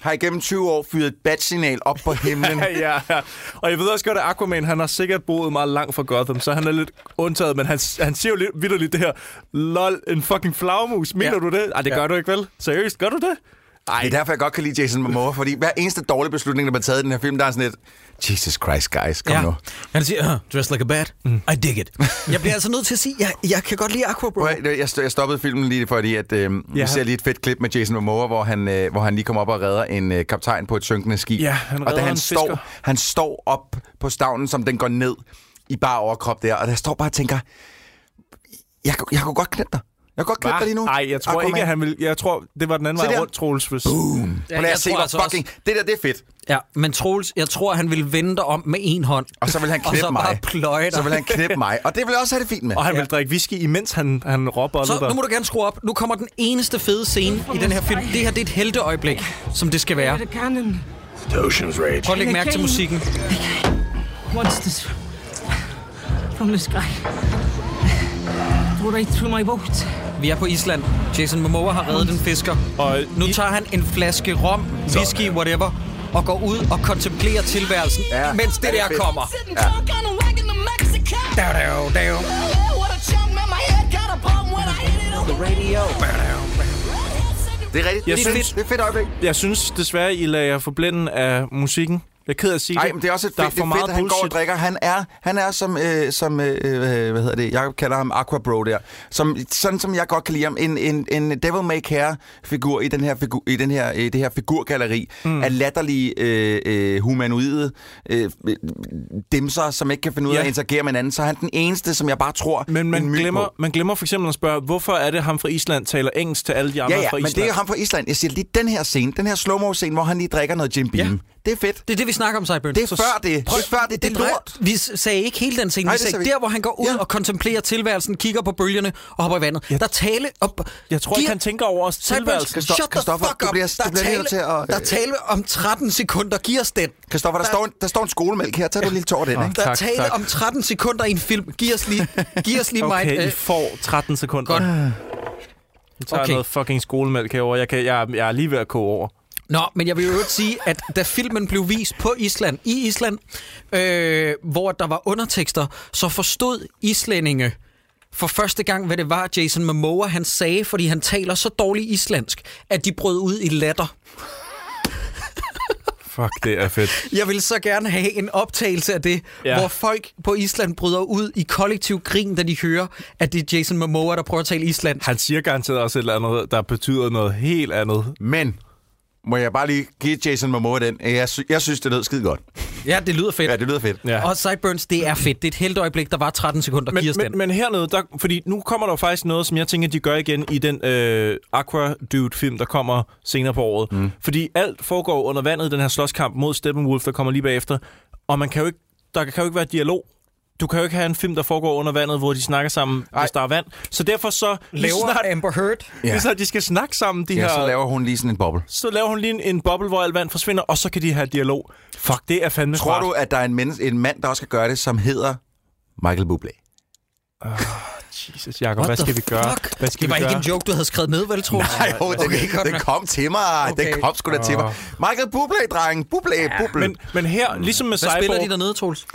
har igennem 20 år fyret et bat-signal op på himlen.
ja, ja. Og jeg ved også godt, at Aquaman, han har sikkert boet meget langt fra Gotham, så han er lidt undtaget, men han, han siger jo lidt vidderligt det her, lol, en fucking flagmus, mener
Ja.
du det? Ej, det
Ja.
gør du ikke vel? Seriøst, gør du det?
*laughs* Ej. Det er derfor, jeg godt kan lide Jason Momoa, fordi hver eneste dårlige beslutning, der bliver taget i den her film, der er sådan et, Jesus Christ, guys, kom ja. nu.
Han siger, uh, dress like a bat. Mm. I dig it. jeg bliver altså nødt til at sige, jeg, jeg kan godt lide Aqua, bro.
Prøv at- Jeg, sto- jeg stoppede filmen lige fordi, at øh, vi
Ja.
ser lige et fedt klip med Jason Momoa, hvor han, øh, hvor han lige kommer op og redder en øh, kaptajn på et synkende skib.
Ja, han
og da
redder
han
en
står,
fisker.
han står op på stavnen, som den går ned i bare overkrop der, og der står bare og tænker, jeg, kunne- jeg kunne godt knæppe dig. Jeg kunne godt knæppe dig lige nu.
Nej, jeg tror
Aquaman.
ikke, at han vil... Jeg tror, det var den anden
Se
vej
der.
rundt, Troels. Hvis...
Prøv lige
jeg
at se,
tror
hvor
altså
fucking... Det der, det er fedt.
Ja, men Troels, jeg tror, han vil vente om med en hånd.
Og så vil han
*laughs* Og
knæppe
så
mig.
bare pløje dig.
Så vil han knæppe mig. Og det vil jeg også have det fint med.
Og han ja. vil drikke whisky, imens han, han råber
Så nu må du gerne skrue op. Nu kommer den eneste fede scene i den her film. Det her det er et helteøjeblik, som det skal være.
cannon.
Prøv at lægge mærke til musikken.
Monsters from the sky. Right through my boat.
Vi er på Island. Jason Momoa har reddet en fisker.
Og
Nu tager han en flaske rom, whisky, whatever, og går ud og kontemplerer tilværelsen,
Ja,
ja, mens
er
det
det
der
fedt.
kommer.
Det er rigtigt.
Jeg
det, er
synes-
fedt. det er et fedt øjeblik.
jeg synes desværre, I lader jer forblænde af musikken. Jeg er ked af at sige
Nej,
det.
men det er også et
Der
fedt, det er
for
fedt
meget
at han går og
bullshit.
drikker. Han er, han er som, øh, som øh, øh, hvad hedder det, jeg kalder ham Aqua Bro der. Som, sådan som jeg godt kan lide ham. En, en, en Devil May Care-figur i, den her figu, i den her, øh, det her figurgalleri mm. af latterlige øh, øh, humanoide øh, øh, dimser, som ikke kan finde ud af
Ja.
at interagere med hinanden. Så er han den eneste, som jeg bare tror
Men
en
man
myt
glemmer,
på.
man glemmer for eksempel at spørge, hvorfor er det ham fra Island taler engelsk til alle de andre
Ja, ja,
fra
men
Island?
det er jo ham fra Island. Jeg siger lige den her scene, den her slow-mo-scene, hvor han lige drikker noget Jim Beam. Det er fedt.
Det er det, vi snakker om, Cyburn.
Det er før det. Det er før det. Det er
drejer-
lort.
Vi s- sagde ikke hele den scene.
Nej,
vi
det sagde
sagde
vi ikke.
der, hvor han går ud
Ja.
ja. og kontemplerer tilværelsen, kigger på bølgerne og hopper i vandet. Ja. Der er tale op.
Jeg tror ikke, han tænker over os tilværelsen.
Cyburns, shut the
Christoffer,
fuck
du
up.
bliver- du
der, er
bliver
tale,
nødt til at, øh,
der er tale om 13 sekunder. Giv os den.
Kristoffer, der, der, står en, der står en skolemælk her. Tag du en lille tår af den, ikke?
Der er
Tak,
tale
tak.
om 13 sekunder i en film. Giv os lige, giv os lige mig.
*laughs* Okay, I
Øh,
får 13 sekunder.
godt.
Nu tager okay.
Okay.
jeg noget fucking skolemælk herovre. Jeg, kan, jeg, jeg er lige ved at koge over.
Nå, men jeg vil jo øvrigt sige, at da filmen blev vist på Island, i Island, øh, hvor der var undertekster, så forstod islændinge for første gang, hvad det var, Jason Momoa han sagde, fordi han taler så dårligt islandsk, at de brød ud i latter.
Fuck, det er fedt.
Jeg vil så gerne have en optagelse af det,
Ja.
ja. hvor folk på Island bryder ud i kollektiv grin, da de hører, at det er Jason Momoa, der prøver at tale islandsk.
Han siger garanteret også et eller andet, der betyder noget helt andet.
Men Må jeg bare lige give Jason Momoa den? Jeg, sy- jeg synes, det lød skide godt.
Ja, det lyder fedt.
Ja, det lyder fedt.
Ja. Og Sideburns, det er fedt. Det er et helt øjeblik, der var 13 sekunder. Giv os
men,
den.
men, men hernede, der, fordi nu kommer der jo faktisk noget, som jeg tænker, de gør igen i den øh, Aqua Dude-film, der kommer senere på året. Mm. Fordi alt foregår under vandet i den her slåskamp mod Steppenwolf, der kommer lige bagefter. Og man kan jo ikke, der kan jo ikke være dialog. Du kan jo ikke have en film, der foregår under vandet, hvor de snakker sammen, Ej. hvis der er vand. Så derfor så... lige så snart,
Amber Heard.
lige så snart de skal snakke sammen, de
Ja,
her...
så laver hun lige sådan en boble.
så laver hun lige en, en boble, hvor alt vand forsvinder, og så kan de have dialog. Fuck, det er fandme
Tror
smart.
du, at der er en, mens- en mand, der også skal gøre det, som hedder Michael Bublé?
Jesus, Jacob, hvad skal vi gøre?
Fuck?
Hvad
det
skal vi
var
gøre?
ikke en joke, du havde skrevet med, vel, tror
Nej, jo, den, okay, den kom til mig. Okay.
Okay.
Den kom sgu da til mig. Michael Bublé, dreng. Bublé, Bublé.
Men, men her, ligesom
Mm. Hvad
med Cyborg...
spiller de dernede, Troels?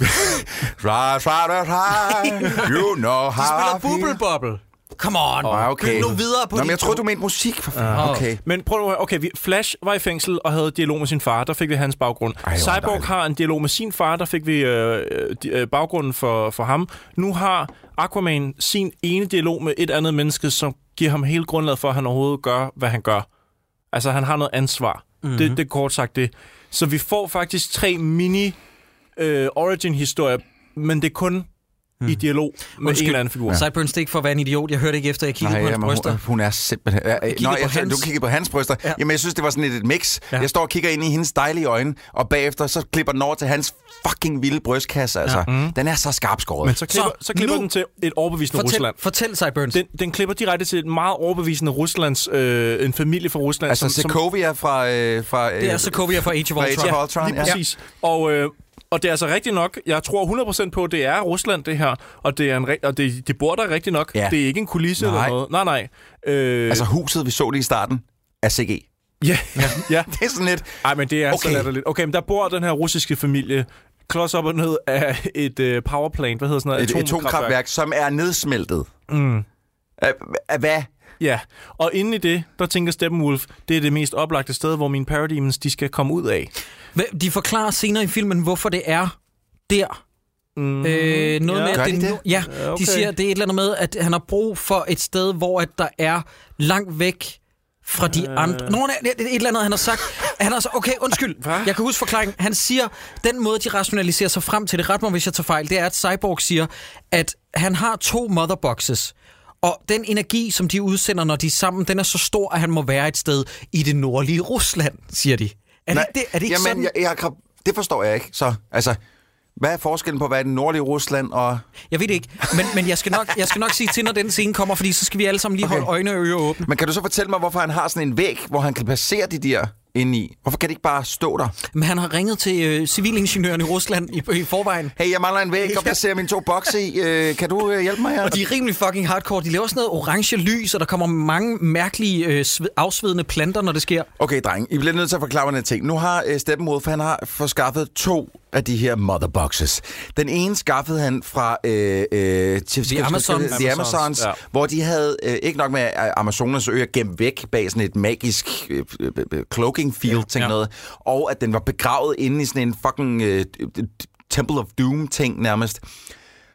Try, try, try,
*laughs*
try. You know how I feel.
Bubble. Come on.
Ah, okay.
Køb nu videre på
Nå,
dit-
men jeg troede, du mente musik. For fanden. okay.
Men prøv nu at høre. okay, vi, Flash var i fængsel og havde dialog med sin far, der fik vi hans baggrund.
hvor
Ej, Cyborg
dejligt.
har en dialog med sin far, der fik vi øh, øh, di- øh, baggrunden for, for ham. Nu har Aquaman sin ene dialog med et andet menneske, som giver ham hele grundlaget for, at han overhovedet gør, hvad han gør. Altså, han har noget ansvar. Mm-hmm. Det, det er kort sagt det. Så vi får faktisk tre mini øh, origin-historier, men det er kun mm. i dialog med Undskyld. en eller anden figur. Ja.
Sideburns, det er ikke for at være en idiot. Jeg hørte ikke efter, jeg kiggede
Nej,
på hans
jamen,
*laughs*
bryster.
Hun, hun er simpelthen... Ja, øh, Nå,
på
jeg,
hans.
du kiggede på hans bryster. Ja. Jamen, jeg synes, det var sådan lidt et mix. Ja. Jeg står og kigger ind i hendes dejlige øjne, og bagefter så klipper den over til hans fucking vilde brystkasse. Altså. Ja. Mm. Den er så skarp skåret.
Men så klipper,
Så
så, så klipper
nu-
den til et overbevisende
Fortæl,
Rusland.
fortæl Sideburns.
Den, den klipper direkte til et meget overbevisende Ruslands, øh, en familie fra Rusland.
altså, Sokovia fra... Øh, fra øh,
Det er Sokovia fra Age of
fra
Ultron.
Age of
Ja,
Ultron.
lige præcis. Ja. Og, øh, og det er altså rigtigt nok, jeg tror 100% på, at det er Rusland det her, og det, er en, ri- og det, det bor der rigtigt nok.
Ja.
Det er ikke en kulisse
Nej.
eller noget. Nej, nej. Øh,
Altså, huset, vi så lige i starten, er CG.
ja, ja, *laughs* ja.
Det er sådan lidt...
Ej, men det er okay.
Okay.
så latterligt. Okay, men der bor den her russiske familie klods op og ned af et øh, powerplant, hvad hedder sådan noget?
et atomkraftværk, som er nedsmeltet. Mm. Hvad?
Ja, og inde i det, der tænker Steppenwolf, det er det mest oplagte sted, hvor mine Parademons, de skal komme ud af.
Hva- De forklarer senere i filmen, hvorfor det er der. Mm, øh, noget
ja.
med,
Gør
at
de
det,
det?
nu- Ja, ja okay.
okay.
de siger, at det er et eller andet med, at han har brug for et sted, hvor at der er langt væk fra de andre. Nå, nej, det er et eller andet, han har sagt. Han har så, okay, undskyld. Jeg kan huske forklaringen. Han siger, den måde, de rationaliserer sig frem til det, ret mig, hvis jeg tager fejl, det er, at Cyborg siger, at han har to motherboxes, og den energi, som de udsender, når de er sammen, den er så stor, at han må være et sted i det nordlige Rusland, siger de. Er det,
Nej,
ikke, det, er det ikke
jamen,
sådan?
Jeg, jeg, kan- det forstår jeg ikke. Så, altså, hvad er forskellen på at være i den nordlige Rusland og...
Jeg ved det ikke, men, men jeg, skal nok, jeg skal nok sige til, når den scene kommer, fordi så skal vi alle sammen lige okay. holde øjne og ører åbne.
Men kan du så fortælle mig, hvorfor han har sådan en væg, hvor han kan placere de der inde i? Hvorfor kan det ikke bare stå der?
Men han har ringet til øh, civilingeniøren i Rusland i, i forvejen.
Hey, jeg mangler en væg og placerer mine to bokse i. Øh, kan du øh, hjælpe mig her?
Og de er rimelig fucking hardcore. De laver sådan noget orange lys, og der kommer mange mærkelige øh, sved- afsvedende planter, når det sker.
Okay, dreng, I bliver nødt til at forklare mig en ting. Nu har øh, Steppenwolf, han har forskaffet to af de her motherboxes. Den ene skaffede han fra øh, øh, til-
The Amazons.
The Amazons,
Ja.
ja. hvor de havde, øh, ikke nok med at Amazonas øer gemt væk bag sådan et magisk øh, øh, øh, cloaking field, ja. ting ja.
Ja.
noget, og at den var begravet inde i sådan en fucking øh, øh, Temple of Doom-ting nærmest.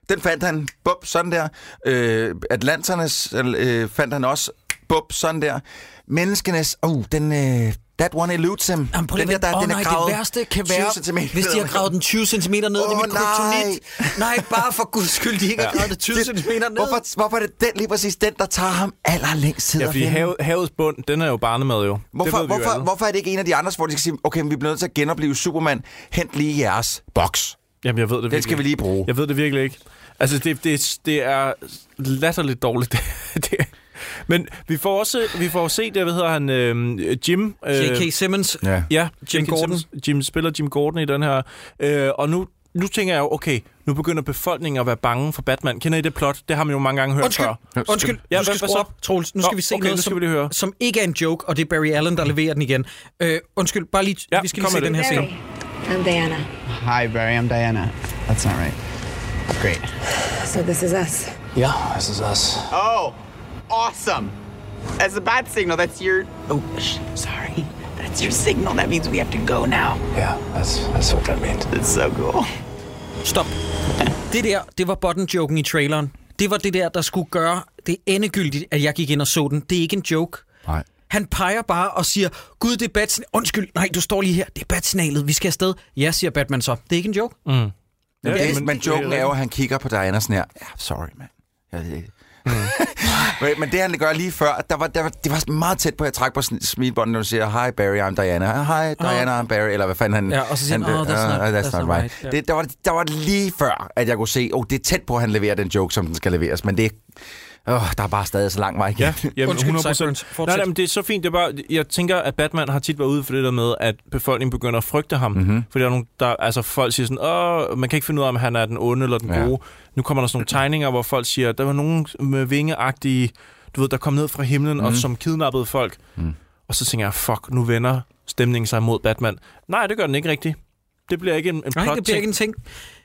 Den fandt han, bum, sådan der. Øh, Atlanternes øh, fandt han også, bum, sådan der. Menneskenes, oh, den, øh, that one eludes him.
Jamen, prøv lige
den der,
at vente.
der,
Åh,
den er
nej,
gravet
det værste kan
20
være,
centimeter
hvis de har
ned.
gravet den 20 cm ned i
Åh,
mit kryptonit. Nej, bare for guds skyld, de ikke har gravet det 20 cm ned.
Hvorfor, hvorfor er det den, lige præcis den, der tager ham allerlængst tid
Ja,
at
fordi
finde?
have, havets bund, den er jo barnemad jo. det
Hvorfor,
ved vi jo
hvorfor,
alle.
hvorfor er det ikke en af de andre, hvor de skal sige, okay, men vi bliver nødt til at genopleve Superman, hent lige jeres boks.
Jamen, jeg ved det virkelig.
Den skal vi lige bruge.
Jeg ved det virkelig ikke. Altså, det, det, det er latterligt dårligt. *laughs* det, det. Men vi får også vi får set, det, hvad hedder han, øh, Jim. Øh,
J.K. Simmons, ja.
Ja,
Jim
J.K.
Gordon.
Simmons. Jim spiller Jim Gordon i den her. Øh, og nu, nu tænker jeg jo, okay, nu begynder befolkningen at være bange for Batman. Kender I det plot? Det har man jo mange gange hørt
Undskyld,
før.
undskyld.
Ja,
Ja, du skal
hvad-
skrue
hvad så?
op, Troels. Nu
Nå,
skal vi se
okay,
noget,
nu skal
som,
vi lige høre.
som ikke er en joke, og det er Barry Allen, der leverer den igen. Øh, undskyld, bare lige,
Ja,
vi skal lige
kom
se
med
den her
det.
scene.
I'm Diana.
Hi, Barry. I'm Diana. That's not right. Great.
So this is us.
Yeah, this is us.
Oh, awesome. As a bat signal, that's your. Oh, sh- sorry. That's your signal. That means we have to go now.
Yeah, that's that's what that means.
That's so cool.
Stop. Det der, det var button-joken i traileren. Det var det der, der skulle gøre det endegyldigt, at jeg gik ind og så den. Det er ikke en joke.
Nej.
Han peger bare og siger, gud, det er Batman. Undskyld, nej, du står lige her. Det er Batsignalet. Vi skal afsted. Ja, siger Batman så. Det er ikke en joke. Mm.
Men,
Ja,
det, men,
men-
men joken er jo, at han kigger på dig, Andersen her. Ja, sorry, mand. Jeg ved ikke. *laughs* Men- men det han gør lige før, der var, der var, det var meget tæt på, at jeg trak på sn- smilbåndet, når du siger, hi Barry, I'm Diana. Hej Diana, I'm Barry, eller hvad fanden han...
Ja, og så siger han, "Oh, that's
"Ah,
not-
that's, not, right.
Ja.
Det, der, var, der var lige før, at jeg kunne se, oh, det er tæt på, at han leverer den joke, som den skal leveres, men det oh, der er bare stadig så lang vej igen.
Ja, jamen,
Undskyld,
100%.
Sideburns.
Nej,
Fortsæt.
nej, men det er så fint. Det er bare, jeg tænker, at Batman har tit været ude for det der med, at befolkningen begynder at frygte ham. Mm-hmm. Fordi der er nogle, der, altså, folk siger sådan, Åh, man kan ikke finde ud af, om han er den onde eller den
Ja.
gode. Nu kommer der sådan nogle tegninger, hvor folk siger, der var nogen med vingeagtige, du ved, der kom ned fra himlen, mm. og som kidnappede folk. Mm. Og så tænker jeg, fuck, nu vender stemningen sig mod Batman. Nej, det gør den ikke rigtigt. Det bliver ikke en, en
Nej,
plot
det bliver ikke en ting.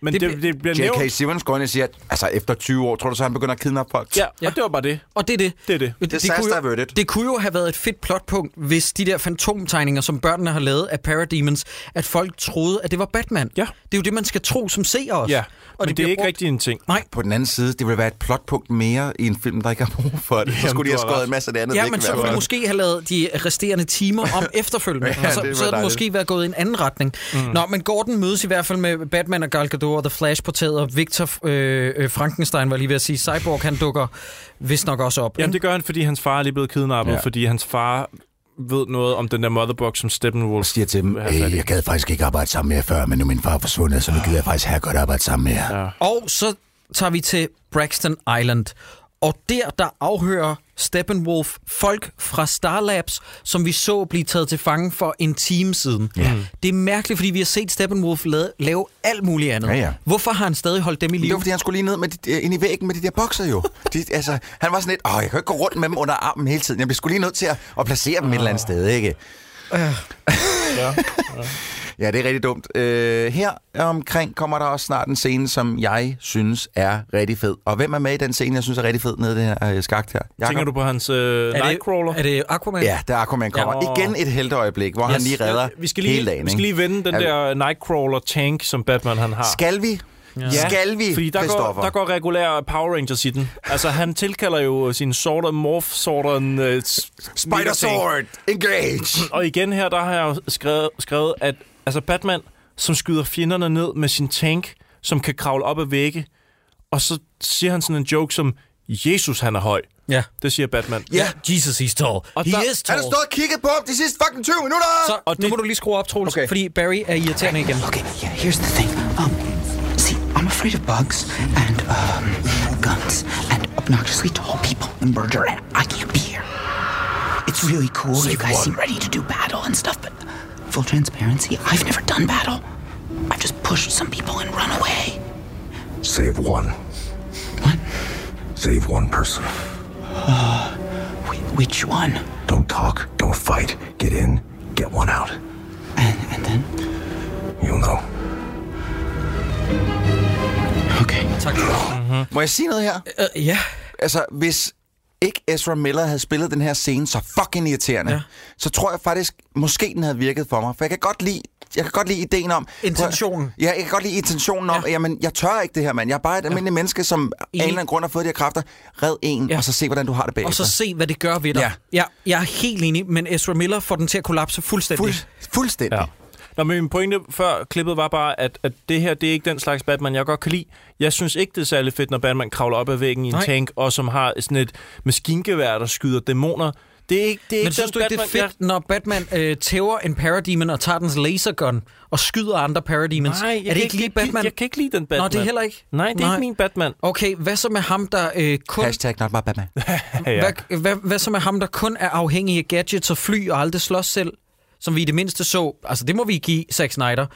Men det,
det
det, det bliver
J.K.
nævnt.
Simmons går ind og siger, at altså, efter 20 år, tror du så, han begynder at kidnappe folk?
Ja,
Ja.
og det var bare det.
Og det er det.
Det er det.
Disaster
kunne jo,
averted.
det kunne jo have været et fedt plotpunkt, hvis de der fantomtegninger, som børnene har lavet af Parademons, at folk troede, at det var Batman.
Ja.
Det er jo det, man skal tro som seer også.
Ja, og men det, det er
bliver
ikke
brugt-
rigtig en ting.
På den anden side, det ville være et plotpunkt mere i en film, der ikke har brug for det. så
Jamen,
skulle de have
du har
skåret
ret.
en masse af det andet
Ja,
væk,
men
i
så
hvert
kunne
fald.
de måske have lavet de resterende timer
*laughs*
om efterfølgende.
Ja,
ja, så, så
det var
havde det
dejligt.
måske været gået i en anden retning. Mm. Nå, men Gordon mødes i hvert fald med Batman og Gal Gadot og The Flash på taget, og Victor øh, øh, Frankenstein var lige ved at sige, Cyborg han dukker vist nok også op.
Jamen,
ikke?
det gør han, fordi hans far er lige blevet kidnappet,
Ja.
ja. fordi hans far ved noget om den der motherbox, som Steppenwolf
siger til dem,
vil have fat
"Hey,
i.
jeg gad faktisk ikke arbejde sammen med jer før, men nu er min far er forsvundet, så nu gider jeg faktisk her godt arbejde sammen med jer. Ja.
Og så tager vi til Braxton Island. Og der, der afhører Steppenwolf folk fra Starlabs, som vi så blive taget til fange for en time siden. Ja. Det er mærkeligt, fordi vi har set Steppenwolf lave, lave alt muligt andet.
Ja, ja.
Hvorfor har han stadig holdt dem i
Det
live?
var, fordi han skulle lige ned med de, øh, ind i væggen med de der bokser jo. De, altså, han var sådan lidt, åh, jeg kan jo ikke gå rundt med dem under armen hele tiden. Jeg bliver skulle lige nødt til at, at placere dem et
Ah.
eller andet sted, ikke?
Ja.
*laughs* Ja, det er rigtig dumt. Øh, her omkring kommer der også snart en scene, som jeg synes er rigtig fed. Og hvem er med i den scene, jeg synes er rigtig fed nede i det her øh, skagt her? Jakob?
Tænker du på hans øh, Nightcrawler?
Er det Aquaman?
Ja, der Aquaman kommer.
Ja.
Igen et helteøjeblik, hvor yes. han lige redder
vi skal lige,
hele dagen.
Vi skal
ikke?
lige vende den
Ja.
der Nightcrawler-tank, som Batman han har.
Skal vi? Ja. Skal vi,
Fordi der går,
Christoffer?
der går regulær Power Rangers i den. Altså, han tilkalder jo sin sorter, morph sorteren øh, s-
Spider Sword, engage!
Og igen her, der har jeg jo skrevet, skrevet at altså Batman, som skyder fjenderne ned med sin tank, som kan kravle op ad vægge, og så siger han sådan en joke som, Jesus, han er høj.
ja.
Det siger Batman.
Ja. Jesus, he's tall.
Og
He
der-
is
Han
tall.
har stået og kigget på ham de sidste fucking 20 minutter!
Så, og nu det... må du lige skrue op, Troels, okay.
Okay.
fordi Barry er irriterende igen.
Okay, yeah, here's the thing. Um, see, I'm afraid of bugs and um, guns and obnoxiously tall people and murder, and I can't be here. It's really cool. you guys seem ready to do battle and stuff, but full transparency, I've never done battle. I've just pushed some people and run away.
Save one. Save one person.
Wh- which one?
Don't talk. Don't fight. Get in. Get one out.
And, and then?
You'll know.
Okay.
Tak.
Må jeg sige noget her?
Uh, ja.
Altså, hvis ikke Ezra Miller havde spillet den her scene så fucking irriterende,
Ja.
ja. så tror jeg faktisk, måske den havde virket for mig. For jeg kan godt lide, jeg kan godt lide ideen om...
Intentionen.
Ja, jeg kan godt lide intentionen om,
Ja.
ja. jamen, jeg tør ikke det her, mand. Jeg er bare et almindeligt ja. menneske, som af en
Enig.
eller anden grund har fået de her kræfter. Red en,
Ja.
ja. og så se, hvordan du har det bagefter.
Og så se, hvad det gør ved dig.
Altså. Ja.
ja. Jeg er helt enig, men Ezra Miller får den til at kollapse fuldstændig.
Fuld, fuldstændig.
Ja. Nå, men min pointe før klippet var bare, at, at det her, det er ikke den slags Batman, jeg godt kan lide. Jeg synes ikke, det er særlig fedt, når Batman kravler op ad væggen i en
Nej.
Nej. tank, og som har sådan et maskingevær, der skyder dæmoner. Det er ikke, det er
Men
ikke
synes
den
du ikke, det er
Batman, jeg-
fedt, når Batman øh, tæver en parademon og tager dens lasergun og skyder andre parademons?
Nej, jeg
er det
kan ikke
ikke lige
lide-
Batman?
jeg kan ikke lide den Batman.
Nå, det er heller ikke?
Nej, det er ikke min Batman.
Okay, hvad så med ham, der øh, kun...
Hashtag not my Batman.
Ja.
Hvad, hvad, hvad så med ham, der kun er afhængig af gadgets og fly og aldrig slås selv? Som vi i det mindste så... Altså, det må vi give Zack Snyder.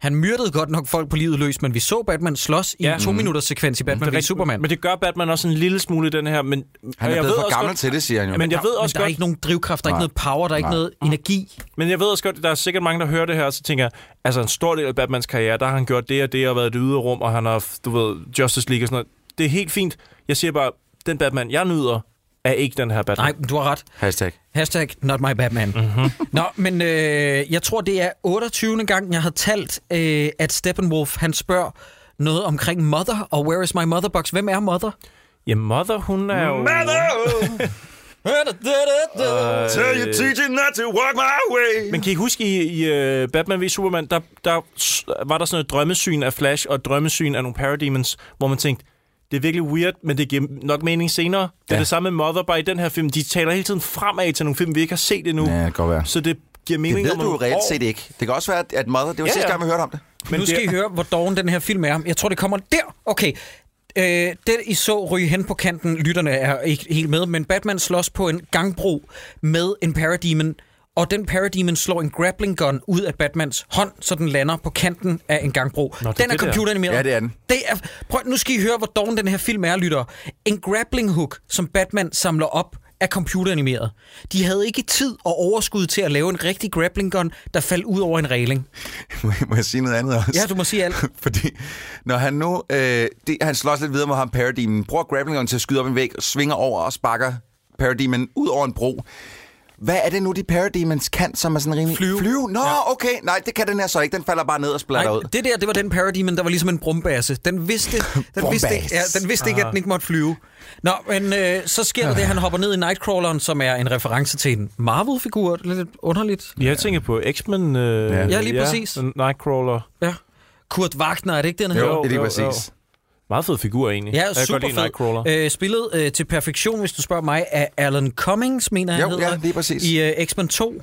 Han myrdede godt nok folk på livet løs, men vi så Batman slås i
Ja. Mm.
en to-minutters sekvens i Batman vs.
rigtigt,
Superman.
Men det gør Batman også en lille smule i den her. Men,
Han
og
er
jeg
blevet
ved
for
også
gammel
godt-
til det, siger han jo.
Men jeg ved
men
også
der er
godt,
ikke nogen drivkraft, der er ikke
Nej.
noget power, der er ikke
Nej. Mm.
noget energi.
Men jeg ved også godt, der er sikkert mange, der hører det her, og så tænker jeg, altså en stor del af Batmans karriere, der har han gjort det og det, og været i det ydre rum, og han har, du ved, Justice League og sådan noget. Det er helt fint. Jeg siger bare, den Batman, jeg nyder, er ikke den her Batman.
Nej, men du har ret.
Hashtag.
Hashtag not my Batman. Mm-hmm. *laughs* Nå, men øh, jeg tror, det er 28. gang, jeg har talt, øh, at Steppenwolf han spørger noget omkring Mother og Where is my mother box? Hvem er Mother?
*laughs* Ja, Mother, hun er jo... Mother!
Where
Tell your teacher
not to walk my way.
Øh. Men kan I huske, i, i uh, Batman v Superman, der, der s- var der sådan noget drømmesyn af Flash og et drømmesyn af nogle Parademons, hvor man tænkte, det er virkelig weird, men det giver nok mening senere. Det er
Ja.
det samme med Mother bare i den her film. De taler hele tiden fremad til nogle film, vi ikke har set endnu.
Ja, det kan godt være.
Så det giver mening
Det ved
om
du jo
nogle
reelt
år.
set ikke. Det kan også være, at- at Mother... Det var
Ja,
ja, sidste
ja.
gang, vi hørte om det.
Men nu skal I høre, hvor doven den her film er. Jeg tror, det kommer der. Okay. Øh, det, I så ryge hen på kanten, lytterne er ikke helt med, men Batman slås på en gangbro med en parademon, og den parademon slår en grappling gun ud af Batmans hånd, så den lander på kanten af en gangbro. Nå,
det
den
er
er
det der.
computeranimeret.
Ja, det er den.
Det er, prøv, nu skal I høre, hvor doven den her film er, lytter. En grappling hook, som Batman samler op, er computeranimeret. De havde ikke tid og overskud til at lave en rigtig grappling gun, der faldt ud over en railing.
Må jeg- Må jeg sige noget andet også?
Ja, du må sige alt.
*laughs* Fordi når han nu... Øh, det, han slås lidt videre mod ham, Parademon. Bruger grapplingeren til at skyde op en væg, svinger over og sparker Parademon ud over en bro. Hvad er det nu, de Parademons kan, som er sådan rimelig... Flyve. Flyve? Nå, ja. okay. Nej, det kan den her så ikke. Den falder bare ned og splatter
Nej,
ud.
det der, det var den parademon, der var ligesom en brumbasse. Den vidste, den vidste, ikke, ja, den vidste
Ah.
ikke, at den ikke måtte flyve. Nå, men øh, så sker der det, at han hopper ned i Nightcrawleren, som er en reference til en Marvel-figur. Det er Lidt underligt.
Jeg tænker på X-Men. Øh,
Ja. Ja, lige præcis.
Nightcrawler.
Ja. Kurt Wagner, er det ikke den her?
Meget fed figur egentlig.
Ja,
Jeg kan
super
godt lide Nightcrawler.
fed. Øh, spillet øh, til perfektion, hvis du spørger mig, af Alan Cummings, mener jeg,
Jo,
han
ja,
hedder.
lige præcis.
I øh, X-Men 2.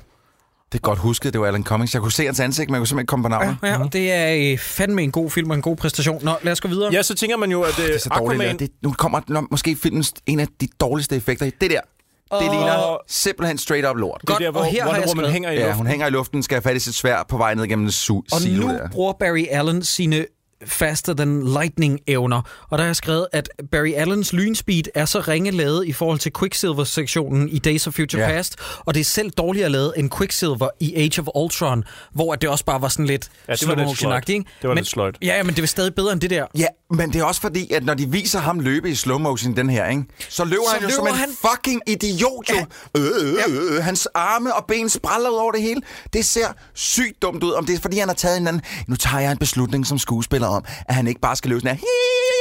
Det er godt husket, det var Alan Cummings. Jeg kunne se hans ansigt, men jeg kunne simpelthen ikke komme på navnet.
Ja, ja. det er øh, fandme en god film og en god præstation. Nå, lad os gå videre.
Ja, så tænker man jo, at
Ah, Det
øh,
er så dårligt.
Aquaman...
Aquaman... Det, nu kommer nå, måske filmens en af de dårligste effekter i det der. Det
Åh.
ligner simpelthen straight up lort.
Godt, Det er der, hvor og her har Wonder jeg Woman skrevet- hænger i
Ja,
luften.
hun hænger i luften, skal have fat i sit svær på vej ned gennem en su-
Og
silo
nu
der.
bruger Barry Allen sine faster than lightning evner. Og der har jeg skrevet, at Barry Allens lynspeed er så ringe lavet i forhold til Quicksilver-sektionen i Days of Future
Ja.
Past, og det er selv dårligere lavet end Quicksilver i Age of Ultron, hvor at det også bare var sådan lidt
Ja, det var
slow
lidt
motion
sløjt.
ikke?
Det var
men,
lidt sløjt.
Ja, men det var stadig bedre end det der.
Ja, men det er også fordi, at når de viser ham løbe i slow motion, den her, ikke? så løber
Så
han jo
løber
som en
han-
fucking idiot. Jo. Øh, øh, øh, hans arme og ben spræller ud over det hele. Det ser sygt dumt ud, om det er fordi, han har taget en eller anden... Nu tager jeg en beslutning som skuespiller om, at han ikke bare skal løbe sådan her.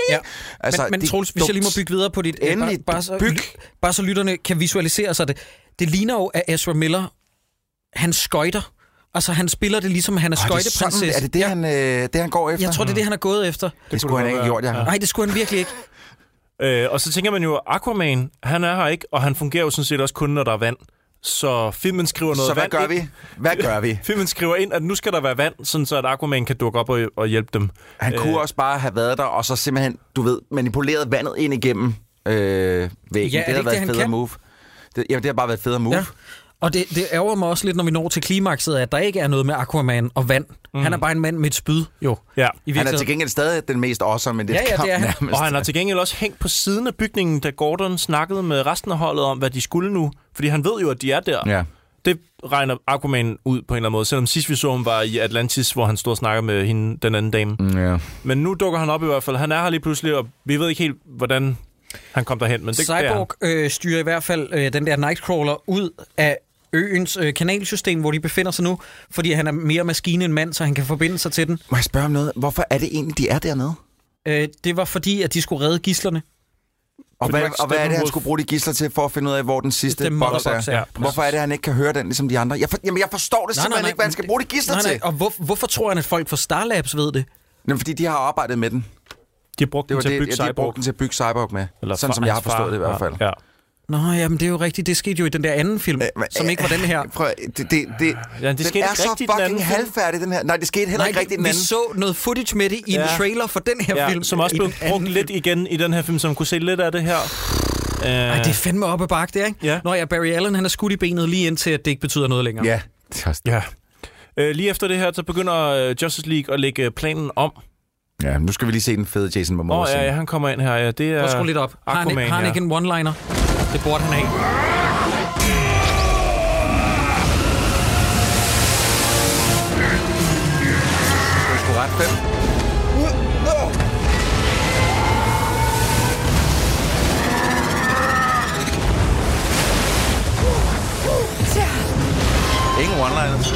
Ja.
Altså,
Altså, men, men
det er
Troels, hvis jeg lige må
dumt.
bygge videre på dit... øh,
Endelig,
bare, bare, så,
byg.
bare så lytterne kan visualisere sig det. Det ligner jo, at Ezra Miller, han skøjter. Altså, han spiller det ligesom, han er
Åh, det er, sådan,
skøjteprinsesse.
er det det, han, øh, det, han går efter?
Jeg tror, det er det, han er gået efter.
Det skulle han ikke have gjort, ja.
Nej, det skulle han virkelig ikke.
Øh, og så tænker man jo, Aquaman, han er her ikke, og han fungerer jo sådan set også kun, når der er vand. Så filmen skriver noget
Så hvad
vand
gør
ind.
vi? Hvad gør vi?
*laughs* Filmen skriver ind, at nu skal der være vand, sådan så at Aquaman kan dukke op og, og hjælpe dem.
Han øh. kunne også bare have været der, og så simpelthen, du ved, manipuleret vandet ind igennem øh, væggen. Ja, det
ikke
havde været
det, han
et federe
kan?
move. Det, jamen, det har bare været et federe move.
Ja.
Ja.
Og det, det ærger mig også lidt, når vi når til klimakset, at der ikke er noget med Aquaman og vand. Mm. Han er bare en mand med et spyd, jo. I
Han
Ja.
er til
virkeligheden.
gengæld stadig den mest awesome, men det
Ja, ja,
kamp
det er han.
nærmest.
Og han har til gengæld også hængt på siden af bygningen, da Gordon snakkede med resten af holdet om, hvad de skulle nu. Fordi han ved jo, at de er der.
Ja.
Det regner Aquaman ud på en eller anden måde, selvom sidst vi så ham var i Atlantis, hvor han stod og snakkede med hende, den anden dame. Mm.
Ja.
Men nu dukker han op i hvert fald. Han er her lige pludselig, og vi ved ikke helt, hvordan han kom derhen. Men det, det er han.
Cyborg øh, styrer i hvert fald øh, den der Nightcrawler ud af øens øh, kanalsystem, hvor de befinder sig nu, fordi han er mere maskine end mand, så han kan forbinde sig til den.
Må jeg spørge om noget? Hvorfor er det egentlig, de er dernede?
Øh, det var fordi, at de skulle redde gislerne.
Og hvad,
man kan
og hvad er
stemme
det, han
mod-
skulle bruge de gisler til, for at finde ud af, hvor den sidste
Den
boks
motherbox
er?
er.
Ja. Hvorfor er det, han ikke kan høre den, ligesom de andre? Jeg for, jamen, jeg forstår det simpelthen ikke, hvad han skal bruge de gisler
nej, nej.
til.
Og hvor, hvorfor tror han, at folk fra Starlabs ved det?
Jamen, fordi de har arbejdet med den.
De har brugt
Det
den
var
til at
det,
bygge
ja, de har
Cyborg.
brugt den til at bygge Cyborg med. Eller sådan
fra-
som jeg har
hans far.
forstået det i hvert fald.
Ja.
Nå, jamen det er jo rigtigt. Det skete jo i den der anden film,
Øh, men-
som ikke var den her.
*laughs* Prøv, at- det, det, det,
Ja, det
den
skete
er
ikke
så
rigtigt i den anden
fucking
film.
halvfærdig, den her. Nej, det skete heller ikke
Nej,
rigtigt
vi
i den anden.
så noget footage med det i ja.
Ja.
en trailer for den her
ja,
film.
som også
I
blev
den anden
brugt lidt igen i den her film, som kunne se lidt af det her. Øh,
Ej, det er fandme op ad bakke, det er, ikke?
Ja.
Når jeg Barry Allen, han er skudt i benet lige indtil, at det ikke betyder noget længere.
Ja, det er også det.
ja. Øh, lige efter det her, så begynder øh, Justice League at lægge øh, planen om.
ja, nu skal vi lige se den fede Jason
Åh
Momoa.
oh, ja,
scene.
ja, han kommer ind her. Ja, det er
Prøv at skrue lidt op. Har han,
Aquaman,
har han
ja.
ikke en one-liner? Det burde han have.
Det er sgu ret fedt. Ingen one-liners.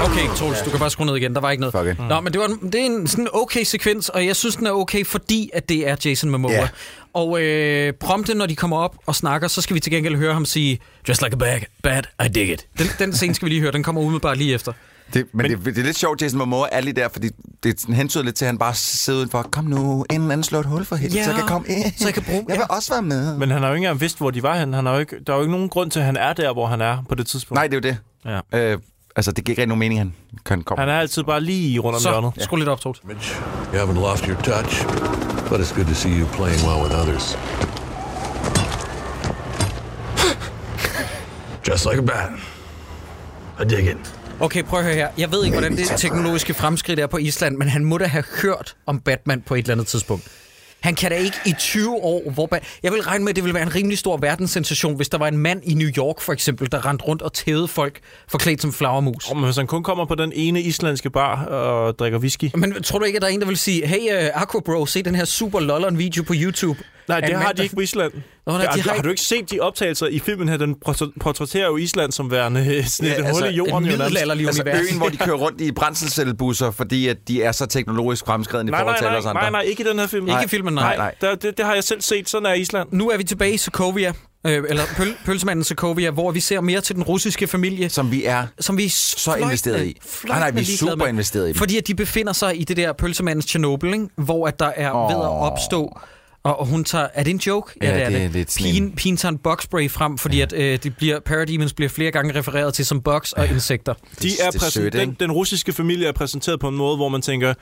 Okay, okay, Troels, du kan bare skrue ned igen. Der var ikke noget. Okay. Nå, men det, var, en- det er en sådan okay sekvens, og jeg synes, den er okay, fordi at det er Jason Momoa.
Ja.
Og øh, prompte, når de kommer op og snakker, så skal vi til gengæld høre ham sige, Just like a bag, bad, I dig it. Den, den scene skal vi lige høre, den kommer umiddelbart lige efter.
Det, men, men det, det, er lidt sjovt, Jason Momoa er lige der, fordi det sådan hentyder lidt til, at han bare sidder udenfor. Kom nu, en eller anden slår et hul for helvede,
Ja,
yeah. så jeg kan komme ind.
så jeg kan bruge-
Jeg vil også være med.
Men han har jo ikke engang vidst, hvor de var henne. Han har jo ikke, der er jo ikke nogen grund til, at han er der, hvor han er på det tidspunkt.
Nej, det er jo det. Ja. Øh, altså, det giver ikke rigtig nogen mening, han, han kommer.
Han er altid bare lige rundt om
Så,
hjørnet.
skru lidt op, Troels.
You haven't lost your touch, but it's good to see you playing well with others. *laughs* Just like a bat. I dig it.
Okay, prøv at høre her. Jeg ved ikke, hvordan det teknologiske fremskridt er på Island, men han må da have hørt om Batman på et eller andet tidspunkt. Han kan da ikke i 20 år, hvor... Ba- jeg vil regne med, at det ville være en rimelig stor verdenssensation, hvis der var en mand i New York, for eksempel, der rendte rundt og tævede folk forklædt som flagermus.
Om hvis han kun kommer på den ene islandske bar og drikker whisky.
Men tror du ikke, at der er en, der vil sige, hey, uh, Aqua Bro, se den her super lolleren video på YouTube?
Nej,
Af
det
en
har
mand,
de ikke på Island.
Nå, nej,
har,
de har
har
ikke-
du ikke set de optagelser i filmen her? Den portr- portrætterer jo Island som værende øh, sådan
Ja,
ja, et
altså,
hul i jorden.
et
jo nærmest.
middelalderligt
altså
univers.
øen, hvor de kører rundt i brændselscellebusser, fordi at de er så teknologisk fremskredende i
Nej,
forhold
nej,
til alle os
nej,
andre.
nej, nej, ikke i den her film.
Ikke i filmen, nej.
nej. nej. Der, det, det har jeg selv set. Sådan er Island.
Nu er vi tilbage i Sokovia, øh, eller pøl- pølsemanden Sokovia, hvor vi ser mere til den russiske familie,
Som vi er
som vi er
så investeret i. Nej, nej, vi er super investeret i dem.
Fordi at de befinder sig i det der pølsemandens Tjernobyl, ikke? hvor at der er oh. ved at opstå... Og og hun tager... Er det en joke?
Ja, det er
det.
lidt sådan
Pigen,
en-
pigen tager en boxspray frem, fordi at, øh, det bliver, Parademons bliver flere gange refereret til som box og insekter.
De er
det er
præsen-
sødt,
den,
ikke?
den russiske familie er præsenteret på en måde, hvor man tænker,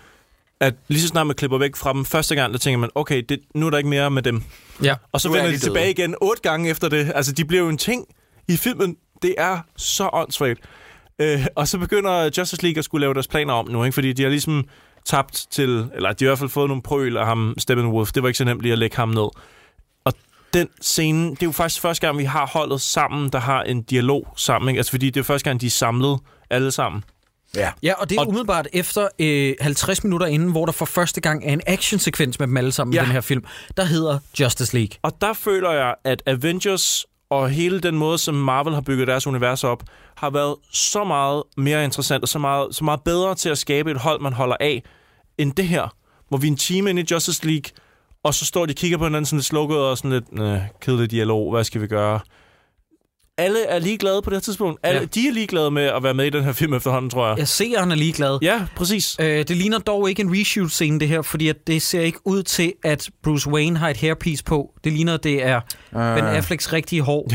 at lige så snart man klipper væk fra dem første gang, der tænker man, okay, det, nu er der ikke mere med dem.
Ja.
Og så
Nu er
vender
de
de
døde.
tilbage igen otte gange efter det. Altså, de bliver jo en ting i filmen. Det er så åndssvagt. Øh, og så begynder Justice League at skulle lave deres planer om nu, ikke? fordi de har ligesom tabt til, eller de har i hvert fald fået nogle prøl af ham, Steppenwolf. Det var ikke så nemt lige at lægge ham ned. Og den scene, det er jo faktisk første gang, vi har holdet sammen, der har en dialog sammen. Ikke? Altså, fordi det er første gang, de er samlet alle sammen.
Ja, og det er umiddelbart efter øh, 50 minutter inden, hvor der for første gang er en actionsekvens med dem alle sammen ja.
Ja.
i den her film, der hedder Justice League.
Og der føler jeg, at Avengers og hele den måde, som Marvel har bygget deres univers op, har været så meget mere interessant og så meget, så meget bedre til at skabe et hold, man holder af, end det her, hvor vi er en time inde i Justice League, og så står de og kigger på hinanden sådan lidt slukket og sådan lidt øh, kedelig dialog, hvad skal vi gøre? Alle er ligeglade på det her tidspunkt. Alle,
Ja.
ja. De er ligeglade med at være med i den her film efterhånden, tror jeg. Ja,
Jeg ser, han er ligeglad.
ja præcis.
Øh, det ligner dog ikke en reshoot-scene, det her, fordi at det ser ikke ud til, at Bruce Wayne har et hairpiece på. Det ligner, det er Ben Afflecks rigtige hår.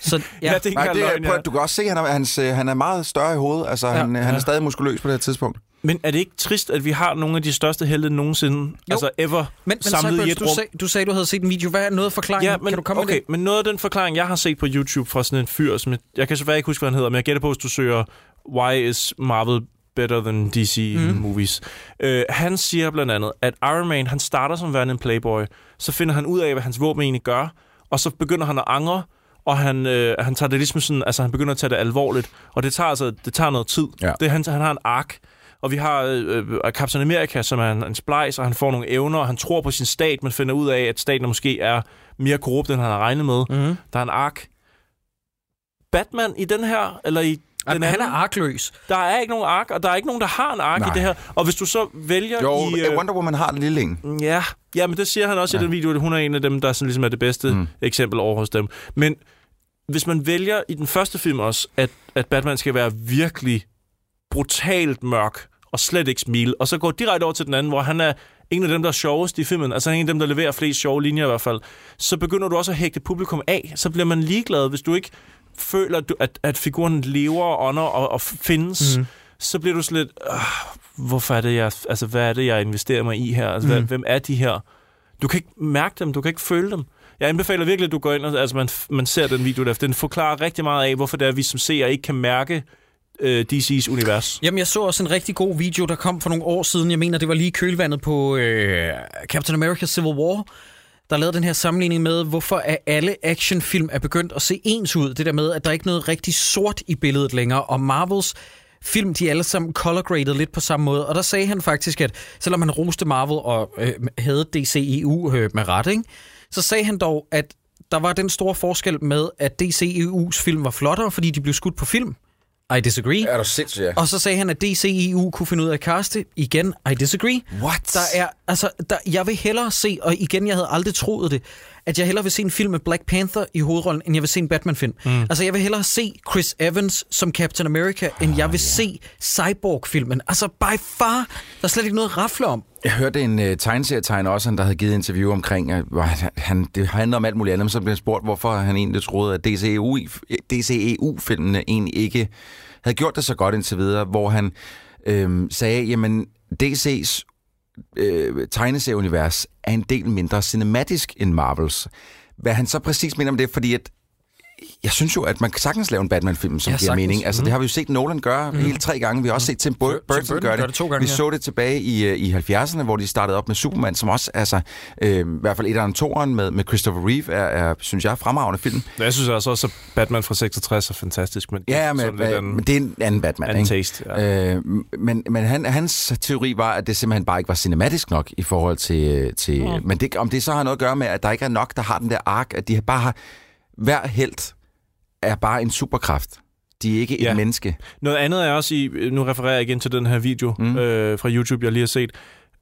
Så, ja.
Ah. *laughs* Ja, det er ikke
Nej,
engang
det er,
løgn,
prøv,
ja.
at- du kan også se, at han er, hans, øh, han er meget større i hovedet. Altså, ja. han, øh, han er stadig muskuløs på det her tidspunkt.
Men er det ikke trist, at vi har nogle af de største helte nogensinde, jo. altså ever,
Men, men
samlet i
Cyburns,
et
du,
rum?
sag, du sagde, du havde set en video. Hvad er noget forklaring?
Ja, men,
kan du komme
okay,
med det?
men noget af den forklaring, jeg har set på YouTube fra sådan en fyr, som jeg, jeg kan selvfølgelig ikke huske, hvad han hedder, men jeg gætter på, hvis du søger, why is Marvel better than DC mm. movies? Øh, han siger blandt andet, at Iron Man, han starter som værende en playboy, så finder han ud af, hvad hans våben egentlig gør, og så begynder han at angre, og han, øh, han tager det ligesom sådan, altså han begynder at tage det alvorligt, og det tager altså, det tager noget tid.
Ja.
Det, han, han har en ark, og vi har øh, øh, Captain America, som er en, en splice, og han får nogle evner, og han tror på sin stat, men finder ud af, at staten måske er mere korrupt, end han har regnet med.
Mhm.
Mm. Der er en ark. Batman i den her, eller i den
Jamen, han
anden,
er arkløs.
der er ikke nogen ark, og der er ikke nogen, der har en ark Nej.
Nej.
i det her. Og hvis du så vælger
Jo,
i... øh,
I, øh, Wonder Woman har en lille en.
Ja, ja, men det siger han også ja. i den video, at hun er en af dem, der sådan ligesom er det bedste mm. eksempel over hos dem. Men hvis man vælger i den første film også, at, at Batman skal være virkelig brutalt mørk og slet ikke smile, og så går direkte over til den anden, hvor han er en af dem, der er sjovest i filmen, altså han er en af dem, der leverer flest sjove linjer i hvert fald, så begynder du også at hægte publikum af. Så bliver man ligeglad, hvis du ikke føler, at, du, at, at figuren lever og ånder og, og findes. Mm. Så bliver du sådan lidt, "Ah, hvorfor er det, jeg, altså, hvad er det, jeg investerer mig i her? Altså, mm. hvad, hvem er de her? Du kan ikke mærke dem, du kan ikke føle dem. Jeg anbefaler virkelig, at du går ind og altså, man, f- man ser den video der, for den forklarer rigtig meget af, hvorfor det er, at vi som seere ikke kan mærke øh, DC's univers.
Jamen, jeg så også en rigtig god video, der kom for nogle år siden. Jeg mener, det var lige i kølvandet på øh, Captain America Civil War, der lavede den her sammenligning med, hvorfor er alle actionfilm er begyndt at se ens ud. Det der med, at der ikke er noget rigtig sort i billedet længere, og Marvels film, de er alle sammen color graded lidt på samme måde. Og der sagde han faktisk, at selvom han roste Marvel og øh, havde DCEU øh, med ret, ikke? så sagde han dog, at E der var den store forskel med, at DCEU's film var flottere, fordi de blev skudt på film. I disagree.
Er du sindssyg? ja?
Og så sagde han, at DCEU kunne finde ud af at kaste. Igen, I disagree.
What?
Der er, altså, der, jeg vil hellere se, og igen, jeg havde aldrig troet det, at jeg hellere vil se en film med Black Panther i hovedrollen, end jeg vil se en Batman-film. Mm. Altså, jeg vil hellere se Chris Evans som Captain America, end jeg vil
Ah,
se Cyborg-filmen. Altså, by far, der er slet ikke noget at rafle om.
Jeg hørte en øh, tegneserietegner også, han, der havde givet interview omkring, øh, hvor han- han, det handler om alt muligt andet, men så blev han spurgt, hvorfor han egentlig troede, at E DCEU, DCEU-filmene E egentlig ikke havde gjort det så godt indtil videre, hvor han øh, sagde, jamen DC's øh, tegneserieunivers er en del mindre cinematisk end Marvels. Hvad han så præcis mener om det, fordi at jeg synes jo, at man kan sagtens lave en Batman-film, som
Ja,
ja, giver
sagtens.
mening. Altså, det
Mhm.
har vi jo set Nolan gøre mm. hele tre gange. Vi har også set Tim Bur- Burton,
Burton
gøre det.
gør det to gange,
vi
ja.
så det tilbage i, øh, i 70'erne, hvor de startede op med Superman, som også, altså, øh, i hvert fald et af toeren med, med Christopher Reeve, er, er, synes jeg, fremragende film.
Jeg synes altså også, at Batman fra 66 er fantastisk, men
Ja, men,
sådan lidt
øh,
anden-
men det er en anden Batman,
anden
ikke?
taste,
ja. øh, men men han, hans teori var, at det simpelthen bare ikke var cinematisk nok i forhold til... øh, til
Nå.
Men det, om det så har noget at gøre med, at der ikke er nok, der har den der ark, at de bare har... Hver held er bare en superkraft. De er ikke ja.
Ja.
et menneske.
Noget andet er også i, nu refererer jeg igen til den her video mm. øh, fra YouTube, jeg lige har set.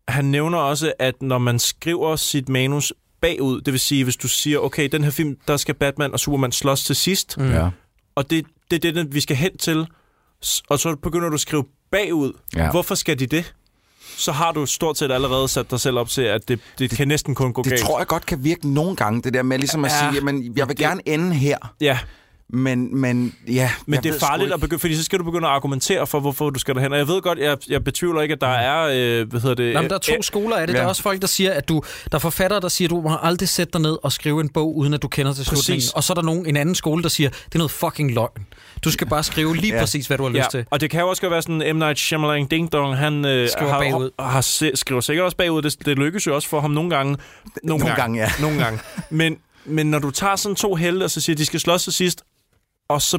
Han nævner også, at når man skriver sit manus bagud, det vil sige, hvis du siger, okay, den her film, der skal Batman og Superman slås til sidst,
Mm. Ja.
og det, det er det, vi skal hen til, s- og så begynder du at skrive bagud.
Ja.
Hvorfor skal de det? Så har du stort set allerede sat dig selv op til, at det, det, det kan næsten kun gå
Det
galt.
tror jeg godt kan virke nogle gange, det der med ligesom at
Ja.
sige, jamen, jeg vil gerne ende her,
Ja,
men, men ja...
Men
jeg
det
ved
er
sgu
farligt
ikke.
at begynde, fordi så skal du begynde at argumentere for, hvorfor du skal derhen. Og jeg ved godt, jeg, jeg betvivler ikke, at der
Mm.
er, øh, hvad hedder det...
Nå, men der er
øh,
to skoler af det. Der er
ja.
også folk, der siger, at du, der er forfattere, der siger, at du må aldrig sætte dig ned og skrive en bog, uden at du kender til
Præcis.
slutningen. Og så er der nogen, en anden skole, der siger, det er noget fucking løgn. Du skal bare skrive lige
Ja.
præcis, hvad du har lyst til.
Og det kan jo også godt være sådan, M. Night Shyamalan Ding Dong, han øh,
Skriver
har,
bagud.
Har, si- skriver sikkert også bagud. Det, det lykkes jo også for ham nogle gange. Nogle,
gange, ja.
*laughs* Nogle gange. Men, men når du tager sådan to helte, og så siger, at de skal slås til sidst, og så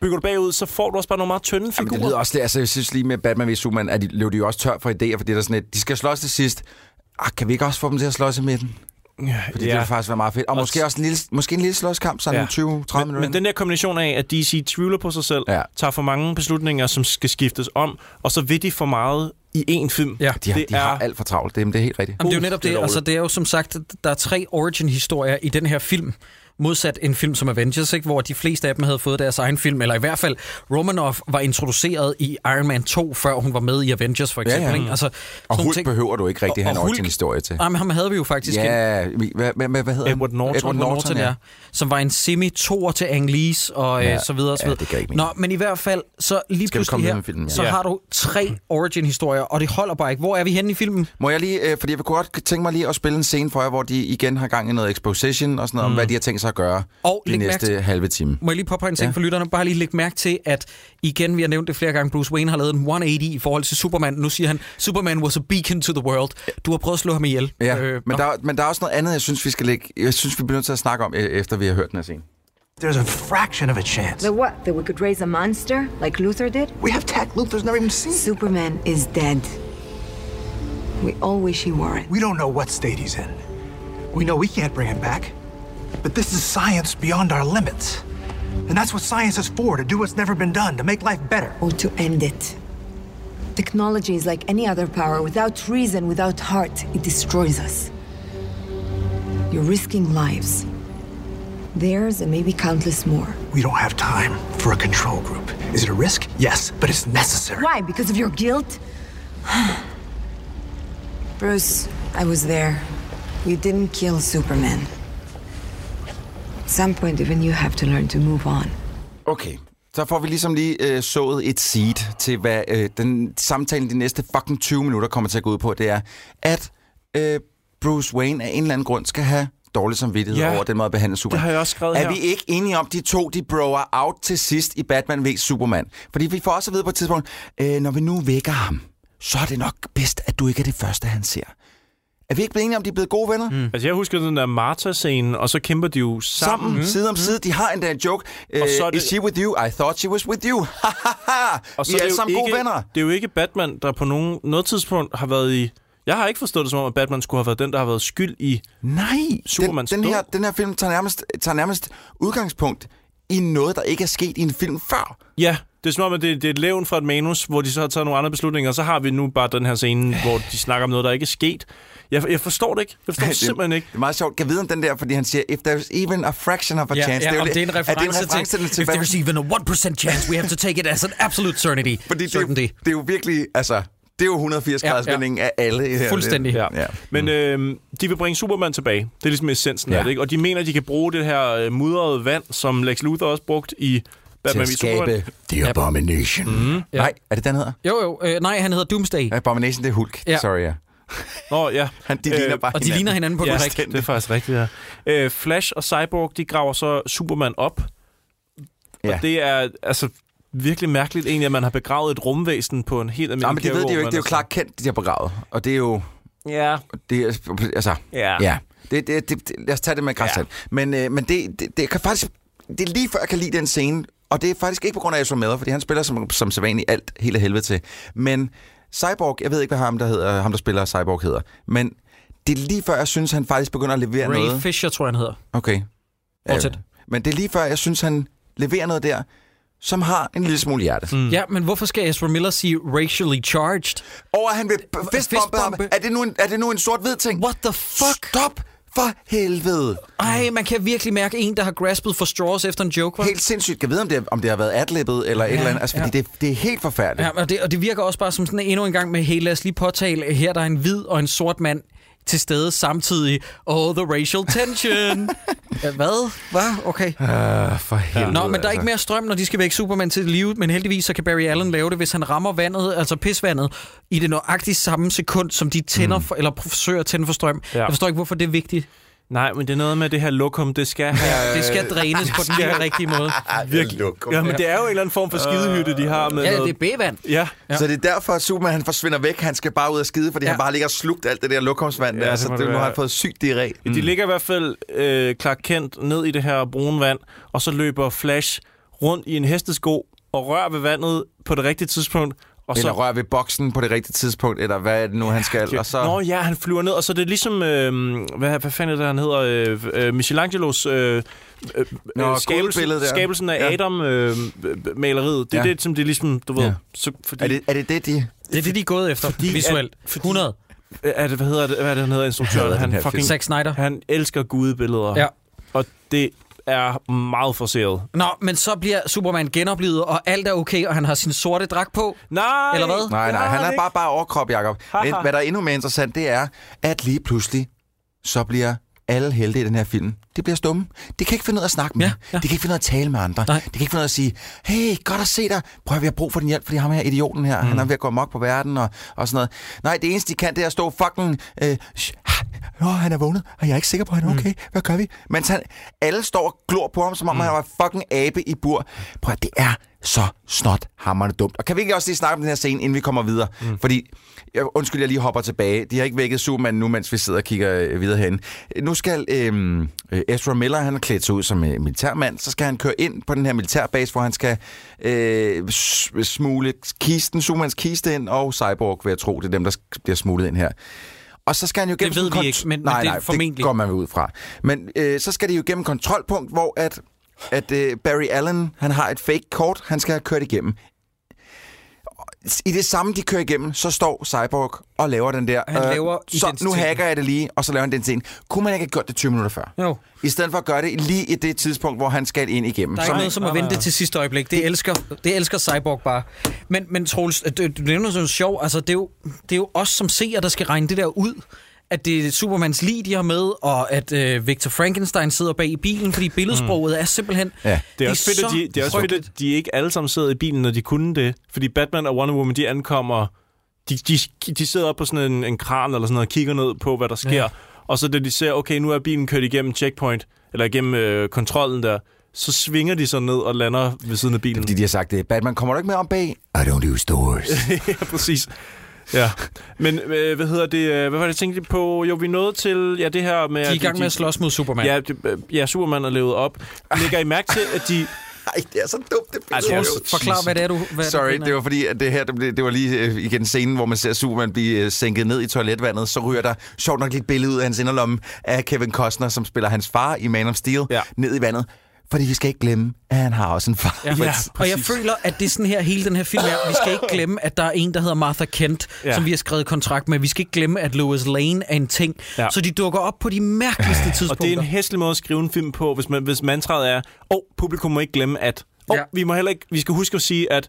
bygger du bagud, så får du også bare nogle meget tynde figurer.
Jamen, det lyder også lidt, altså jeg synes lige med Batman vs. Superman, at de løb de jo også tør for idéer, fordi der er sådan et, de skal slås til sidst. Ah, kan vi ikke også få dem til at slås i midten? Fordi ja. det
Ja.
ville faktisk være meget fedt. Og
Og
måske
s-
også en lille, måske en lille slåskamp, sådan
Ja.
ja. 20-30 minutter.
Men, men den der kombination af, at DC tvivler på sig selv,
Ja.
ja. tager for mange beslutninger, som skal skiftes om, og så vil de for meget i én film.
Ja.
de, har,
det
de har
er-
alt for travlt, det, er- det er helt rigtigt.
Jamen, det er jo
Uh,
netop
det er
det. Altså,
dårligt.
det er jo som sagt, der er tre origin-historier i den her film. Modsat en film som Avengers, ikke? hvor de fleste af dem havde fået deres egen film, eller i hvert fald Romanoff var introduceret i Iron Man 2, før hun var med i Avengers for
Ja,
eksempel.
ja.
Ikke? Altså,
Og
sådan
Hulk
ting-
behøver du ikke rigtig
Og-
have en
og Hulk-
origin-historie til.
Jamen, ham havde vi jo faktisk en-
Ja, vi- hvad, hvad, hvad, hvad hedder han?
Edward Norton.
Edward
Edward
Norton, ja.
Som var en semi toer til Ang Lee's og ja,
Ja,
øh, så videre. og Så
ja,
videre.
det giver ikke
Nå,
mening.
men i hvert fald, så lige
Skal vi
pludselig
komme
her,
videre med filmen, ja?
så
Ja.
har du tre origin-historier, og det holder bare ikke. Hvor er vi henne i filmen?
Må jeg lige, øh, fordi jeg vil godt tænke mig lige at spille en scene for jer, hvor de igen har gang i noget exposition og sådan noget, mm. om hvad de har tænkt sig at gøre
Og
de
læg mærke
næste
til-
halve time.
Må jeg lige påpege en ting ja. for lytterne? Bare lige lægge mærke til, at igen, vi har nævnt det flere gange, Bruce Wayne har lavet en 180 i forhold til Superman. Nu siger han, Superman was a beacon to the world. Du har prøvet at slå ham ihjel.
Ja,
Øh,
men,
nå.
der, men der er også noget andet, jeg synes, vi skal lægge, jeg synes, vi bliver nødt til at snakke om, øh, efter vi har hørt den her scene.
There's a fraction of a chance.
That what? That we could raise a monster like Luther did?
We have tech Luther's never even seen.
Superman is dead. We all wish he weren't.
We don't know what state he's in. We know we can't bring him back. But this is science beyond our limits. And that's what science is for to do what's never been done, to make life better.
Or to end it. Technology is like any other power. Without reason, without heart, it destroys us. You're risking lives. Theirs and maybe countless more.
We don't have time for a control group. Is it a risk? Yes, but it's necessary.
Why? Because of your guilt? *sighs* Bruce, I was there. You didn't kill Superman. At some point, even you have to learn to move on.
Okay. Så får vi ligesom lige øh, sået et seed til, hvad øh, den samtale de næste fucking 20 minutter kommer til at gå ud på. Det er, at øh, Bruce Wayne af en eller anden grund skal have dårlig samvittighed
Ja.
ja. over den måde at behandle Superman.
Det har jeg også skrevet
Er
her.
vi ikke enige om, de to de broer out til sidst i Batman v Superman? Fordi vi får også at vide på et tidspunkt, øh, når vi nu vækker ham, så er det nok bedst, at du ikke er det første, han ser. Er vi ikke blevet enige om, de er blevet gode venner? Mm.
Altså, jeg husker den der Martha-scene, og så kæmper de jo sammen.
Sammen, mm. side om side, de har endda en joke. Øh,
Mhm. Og så er det-
Is she with you? I thought she was with you. *laughs*
Og så
vi er
det
alle
jo
sammen
ikke,
gode venner.
Det er jo ikke Batman, der på nogen, noget tidspunkt har været i... Jeg har ikke forstået det som om, at Batman skulle have været den, der har været skyld i...
Nej,
Supermans
den, den,
død.
her, den her film tager nærmest, tager nærmest udgangspunkt i noget, der ikke er sket i en film før.
Ja, *laughs* Det er som om, at det, det er et levn fra et manus, hvor de så har taget nogle andre beslutninger, og så har vi nu bare den her scene, hvor de snakker om noget, der ikke er sket. Jeg, jeg forstår det ikke. Jeg forstår det simpelthen ikke.
*laughs* Det er meget sjovt. Kan vide om den der, fordi han siger, if there's even a fraction of a
Ja,
chance.
ja,
jo
om det er en reference,
reference
til, if there's even a 1% chance, we have to take it as an absolute certainty.
Fordi det, er jo- det er jo virkelig, altså, det er jo 180 graders
ja.
vending af alle. i det her.
Fuldstændig.
Ja. ja.
Men øh, de vil bringe Superman tilbage. Det er ligesom essensen ja.
Ja.
af det, ikke? Og de mener, at de kan bruge det her øh, mudrede vand, som Lex Luthor også brugt i Batman v Superman.
The Abomination. Mm-hmm.
Mhm. Ja.
Nej, er det den hedder?
Jo, jo. Øh, nej, han hedder Doomsday.
Abomination, det er Hulk.
Ja.
Sorry, ja.
Nå, ja. Øh,
Han, de ligner bare
og de ligner hinanden på
ja,
korrekt.
Det er faktisk rigtigt, ja. Øh, Flash og Cyborg, de graver så Superman op. Ja.
Ja.
Og det er altså virkelig mærkeligt egentlig, at man har begravet et rumvæsen på en helt almindelig
Nej, men det ved de jo ikke.
kirkegård,
Det er jo
men
klart kendt, de har begravet. Og det er jo...
Ja.
Det er, altså,
Ja.
ja. Det, det, det, det, lad os tage det med græssalt. Ja. Men, øh, men det, det, det, kan faktisk... Det er lige før, jeg kan lide den scene. Og det er faktisk ikke på grund af, at jeg så med, fordi han spiller som, som sædvanligt alt hele helvede til. Men Cyborg, jeg ved ikke, hvad ham, der, hedder, ham, der spiller Cyborg hedder, men det er lige før, jeg synes, han faktisk begynder at levere
Ray
noget.
Fisher, tror jeg, han hedder.
Okay.
Fortsæt.
Øh, Men det er lige før, jeg synes, han leverer noget der, som har en lille smule hjerte.
Mm. Ja, men hvorfor skal Ezra Miller sige racially charged?
Over at han vil b- fistbombe ham. Er det nu en, er det nu en sort-hvid ting?
What the fuck?
Stop for helvede.
Ej, man kan virkelig mærke en, der har graspet for straws efter en joke. hva'?
Helt sindssygt. Jeg ved, om det, om det har været adlibbet eller
Ja,
et eller andet. Altså, fordi
ja.
det, det er helt forfærdeligt.
Ja, og det, og det virker også bare som sådan endnu en gang med, hey, lad os lige påtale, at her der er en hvid og en sort mand til stede samtidig. Oh, the racial *laughs* tension. ja, hvad? Hvad? Okay.
Øh,
Uh, for helvede.
Nå, men der
altså.
er ikke mere strøm, når de skal vække Superman til livet, men heldigvis så kan Barry Allen lave det, hvis han rammer vandet, altså pisvandet, i det nøjagtige samme sekund, som de tænder, mm. for, eller forsøger at tænde for strøm.
Ja.
Ja. Jeg forstår ikke, hvorfor det er vigtigt.
Nej, men det er noget med det her lokum, det skal
Ja, det skal drænes på den helt rigtige måde.
Virkelig.
Lokum.
Ja, men det er jo en eller anden form for
Øh.
skidehytte, de har med
Ja,
noget.
det er B-vand.
Ja.
Ja. Så det er derfor, at Superman han forsvinder væk. Han skal bare ud og skide, fordi
Ja.
han bare ligger og slugt alt det der lokumsvand.
Ja,
Ja,
det
der, så
må
det,
det
nu har
være.
han fået sygt diarré.
De ligger i hvert fald øh, Clark Kent ned i det her brune vand, og så løber Flash rundt i en hestesko og rører ved vandet på det rigtige tidspunkt. Og
Eller
så,
rører ved boksen på det rigtige tidspunkt, eller hvad er det nu, han skal. Og så...
Nå ja, han flyver ned, og så er det ligesom, øh, hvad, hvad fanden er det, han hedder? Øh, øh, Michelangelos øh, øh,
Nå,
øh, skabelsen,
Gud-billedet der.
skabelsen af
Ja.
Adam-maleriet. Øh, maleriet. det er
Ja.
det, som det er ligesom, du ved.
Ja.
Så, fordi,
Er det, er det det, de...
Det er det, de er gået efter,
Fordi at-
visuelt. 100.
er det, hvad hedder det, hvad er det, han hedder, instruktøren?
hader den
Han
her
fucking,
Zack Snyder.
han elsker gudebilleder.
Ja.
Og det er meget forceret.
Nå, men så bliver Superman genoplevet, og alt er okay, og han har sin sorte dragt på.
Nej!
Eller hvad?
Nej, nej,
har
han
han
er
ikke.
bare bare overkrop, Jacob. Men hvad der er endnu mere interessant, det er, at lige pludselig, så bliver alle helte i den her film, de bliver stumme. De kan ikke finde ud af at snakke med. Ja, ja. De kan ikke finde ud af at tale med andre.
Nej.
De kan ikke finde ud af at sige, hey, godt at se dig. Prøv, vi har brug for din hjælp, fordi ham her idioten her, mm. han er ved at gå amok på verden og, og sådan noget. Nej, det eneste, de kan, det er at stå fucking... Øh, sh- Nå, han er vågnet, og jeg er ikke sikker på, at han er okay. Mm. Hvad gør vi? Mens han, alle står og glor på ham, som om mm. han var fucking abe i bur. Prøv at, det er så snot hammerne dumt. Og kan vi ikke også lige snakke om den her scene, inden vi kommer videre? Mm. Fordi, jeg, undskyld, jeg lige hopper tilbage. De har ikke vækket Superman nu, mens vi sidder og kigger øh, videre herinde. Nu skal øh, Ezra Miller, han er klædt sig ud som øh, militærmand, så skal han køre ind på den her militærbase, hvor han skal øh, s- smule kisten, Supermans kiste ind, og Cyborg, vil jeg tro, det er dem, der sk- bliver smuglet ind her. Og så skal han jo gennem
Det ved
sådan en
vi
kont-
ikke, men- men
nej,
det er
nej,
formentlig-
det går man ud fra. Men øh, så skal det jo gennem kontrolpunkt, hvor at, at øh, Barry Allen, han har et fake kort, han skal have kørt igennem. I det samme, de kører igennem, så står Cyborg og laver den der. øh,
Han laver
så nu
identiteten.
hacker jeg det lige, og så laver han den scene. Kunne man ikke have gjort det 20 minutter før?
Jo.
I stedet for at gøre det lige i det tidspunkt, hvor han skal ind igennem.
Der er ikke noget som at vente til sidste øjeblik. Det elsker, det elsker Cyborg bare. Men, men Troels, øh, du, du nævner sådan noget sjovt. Altså, det, er jo, det er jo os som ser, der skal regne det der ud. At det er Supermans lig, de har med, og at øh, Victor Frankenstein sidder bag i bilen, fordi billedsproget er simpelthen...
Ja.
Mm. Det er også fedt, at de, det er også fedt, at de ikke alle sammen sidder i bilen, når de kunne det. Fordi Batman og Wonder Woman, de ankommer... De, de, de sidder op på sådan en, en kran eller sådan noget, og kigger ned på, hvad der sker. Ja.
Ja.
Og så da de ser, okay, nu er bilen kørt igennem checkpoint, eller igennem øh, kontrollen der, så svinger de så ned og lander ved siden af bilen.
Fordi de har sagt det. Batman, kommer du ikke med om bag? I don't use doors.
*laughs* ja, præcis. Ja, men øh, hvad hedder det, øh, hvad var det, jeg tænkte på? Jo, vi nåede til, ja, det her med...
De er i gang med at slås mod Superman.
Ja, det, øh, ja, Superman er levet op. Lægger I mærke til, at de...
*laughs* Ej, det er så dumt, det
billede.
Troels, forklar, hvad det er, du... Hvad
Sorry,
det,
det var fordi, at det her, det, blev, det var lige øh, igen scenen, hvor man ser Superman blive øh, sænket ned i toiletvandet. Så ryger der sjovt nok lige et billede ud af hans inderlomme af Kevin Costner, som spiller hans far i Man of Steel,
Ja.
ned i vandet. Fordi vi skal ikke glemme, at han har også en far.
og jeg føler, at det er sådan her, hele den her film er. Vi skal ikke glemme, at der er en, der hedder Martha Kent,
Ja.
ja. som vi har skrevet kontrakt med. Vi skal ikke glemme, at Lois Lane er en ting.
Ja.
Ja. Så de dukker op på de mærkeligste tidspunkter.
Og det er en hæslig måde at skrive en film på, hvis, man, hvis mantraet er, åh, oh, publikum må ikke glemme, at... Åh, oh, ja. vi må heller ikke... Vi skal huske at sige, at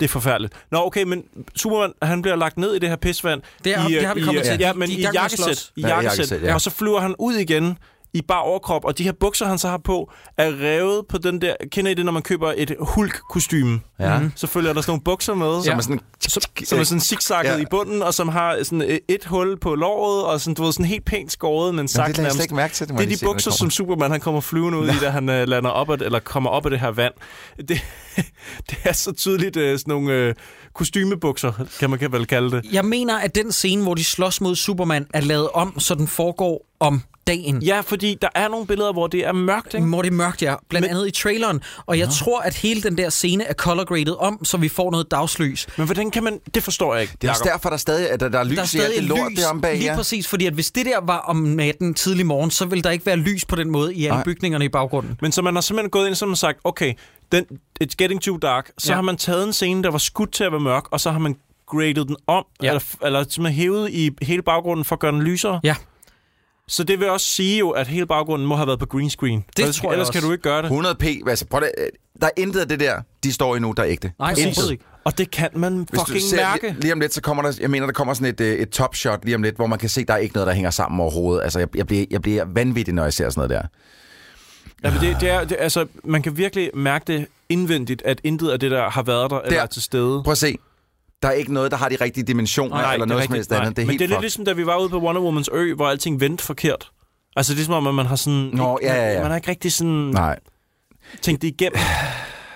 det er forfærdeligt. Nå, okay, men Superman, han bliver lagt ned i det her pisvand.
Det er-
i, øh,
det har vi
i,
kommet
øh,
til.
Ja,
De-
men
de er
i
i gang med at
jakkesæt.
slås.
I
Ja, i
jakkesæt.
jakkesæt, ja.
Og så flyver han ud igen i bare overkrop, og de her bukser, han så har på, er revet på den der... Kender I det, når man køber et hulk-kostyme?
Ja.
Mhm. Så følger der sådan nogle bukser med,
Som er sådan-
som, som er sådan zigzagget
Ja.
ja. i bunden, og som har sådan øh, et hul på låret, og sådan, du ved, sådan helt pænt skåret, men sagt
det lagde jeg
nærmest.
slet ikke mærke til, det må
det
jeg
er
lige se,
de
når jeg
bukser,
kommer.
som Superman han kommer flyvende ud i, da han øh, lander op af, det- eller kommer op af det her vand. *laughs* Det, det er så tydeligt øh, sådan nogle øh, kostymebukser, kan man kan vel kalde det.
Jeg mener, at den scene, hvor de slås mod Superman, er lavet om, så den foregår om dagen.
Ja, fordi der er nogle billeder, hvor det er mørkt, ikke?
Hvor det er mørkt, ja. Blandt Men... andet i traileren. Og jeg tror, at hele den der scene er color graded om, så vi får noget dagslys.
Men hvordan kan man... Det forstår jeg ikke.
Det er også derfor, der stadig, at der, der er lys
der er
i alt
stadig
det lort
lys,
der om bag
Lige
jer.
præcis, fordi at hvis det der var om natten tidlig morgen, så ville der ikke være lys på den måde i alle
Nej.
bygningerne i baggrunden.
Men så man har simpelthen gået ind og sagt, okay, den, it's getting too dark. Så ja.
Ja.
har man taget en scene, der var skudt til at være mørk, og så har man graded den om, ja. eller, eller simpelthen hævet i hele baggrunden for at gøre den lysere.
Ja.
Så det vil også sige jo, at hele baggrunden må have været på green screen. ellers, ellers kan du ikke gøre det.
100p. Altså, prøv det. Der er intet af det der, de står i nu, der er ægte.
præcis. Og det kan man
Hvis du
fucking
ser,
mærke.
Lige, lige om lidt, så kommer der, jeg mener, der kommer sådan et, øh, et topshot lige om lidt, hvor man kan se, der er ikke noget, der hænger sammen overhovedet. Altså, jeg, jeg, bliver, jeg bliver vanvittig, når jeg ser sådan noget der.
Ja, men det, det er, det, altså, man kan virkelig mærke det indvendigt, at intet af det, der har været der, der. eller er til stede.
Prøv at se. Der er ikke noget, der har de rigtige dimensioner,
Nej,
eller
det er
noget som
rigtigt.
helst
Nej.
andet. Det er
Men
helt
det er lidt
fucked.
ligesom, da vi var ude på Wonder Woman's ø, hvor alting vendte forkert. Altså, det er som om, at man har sådan...
Nå,
ikke-
ja, ja, ja.
Man har ikke rigtig sådan...
Nej.
Tænkt det
*sighs*
igennem.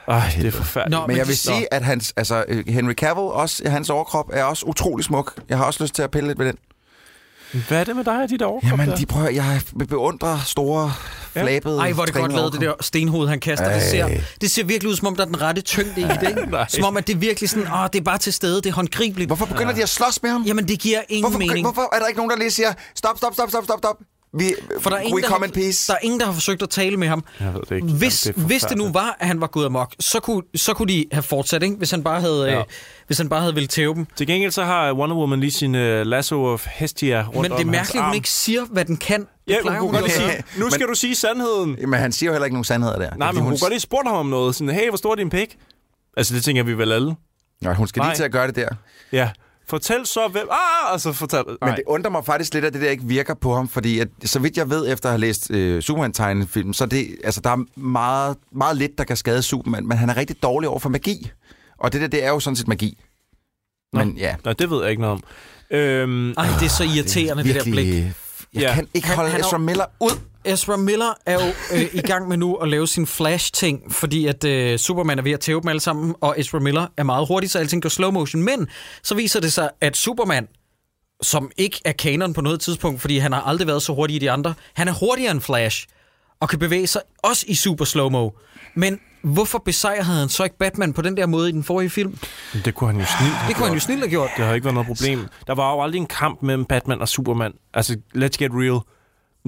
Ej, det er forfærdeligt.
Nå, men jeg vil sige, at hans, altså, øh, Henry Cavill, også, hans overkrop, er også utrolig smuk. Jeg har også lyst til at pille lidt ved den.
Hvad er det med dig og dit overkrop
Jamen,
der?
de prøver, jeg beundrer store, flabede...
Ej, hvor er det godt lavet, det der stenhoved, han kaster. Det
Ej.
ser, det ser virkelig ud, som om der er den rette tyngde i det.
*laughs*
ikke? som om, at det er virkelig sådan, åh, det er bare til stede, det er håndgribeligt. Hvorfor
begynder de at slås med ham?
Jamen, det giver ingen
Hvorfor,
mening.
hvorfor er der ikke nogen, der lige siger, stop, stop, stop, stop, stop, stop. Vi,
For der er, ingen,
we
der,
come
har,
in
der
peace.
er ingen, der har forsøgt at tale med ham.
Jeg ved det ikke.
Hvis,
Jamen,
det hvis det nu var, at han var gået amok, så kunne, så kunne de have fortsat, ikke? Hvis, han bare havde,
Ja.
ja. øh, hvis han bare havde ville tæve dem.
Til gengæld så har Wonder Woman lige sin uh, lasso of Hestia rundt
Men det er
om hans
mærkeligt, at
arm.
hun ikke siger, hvad den kan. Det
Ja, hun
plejer
kunne
jo
godt
at
sige,
gøre.
nu skal du sige sandheden.
Jamen, han siger jo heller ikke nogen sandheder der.
Nej, men hun
hun
kunne godt lige spurgt ham om noget. Sådan, hey, hvor stor er din pik? Altså, det tænker vi vel alle.
Nej, hun skal lige
Nej.
til at gøre det der.
Ja. Fortæl så, hvem... Ah, altså, fortæl... Nej.
Men det undrer mig faktisk lidt, at det der ikke virker på ham, fordi at, så vidt jeg ved, efter at have læst øh, Superman-tegnefilm, så er det, altså, der er meget, meget lidt, der kan skade Superman, men han er rigtig dårlig over for magi. Og det der, det er jo sådan set magi. Men ja.
Nå, det ved jeg ikke noget om. Øhm,
Ej, det er så irriterende, det, det der
virkelig- øh,
blik.
Jeg ja. kan ikke holde Ezra Miller ud.
Ezra Miller er jo øh, i gang med nu at lave sin Flash-ting, fordi at øh, Superman er ved at tæve dem alle sammen, og Ezra Miller er meget hurtig, så alting går slow motion. Men så viser det sig, at Superman, som ikke er kanon på noget tidspunkt, fordi han har aldrig været så hurtig i de andre, han er hurtigere end Flash, og kan bevæge sig også i super slow-mo. Men hvorfor besejrede han så ikke Batman på den der måde i den forrige film?
Men Det kunne han jo snilt have
Det kunne han jo
gjort.
snilt have gjort.
Det har ikke været noget problem. Der var jo aldrig en kamp mellem Batman og Superman. Altså, let's get real.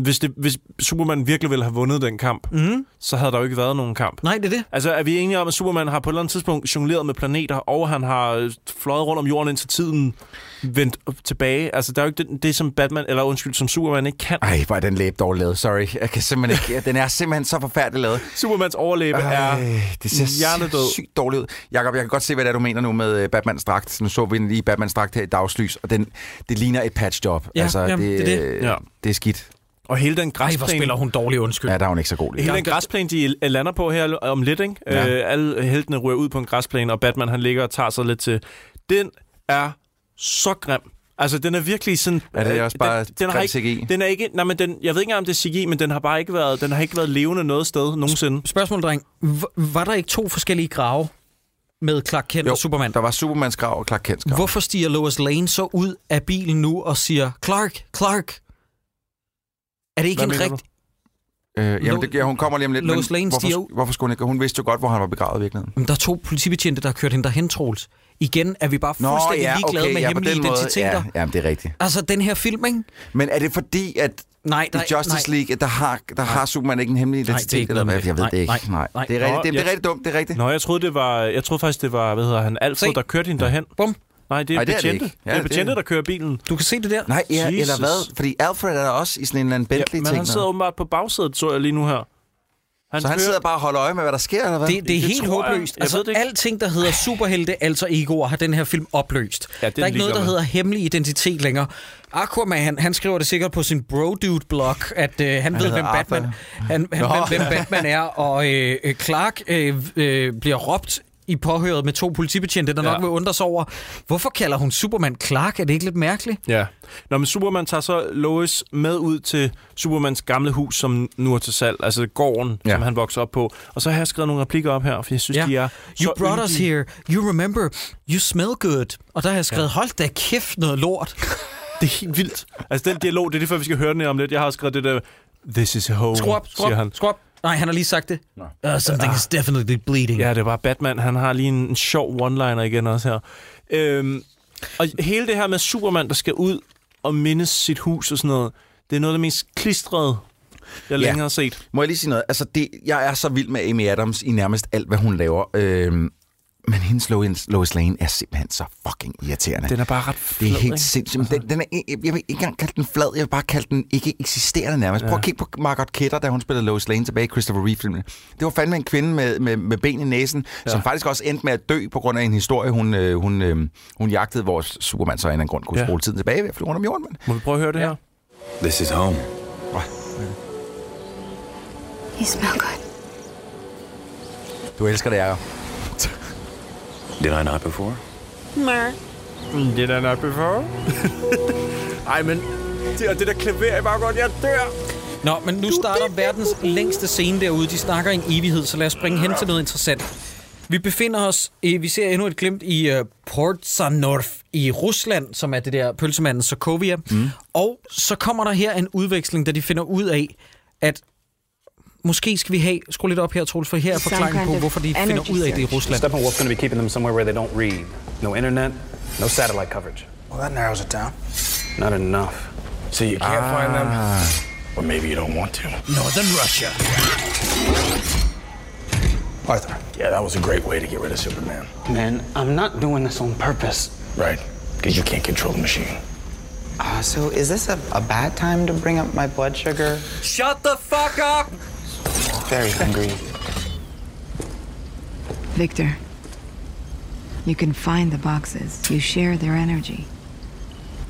Hvis, det, hvis Superman virkelig ville have vundet den kamp, mm. så havde der jo ikke været nogen kamp.
Mhm. Nej, det er det.
Altså, er vi enige om, at Superman har på et eller andet tidspunkt jongleret med planeter, og han har øh, fløjet rundt om jorden, indtil tiden vendt op- tilbage? Altså, der er jo ikke det, det som Batman, eller undskyld, som Superman ikke kan.
Ej, hvor er den læbe dårligt lavet. Sorry. Jeg kan simpelthen ikke. Den er simpelthen så forfærdelig lavet.
Supermans overlæbe Ej, er
det ser
hjernedød.
sygt dårligt ud. Jakob, jeg kan godt se, hvad det er, du mener nu med øh, Batmans dragt. Nu så vi den lige Batmans dragt her i dagslys, og den, det ligner et patchjob.
Ja, jamen, det er det.
øh,
Ja.
det er skidt.
Og hele den græsplæne...
Ej, hvor spiller hun dårlig undskyld.
Ja, der er hun ikke så god lige.
Hele den græsplæne, de lander på her om lidt, ikke?
Ja.
Ja. Øh, alle heltene rører ud på en græsplæne, og Batman han ligger og tager sig lidt til. Den er så grim. Altså, den er virkelig sådan...
Er det
øh,
også bare grim
ikke,
CGI?
Den er ikke... Nej, men den, jeg ved ikke engang, om det er CGI, men den har bare ikke været, den har ikke været levende noget sted nogensinde.
Spørgsmål, dreng. V- var der ikke to forskellige grave med Clark Kent og Superman?
Der var Supermans grav og Clark Kents grav.
Hvorfor stiger Lois Lane så ud af bilen nu og siger, Clark, Clark? Er det ikke
Hvad
en
mener
rigtig...
Øh, jamen, det, ja, hun kommer lige om lidt.
Lois Lane stiger
hvorfor,
ud.
hvorfor skulle hun ikke? Hun vidste jo godt, hvor han var begravet i virkeligheden.
Men der er to politibetjente, der har kørt hende derhen, Troels. Igen er vi bare
Nå,
fuldstændig
ja,
ligeglade
okay,
med
ja, på
hemmelige
den måde,
identiteter.
ja, jamen, det er rigtigt.
Altså, den her film, ikke?
Men er det fordi, at
Nej, nej,
I Justice
nej.
League, at der har, der har Superman ikke en hemmelig
Nej, det er
identitet,
ikke
eller
noget
hvad?
med
Jeg ved
det.
det ikke.
Nej,
Nej,
nej, nej.
Det er rigtigt, det, er-
Nå,
det er
jeg-
rigtig dumt, det er rigtigt.
Nå, jeg troede, det var, jeg troede faktisk, det var, hvad hedder han, Alfred, der kørte hende derhen.
Bum.
Nej, det er
Nej, det er det
betjente.
ikke. Ja, det
det er
er-
betjente, der kører bilen.
Du kan se det der.
Nej, ja,
Jesus.
eller hvad? Fordi Alfred er der også i sådan en eller anden
Ja,
Bentley-ting.
men han sidder åbenbart på bagsædet, så jeg lige nu her.
så han
kører-
sidder bare og holder øje med, hvad der sker, eller hvad?
Det, det er helt
tror jeg.
håbløst.
Jeg
Altså,
ved det ikke.
alting, der hedder superhelte, altså egoer, har den her film opløst.
Ja,
Ja,
det er
der er
den
ikke noget,
ligeglad
der
med.
hedder hemmelig identitet længere. Aquaman, han, han skriver det sikkert på sin bro-dude-blog, at øh, han, han ved,
hedder
hvem
Arthur.
Batman, han, han
Nå.
ved, hvem Batman er. Og øh, øh, Clark øh, øh, bliver råbt i påhøret med to politibetjente, der
Ja.
ja. nok vil undre sig over, hvorfor kalder hun Superman Clark? Er det ikke lidt mærkeligt?
Ja. Nå, men Superman tager så Lois med ud til Supermans gamle hus, som nu er til salg, altså gården, ja.
Ja.
som han voksede op på. Og så har jeg skrevet nogle replikker op her, for jeg synes, ja. de er
You
så
brought us
yndige.
here. You remember. You smell good. Og der har jeg skrevet, hold da kæft noget lort.
Det er helt vildt. Altså, den dialog, det er lige før, vi skal høre den her om lidt. Jeg har skrevet det der, this is home,
Skru op, skru
siger han. Ah.
op, skru op. Nej, han har lige sagt det. Uh, something is definitely bleeding.
Ja, det er bare Batman. Han har lige en, en sjov one-liner igen også her. Øhm, og hele det her med Superman, der skal ud og mindes sit hus og sådan noget, det er noget af det mest klistrede, jeg
Ja.
længe har set.
Må jeg lige sige noget? Altså, det, jeg er så vild med Amy Adams i nærmest alt, hvad hun laver. Øhm, men hendes Lois, Lois Lane er simpelthen så fucking irriterende.
Den er bare ret flad,
det er
ikke?
helt sindssygt. Men Den, den er, jeg vil ikke engang kalde den flad, jeg vil bare kalde den ikke eksisterende nærmest. Ja. Prøv at kigge på Margot Kidder, da hun spillede Lois Lane tilbage i Christopher Reeve-filmen. Det var fandme en kvinde med, med, med ben i næsen, ja. som faktisk også endte med at dø på grund af en historie, hun, øh, hun, øh, hun jagtede, hvor Superman så af en eller anden grund kunne
Ja.
ja. spole tiden tilbage ved at flyve rundt om jorden. Men.
Må vi prøve at høre det her?
This is home.
You smell good.
Du elsker det, Jacob.
Did I not before?
Mer.
Did I not before? Ej, men det, og det der klaver i baggrunden, jeg dør!
Nå, men nu starter verdens længste scene derude. De snakker i en evighed, så lad os springe hen til noget interessant. Vi befinder os, øh, vi ser endnu et glimt i øh, Port Sanorf i Rusland, som er det der pølsemanden Sokovia. Mm. Og så kommer der her en udveksling, da de finder ud af, at måske skal vi have, skru lidt op her, Troels, for her er
Some
forklaringen
kind
på,
of
hvorfor de finder
energy
ud af det i
search.
Rusland.
Steppenwolf's going to be keeping them somewhere where they don't read. No internet, no satellite coverage.
Well, that narrows it down.
Not enough. So you
can't find them? Ah.
Or maybe you don't want to.
Northern Russia.
Arthur.
Yeah, that was a great way to get rid of Superman.
Man, I'm not doing this on purpose.
Right. Because you can't control the machine.
Uh, so is this a, a bad time to bring up my blood sugar?
Shut the fuck up!
Very hungry.
Victor, you can find the boxes. You share their energy.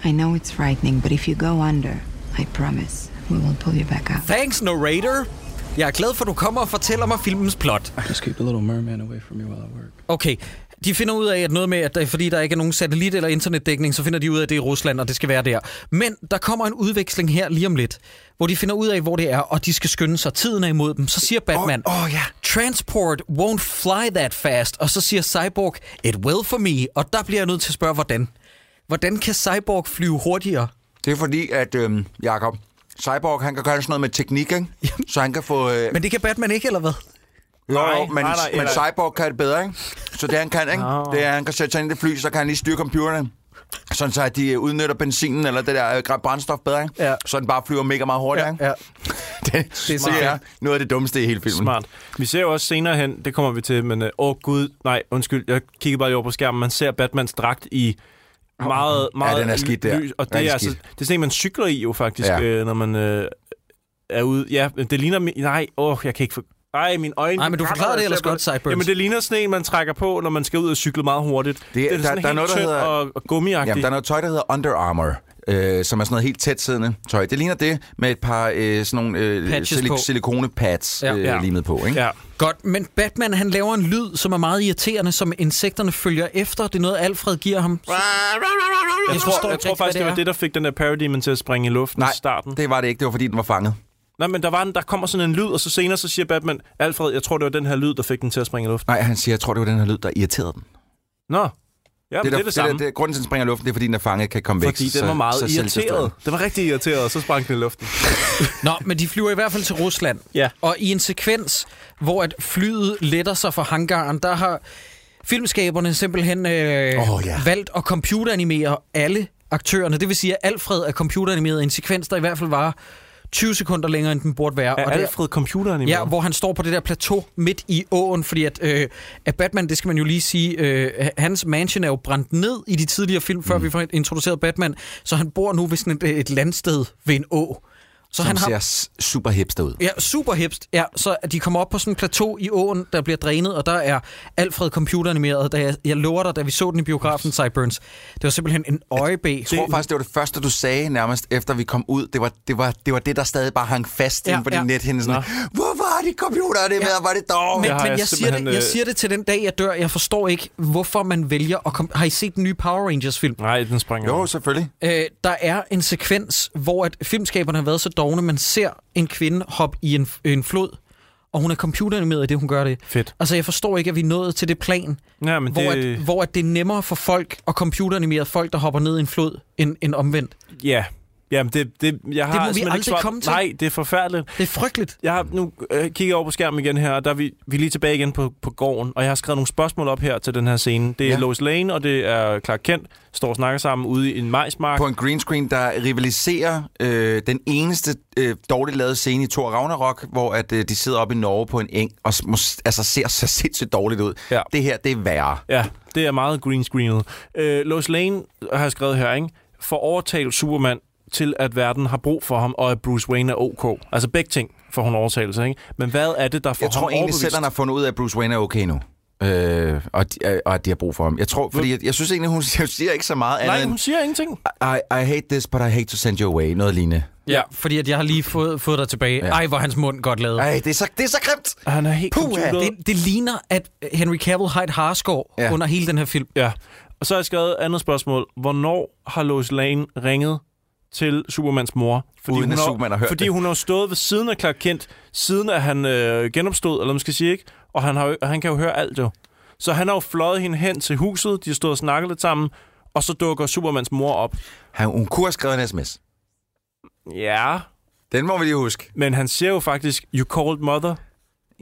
I know it's frightening, but if you go under, I promise we will pull you back up.
Thanks, narrator. Jeg er glad for, at du kommer og fortæller mig filmens plot.
Just keep the little merman away from me while I work.
Okay, de finder ud af, at noget med, at der, fordi der ikke er nogen satellit- eller internetdækning, så finder de ud af, at det er i Rusland, og det skal være der. Men der kommer en udveksling her lige om lidt, hvor de finder ud af, hvor det er, og de skal skynde sig. Tiden er imod dem. Så siger Batman,
Åh, åh, ja.
Transport won't fly that fast. Og så siger Cyborg, it will for me. Og der bliver jeg nødt til at spørge, hvordan. Hvordan kan Cyborg flyve hurtigere?
Det er fordi, at øhm, Jacob Cyborg, han kan gøre sådan noget med teknik, ikke? Så han kan få... Øh,
Men det kan Batman ikke, eller hvad?
jo, men,
Nej, nej, nej,
men
eller-
Cyborg kan det bedre, ikke? Så det han kan, ikke?
Nå.
Det er, at han kan sætte sig ind i det fly, så kan han lige styre computerne. Sådan så, at de øh, udnytter benzinen eller det der øh, gra- brændstof bedre, ikke?
Ja.
Så den bare flyver mega meget hurtigt, ikke?
ja.
*laughs* Det, det, er,
smart.
det er noget af det dummeste i hele filmen.
Smart. Vi ser jo også senere hen, det kommer vi til, men øh, åh gud, nej, undskyld, jeg kiggede bare lige over på skærmen, man ser Batmans dragt i meget, meget
den er skidt der.
lys, og
Den
det
er
er, altså, det
skidt.
er sådan en, man cykler i jo faktisk, ja.
Ja.
øh, når man øh, er ude. Ja, det ligner, mi- nej, åh, jeg kan ikke for... Ej, mine øjne...
Nej, men du
brænder,
forklarede det
jeg
ellers
ser på
godt, Sideburns.
Jamen, det ligner sådan en, man trækker på, når man skal ud og cykle meget hurtigt. Det, det er
der-
sådan
der er
helt
noget, der
tynd
hedder-
og, og
Jamen,
gummiagtigt.
der er noget tøj, der hedder Under Armour. Øh, som er sådan noget helt tæt siddende tøj. Det ligner det med et par øh, sådan nogle øh,
Patches på.
silik- silikonepads
Ja.
ja. øh,
Ja.
limet på, ikke?
Ja.
Godt, men Batman han laver en lyd, som er meget irriterende, som insekterne følger efter. Det er noget, Alfred giver ham.
Jeg tror, jeg tror faktisk, det var det, der fik den der Parademon til at springe i luften
Nej,
i starten.
det var det ikke. Det var, fordi den var fanget.
Nej, men der, var en, der kommer sådan en lyd, og så senere så siger Batman, Alfred, jeg tror, det var den her lyd, der fik den til at springe i luften.
Nej, han siger, jeg tror, det var den her lyd, der irriterede den.
Nå, ja, det, men det er det samme.
Det, der- grunden til, at den springer i luften, det er, fordi den er fanget kan komme væk.
fordi den var meget irriteret. Den var rigtig irriteret, og så sprang den i luften.
Nå, men de flyver i hvert fald til Rusland.
Ja.
Og i en sekvens, hvor at flyet letter sig fra hangaren, der har filmskaberne simpelthen øh,
Åh, ja.
valgt at computeranimere alle aktørerne. Det vil sige, at Alfred er computeranimeret i en sekvens, der i hvert fald var 20 sekunder længere, end den burde være.
Er Alfred computeren i
Ja, hvor han står på det der plateau midt i åen, fordi at, øh, at Batman, det skal man jo lige sige, øh, hans mansion er jo brændt ned i de tidligere film, før mm. vi får introduceret Batman, så han bor nu ved sådan et, øh, et landsted ved en å. Så
Som ser s- super hipster ud.
Ja, super hipst. Ja, så de kommer op på sådan en plateau i åen, der bliver drænet, og der er Alfred computeranimeret. Da jeg, jeg lover dig, da vi så den i biografen, Cyburns, det var simpelthen en øjebæ. Jeg
tror faktisk, det var det første, du sagde nærmest, efter vi kom ud. Det var det, var, det, var det der stadig bare hang fast ja, inde på ja. din nethinde. Sådan, Hvorfor har de computerne med? Var det dog?
Men, men jeg, siger det, jeg siger det til den dag, jeg dør. Jeg forstår ikke, hvorfor man vælger at komme... Har I set den nye Power Rangers-film?
Nej, den springer
Jo, selvfølgelig.
Øh, der er en sekvens, hvor at filmskaberne har været så dogne, man ser en kvinde hoppe i en, en flod, og hun er computeranimeret i det, hun gør det.
Fedt.
Altså, jeg forstår ikke, at vi er nået til det plan,
Ja, men
hvor,
det-
at, hvor at det er nemmere for folk at computeranimere folk, der hopper ned i en flod, end, end omvendt.
Ja. Jamen, det, det, jeg har
Det må vi
simpelthen ikke
aldrig
svaret-
komme til.
Nej, det er forfærdeligt.
Det er frygteligt.
Jeg har nu øh, kigger jeg over på skærmen igen her, og der er vi, vi er lige tilbage igen på, på gården, og jeg har skrevet nogle spørgsmål op her til den her scene. Det er
Ja.
ja. Lois Lane, og det er Clark Kent, står og snakker sammen ude i en majsmark.
På en green screen, der rivaliserer øh, den eneste øh, dårligt lavede scene i Thor Ragnarok, hvor at, øh, de sidder oppe i Norge på en eng og s- må, s- altså, ser så *laughs* sindssygt dårligt ud. Ja. Det her, det er værre.
Ja, det er meget green screenet. Øh, Lois Lane har skrevet her, ikke? For overtalt Superman til, at verden har brug for ham, og at Bruce Wayne er OK. Altså begge ting får hun overtagelse, ikke? Men hvad er det, der får
Jeg
ham
tror egentlig
overbevist?
selv, han har fundet ud af, at Bruce Wayne er okay nu. Øh, og, de, øh, og at de har brug for ham. Jeg tror, fordi jeg, jeg synes egentlig, hun *laughs* siger, siger ikke så meget andet
Nej,
end,
hun siger ingenting.
I, I hate this, but I hate to send you away. Noget lignende.
Ja, fordi at jeg har lige fået, fået dig tilbage. Ja. Ej, hvor er hans mund godt lavet.
Ej, det er så, det er så grimt.
Han er helt
Puh,
computeret.
det, det ligner, at Henry Cavill har et harskår ja. under hele den her film.
Ja. Og så har jeg skrevet andet spørgsmål. Hvornår har Lois Lane ringet til Supermans mor?
Uden at
hun
Superman har hørt
Fordi
det.
hun har jo stået ved siden af Clark Kent, siden at han øh, genopstod, eller hvad man skal sige, ikke? Og han, har, jo- han kan jo høre alt jo. Så han har jo fløjet hende hen til huset, de har stået og snakket lidt sammen, og så dukker Supermans mor op.
Han, hun kunne have skrevet en sms.
Ja.
Den må vi lige huske.
Men han siger jo faktisk, you called mother.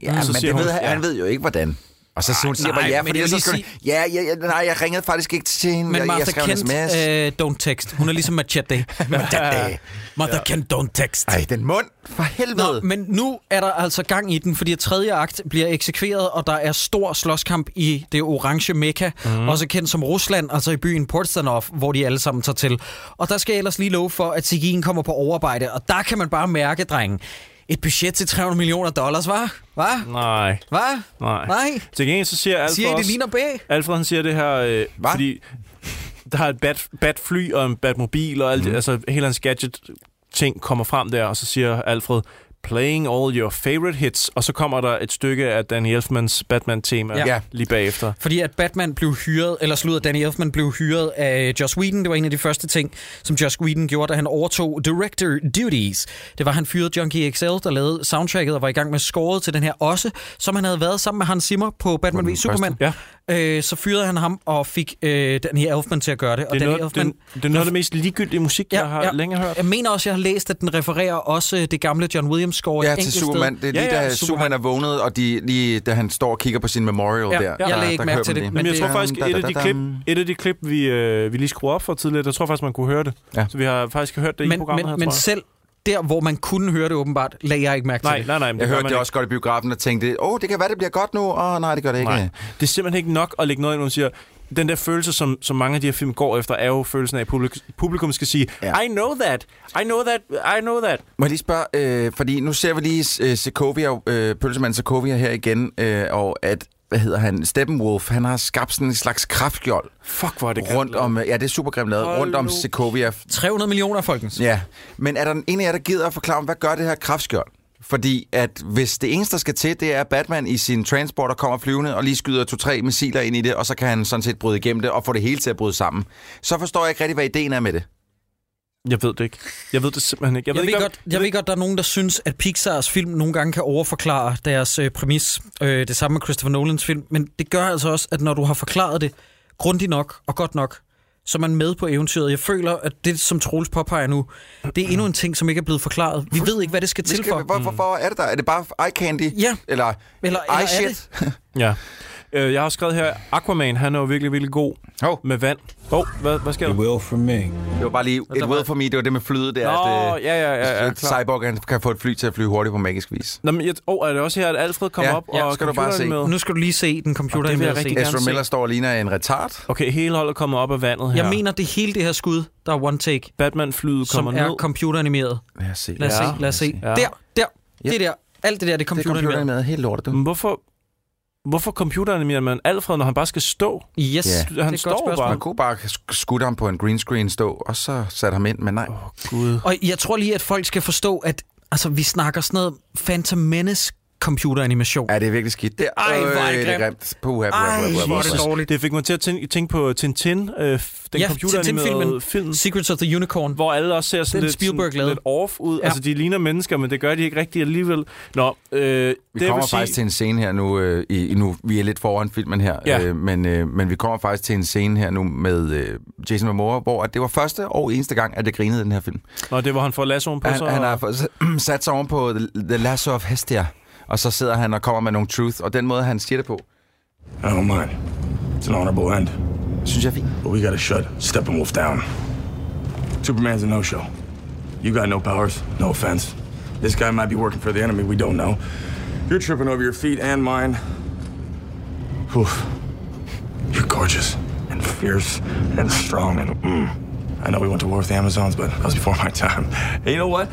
Ja, men det ved, han, han ved jo ikke, hvordan. Og så, så hun siger
nej,
bare, ja,
men
fordi
jeg vil
så
lige
skal sige...
sige-
ja, ja, ja, nej, jeg ringede faktisk ikke til hende.
Men
jeg, jeg
Martha
skrev en
Kent,
sms.
øh, don't text. Hun er ligesom Machete.
*laughs* Machete.
Martha Kent, don't text.
Ej, den mund. For helvede.
Nå, men nu er der altså gang i den, fordi at tredje akt bliver eksekveret, og der er stor slåskamp i det orange mekka, mm.
Mhm.
også kendt som Rusland, altså i byen Portstanov, hvor de alle sammen tager til. Og der skal jeg ellers lige love for, at Sigin kommer på overarbejde, og der kan man bare mærke, drengen, et budget til 300 millioner dollars, var? Var?
Nej.
Hvad?
Nej.
Nej.
Til gengæld så siger Alfred
Siger I, det
også-
ligner B?
Alfred han siger det her, øh, fordi der er et bat, batfly og en batmobil, og
Mhm.
alt, mm. altså hele hans gadget-ting kommer frem der, og så siger Alfred, playing all your favorite hits, og så kommer der et stykke af Danny Elfmans Batman-tema
Ja.
ja. lige bagefter.
Fordi at Batman blev hyret, eller slutter Danny Elfman blev hyret af Joss Whedon. Det var en af de første ting, som Joss Whedon gjorde, da han overtog director duties. Det var, han fyrede Junkie XL, der lavede soundtracket og var i gang med scoret til den her også, som han havde været sammen med Hans Zimmer på Batman v Superman.
Ja.
Øh, så fyrede han ham og fik øh, Danny Elfman til at gøre det. Og
Det er,
Danny
noget,
Elfman,
det, det er noget af det mest ligegyldige musik, ja, jeg har ja. længe hørt.
jeg mener også, jeg har læst, at den refererer også øh, det gamle John Williams score.
Ja, til Superman. Det er lige, ja, ja, da Superman er vågnet, og de, lige, da han står og kigger på sin memorial
Ja,
der.
jeg
der,
lagde ikke
der
mærke
kører
til
man
det,
Men jeg tror faktisk, et af de klip,
Dam,
et af de klip vi, øh, vi lige skruede op for tidligere, der tror jeg faktisk, man kunne høre det. Ja. Så vi har faktisk hørt det i
men,
programmet
men,
her,
men
tror jeg.
selv der, hvor man kunne høre det åbenbart, lagde jeg ikke mærke til det.
men
Jeg
det gør
hørte
man
det
ikke.
også godt i biografen og tænkte, åh, oh, det kan være, det bliver godt nu. Åh, oh, nej, det gør det ikke.
Nej. Det er simpelthen ikke nok at lægge noget ind, hvor man siger, den der følelse, som, som mange af de her film går efter, er jo følelsen af, at publik, publikum skal sige, ja. I know that, I know that, I know that.
Må jeg lige spørge, øh, fordi nu ser vi lige øh, Sekovia, øh, pølsemanden Sekovia her igen, øh, og at, hvad hedder han, Steppenwolf, han har skabt sådan en slags kraftskjold.
Fuck, hvor er det
rundt om, øh, Ja, det er super grimt lavet,
Hold
rundt om
nu.
Sekovia.
300 millioner, folkens.
Ja, men er der en af jer, der gider at forklare, hvad gør det her kraftskjold? Fordi at hvis det eneste, der skal til, det er, at Batman i sin transporter kommer flyvende og lige skyder to-tre missiler ind i det, og så kan han sådan set bryde igennem det og få det hele til at bryde sammen, så forstår jeg ikke rigtig, hvad ideen er med det.
Jeg ved det ikke. Jeg ved det simpelthen ikke.
Jeg, jeg, ved, godt, jeg ved godt, der er nogen, der synes, at Pixars film nogle gange kan overforklare deres øh, præmis. Øh, det samme med Christopher Nolans film. Men det gør altså også, at når du har forklaret det grundigt nok og godt nok, så er man med på eventyret. Jeg føler, at det, som Troels påpeger nu, det er endnu en ting, som ikke er blevet forklaret. Vi ved ikke, hvad det skal til for.
Hvorfor hvor, hvor er det der? Er det bare eye candy?
Ja.
Eller,
Eller- eller er
eye shit?
det?
Ja. Øh, jeg har også skrevet her, Aquaman, han er jo virkelig, virkelig god
oh.
med vand. Åh, oh, hvad, hvad sker der?
It
will
for me. Det var bare lige, it will for me, det var det med flyet der.
Nå,
at, øh,
ja, ja, ja, ja,
at
klar.
Cyborg han kan få et fly til at flyve hurtigt på magisk vis.
Nå, men jeg, oh, er det også her, at Alfred kommer
Ja,
op
ja,
og
skal du bare se.
Med?
Nu skal du lige se den computer.
det vil jeg rigtig
Ezra
gerne
Miller
se.
står og ligner en retard.
Okay, hele holdet kommer op af vandet her.
Jeg mener, det hele det her skud, der er one take,
Batman-flyet
som
kommer
er
ned.
computeranimeret.
Lad os se.
Lad os
Ja,
se, lad os se. Der, der, det der. Alt det der, det er computeranimeret.
computeranimeret, helt lortet.
Men hvorfor, hvorfor computeranimerer man Alfred, når han bare skal stå?
Yes,
Han står bare.
Man kunne bare sk- skudte ham på en green screen stå, og så satte ham ind, men nej. Åh, oh,
gud.
Og jeg tror lige, at folk skal forstå, at altså, vi snakker sådan noget Phantom Menace computeranimation.
Ja, det er virkelig skidt. Det,
Ej, hvor er
det
det grimt.
grimt. Puh,
Ej, hvor er det dårligt.
Det fik mig til at tænke, tænke på Tintin, øh, f- den
Ja,
computeranimerede
Tintin-filmen.
film.
Secrets of the Unicorn.
Hvor alle også ser sådan
Den
lidt,
Spielberg
sådan,
lavede.
lidt off ud. Ja.
Ja.
Altså, de ligner mennesker, men det gør de ikke rigtigt alligevel. Nå, øh, vi
Vi
det
kommer
vil sige,
faktisk til en scene her nu, øh, i, i- nu. Vi er lidt foran filmen her,
Ja.
øh, men, øh, men vi kommer faktisk til en scene her nu med øh, Jason Momoa, hvor at det var første og eneste gang, at jeg grinede i den her film.
Nå, det var han får lassoen på
Han,
sig.
han
og-
har fået- *clears throat* sat sig oven på The, the Lasso of Hestia, og så sidder han og kommer med nogle truth, og den måde, han siger det på.
I don't mind. It's an honorable end.
Synes jeg er fint.
But we gotta shut Steppenwolf down. Superman's a no-show. You got no powers, no offense. This guy might be working for the enemy, we don't know. You're tripping over your feet and mine. Oof. You're gorgeous and fierce and strong and mm. I know we went to war with the Amazons, but that was before my time. And you know what?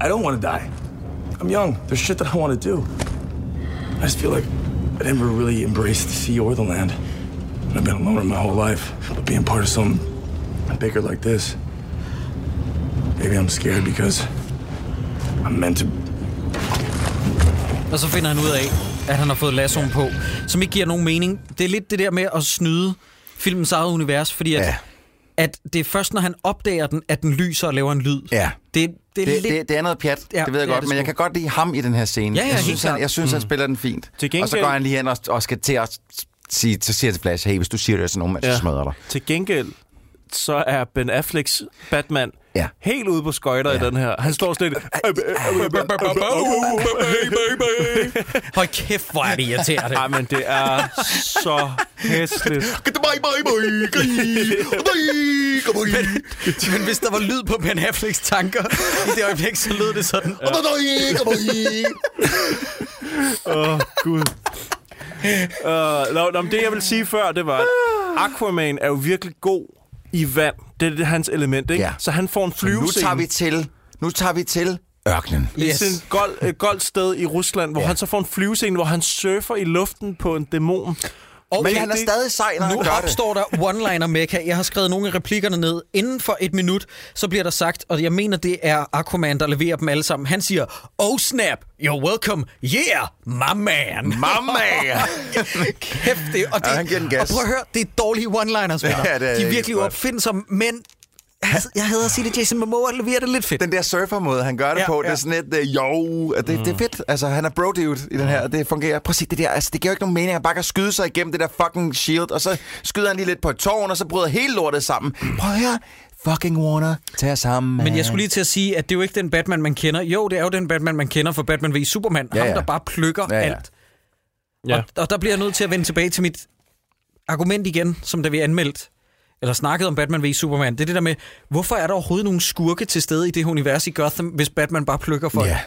I don't want to die. I'm young. There's shit that I want to do. I just feel like I never really embraced the sea or the land. I've been a loner my whole life, but being part of something bigger like this, maybe I'm scared because I'm meant to.
Og så finder han ud af, at han har fået lassoen på, som ikke giver nogen mening. Det er lidt det der med at snyde filmens eget univers, fordi at, ja. at det er først, når han opdager den, at den lyser og laver en lyd.
Ja.
Det, det,
Det,
er
det,
lidt...
det, det er noget pjat, ja, det ved jeg
det er
godt,
det
men
sgu.
jeg kan godt lide ham i den her scene.
Ja, ja,
jeg
helt
synes, han,
klart.
jeg synes han
Mm.
spiller den fint.
Til
Og så
gengæld-
går han lige hen og, og skal til at s- sige, så siger jeg til Flash, hey, hvis du siger det til nogen, mand, så smadrer jeg dig.
Til gengæld, så er Ben Afflecks Batman
Ja.
helt ude på skøjter ja. i den her. Han står sådan lidt...
Høj kæft, hvor er det *laughs* irriterende.
Ej, men det er så hæsligt.
Men, men hvis der var lyd på Ben Afflecks tanker i det øjeblik, så lød det sådan.
Åh, oh, Gud. Uh, no, no, men det, jeg vil sige før, det var, at
Ah.
Aquaman er jo virkelig god i vand. Det er det, hans element, ikke?
Ja.
Så han får en
Nu
flyvescene.
tager vi til, nu tager vi til ørkenen.
i sådan et gold, et goldt sted i Rusland, hvor han så får en flyvescene, hvor han surfer i luften på en dæmon.
Men han er stadig sej, når han
nu
gør det.
opstår der one-liner mekka. Jeg har skrevet nogle af replikkerne ned. Inden for et minut, så bliver der sagt, og jeg mener, det er Aquaman, der leverer dem alle sammen. Han siger, oh snap, you're welcome, yeah, my man.
My man.
*laughs* Kæft det. Og, det,
Ja, han giver den gas.
og prøv at høre, det er dårlige one-liners, venner.
Ja, det er
De er
helt
virkelig
godt.
opfindsomme, men altså, jeg hader at sige det, Jason Momoa leverer det lidt fedt.
Den der surfermåde, han gør det
Ja,
ja, på,
ja.
ja. det er sådan lidt, øh, jo, at det, mm. det er fedt. Altså, han er bro dude i den her, og det fungerer. Prøv at se det der, altså, det giver jo ikke nogen mening, at han bare kan skyde sig igennem det der fucking shield, og så skyder han lige lidt på et tårn, og så bryder hele lortet sammen. Prøv at høre, fucking Warner, tag jer sammen, man.
Men jeg skulle lige til at sige, at det er jo ikke den Batman, man kender. Jo, det er jo den Batman, man kender for Batman v Superman. Ja,
Ja,
ja. Ham,
ja.
der bare plukker ja,
Ja,
ja.
ja.
alt.
Ja.
Og, og der bliver jeg nødt til at vende tilbage til mit argument igen, som da vi anmeldte, eller snakkede om Batman v Superman. Det er det der med, hvorfor er der overhovedet nogle skurke til stede i det her univers i Gotham, hvis Batman bare plukker folk?
Ja.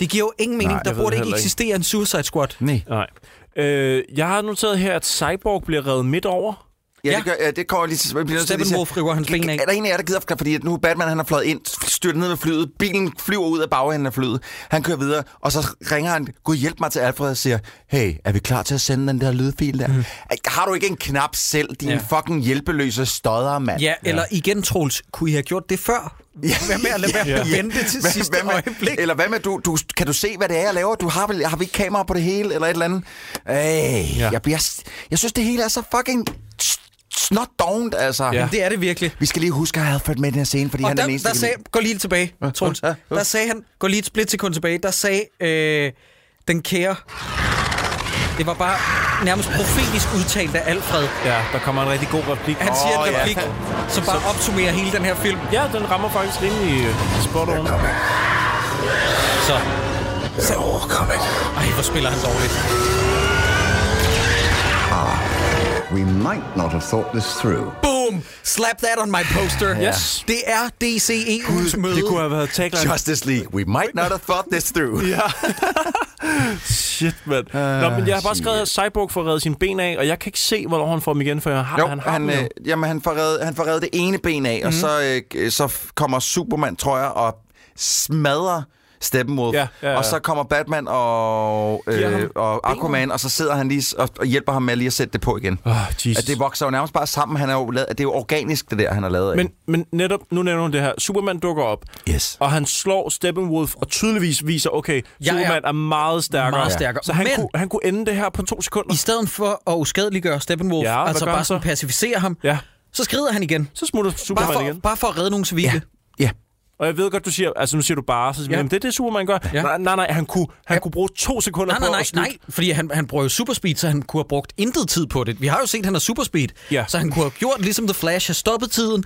Det giver jo ingen mening. Nej,
Nej, jeg
der
ved
burde
det
ikke
heller ikke.
eksistere en Suicide Squad.
Nej.
Nej. Øh, jeg har noteret her, at Cyborg bliver revet midt over.
Ja,
Ja.
det, gør, ja, det kommer jeg lige til. Jeg bliver nødt til lige at
Steppenwolf river hans ben af.
Er der en af jer, der gider, fordi at nu er Batman han har fløjet ind, styrtet ned med flyet, bilen flyver ud af bagenden af flyet, han kører videre, og så ringer han, Gud hjælp mig til Alfred og siger, hey, er vi klar til at sende den der lydfil der? Mm. Har du ikke en knap selv,
Mhm.
din
Ja.
ja. fucking hjælpeløse stodder, mand?
Ja, eller igen, Troels, kunne I have gjort det før? Ja. Hvad med at lade være med at vente til
Hvad-
sidste
hvad med-
øjeblik?
Eller hvad med, du, du, kan du se, hvad det er, jeg laver? Du har, vel, har vi ikke kamera på det hele, eller et eller andet? Ej, ja. jeg, bliver, s- jeg synes, det hele er så fucking snot dovent, altså.
Ja. Det er det virkelig.
Vi skal lige huske at have Alfred med i den her scene, fordi
Og
han
der,
er den eneste...
der sagde, gå lige lidt tilbage, Troels.
ja, ja.
Der sagde han, gå lige et splitsekund tilbage, der sagde øh, den kære... Det var bare nærmest profetisk udtalt af Alfred.
Ja, der kommer en rigtig god replik.
Han siger
Åh,
en
ja.
replik, som bare opsummerer hele den her film.
Ja, den rammer faktisk rimelig øh, spot on.
Så,
They're all coming.
ej, hvor spiller han dårligt.
Ah,
we might not have thought this through.
Boom! Slap that on my poster.
Ja. Yes.
Det er DCEU's møde.
det kunne
have været tagline.
Justice League, we might not have thought this through.
ja. Shit, mand.
Ah,
Nå, men jeg har bare skrevet, at Cyborg får reddet sine ben af, og jeg kan ikke se, hvornår han får dem igen, for jeg har,
Jo,
han har
han,
dem jo.
øh, jamen, han får reddet, han får reddet det ene ben af, mm. og
Mhm.
så, øh, så f- kommer Superman, tror jeg, og smadrer Steppenwolf.
Ja, ja, ja.
Og så kommer Batman og,
Giver
øh,
ham
og Aquaman, og så sidder han lige s- og, og hjælper ham med lige at sætte det på igen.
Oh,
at det vokser jo nærmest bare sammen. Han er jo lavet, det er jo organisk, det der, han har lavet af.
Men, men netop, nu nævner hun det her, Superman dukker op,
yes.
og han slår Steppenwolf, og tydeligvis viser, okay,
er
Superman er, meget stærkere.
meget stærkere.
Så han
Men-
kunne, han kunne ende det her på to sekunder.
I stedet for at uskadeliggøre Steppenwolf,
Ja, hvad
altså
gør
bare
han så?
sådan pacificere ham,
ja.
så skrider han igen.
Så smutter Superman
bare for,
igen.
Bare for at redde nogle civile. Ja.
ja.
Og jeg ved godt, du siger, altså nu siger du bare, så siger,
Ja.
ja. jamen, det er det, Superman gør. Ja. Nej, nej, nej, han kunne, han kunne bruge to sekunder
Nej, nej,
på
nej,
at slutte.
nej, fordi han, han bruger jo superspeed, så han kunne have brugt intet tid på det. Vi har jo set, at han har superspeed,
Ja.
så han kunne have gjort ligesom The Flash, have stoppet tiden,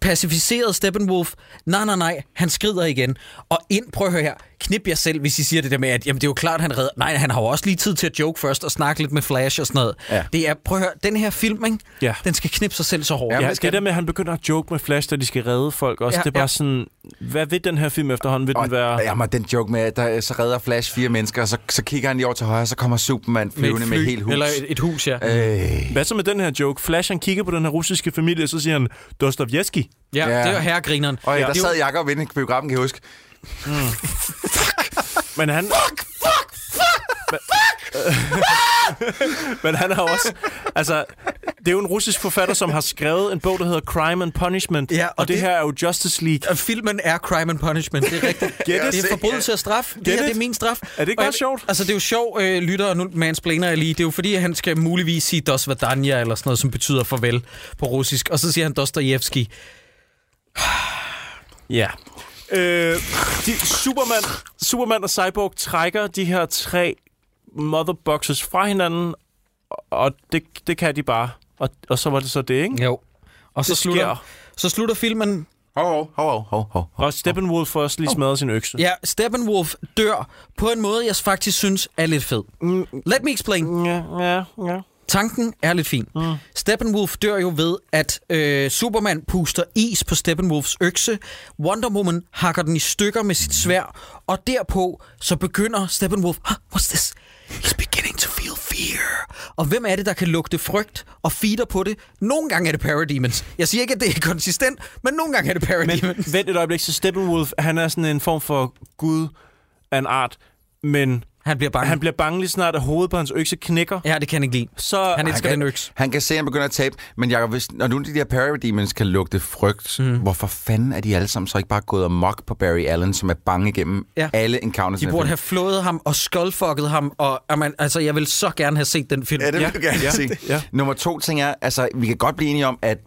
pacificeret Steppenwolf. Nej, nej, nej, han skrider igen. Og ind, prøv at høre her, knip jer selv, hvis I siger det der med, at jamen, det er jo klart, han redder. Nej, han har jo også lige tid til at joke først og snakke lidt med Flash og sådan noget.
Ja.
Det er, prøv at høre, den her film, ikke?
Ja.
den skal knippe sig selv så hårdt.
Ja, ja, det der med, at han begynder at joke med Flash, da de skal redde folk også,
Ja,
ja, det er bare
ja.
ja. sådan, hvad vil den her film efterhånden? Vil den være...
Jamen, den joke med, at der, så redder Flash fire mennesker, og så, så kigger han lige over til højre, og så kommer Superman
et
flyvende med,
fly,
et helt hus.
Eller et, et hus, ja.
Øh.
Hvad så med den her joke? Flash, han kigger på den her russiske familie, og så siger han, Dostoyevsky.
Ja, det var herregrineren.
Og ja,
Ja.
der
Det er
sad
jo-
Jacob inde i biografen, kan jeg huske.
Men han... Fuck,
fuck,
fuck, fuck! *laughs* Men han har også... Altså, det er jo en russisk forfatter, som har skrevet en bog, der hedder Crime and Punishment. Ja, og, og det, det her er jo Justice League.
Og filmen er Crime and Punishment, det er *laughs* rigtigt.
Get it?
det er forbrydelse og straf. Det
Get
her det er
it?
min straf.
Er det ikke
Og
meget
jeg-
sjovt?
Altså, det er jo sjovt, øh, lytter, og nu mansplaner jeg lige. Det er jo fordi, at han skal muligvis sige Dos Vadania, eller sådan noget, som betyder farvel på russisk. Og så siger han Dostojevski.
Ja. Øh, de, Superman, Superman og Cyborg trækker de her tre motherboxes fra hinanden, og det, det kan de bare. Og, og så var det så det, ikke?
Jo. Og så
det
slutter,
sker.
så slutter filmen...
Hov, hov, hov, hov.
Og Steppenwolf får også lige smadret sin økse.
Ja, Steppenwolf dør på en måde, jeg faktisk synes er lidt fed.
Mm.
Let me explain.
Ja, ja, ja.
Tanken er lidt fin. Mm. Steppenwolf dør jo ved, at øh, Superman puster is på Steppenwolfs økse. Wonder Woman hakker den i stykker med sit svær, og derpå så begynder Steppenwolf... Huh, what's this? He's beginning to feel fear. Og hvem er det, der kan lugte frygt og feeder på det? Nogle gange er det Parademons. Jeg siger ikke, at det er konsistent, men nogle gange er det Parademons.
Men vent et øjeblik, så Steppenwolf, han er sådan en form for gud af en art, men...
Han bliver bange.
Han bliver bange lige snart, at hovedet på hans økse knækker.
Ja, det kan han ikke lide.
Så
Han elsker den økse.
Han kan se, at han begynder at tabe. Men Jacob, hvis, når nu de der Parademons kan lugte frygt, mm. hvorfor fanden er de alle sammen så ikke bare gået amok på Barry Allen, som er bange igennem
Ja.
ja. alle encounters? i
De
den
burde
film?
have flået ham og skullfucket ham, og amen, altså, jeg vil så gerne have set den film.
Ja, det vil jeg gerne se.
Ja.
Nummer to ting er, altså, vi kan godt blive enige om, at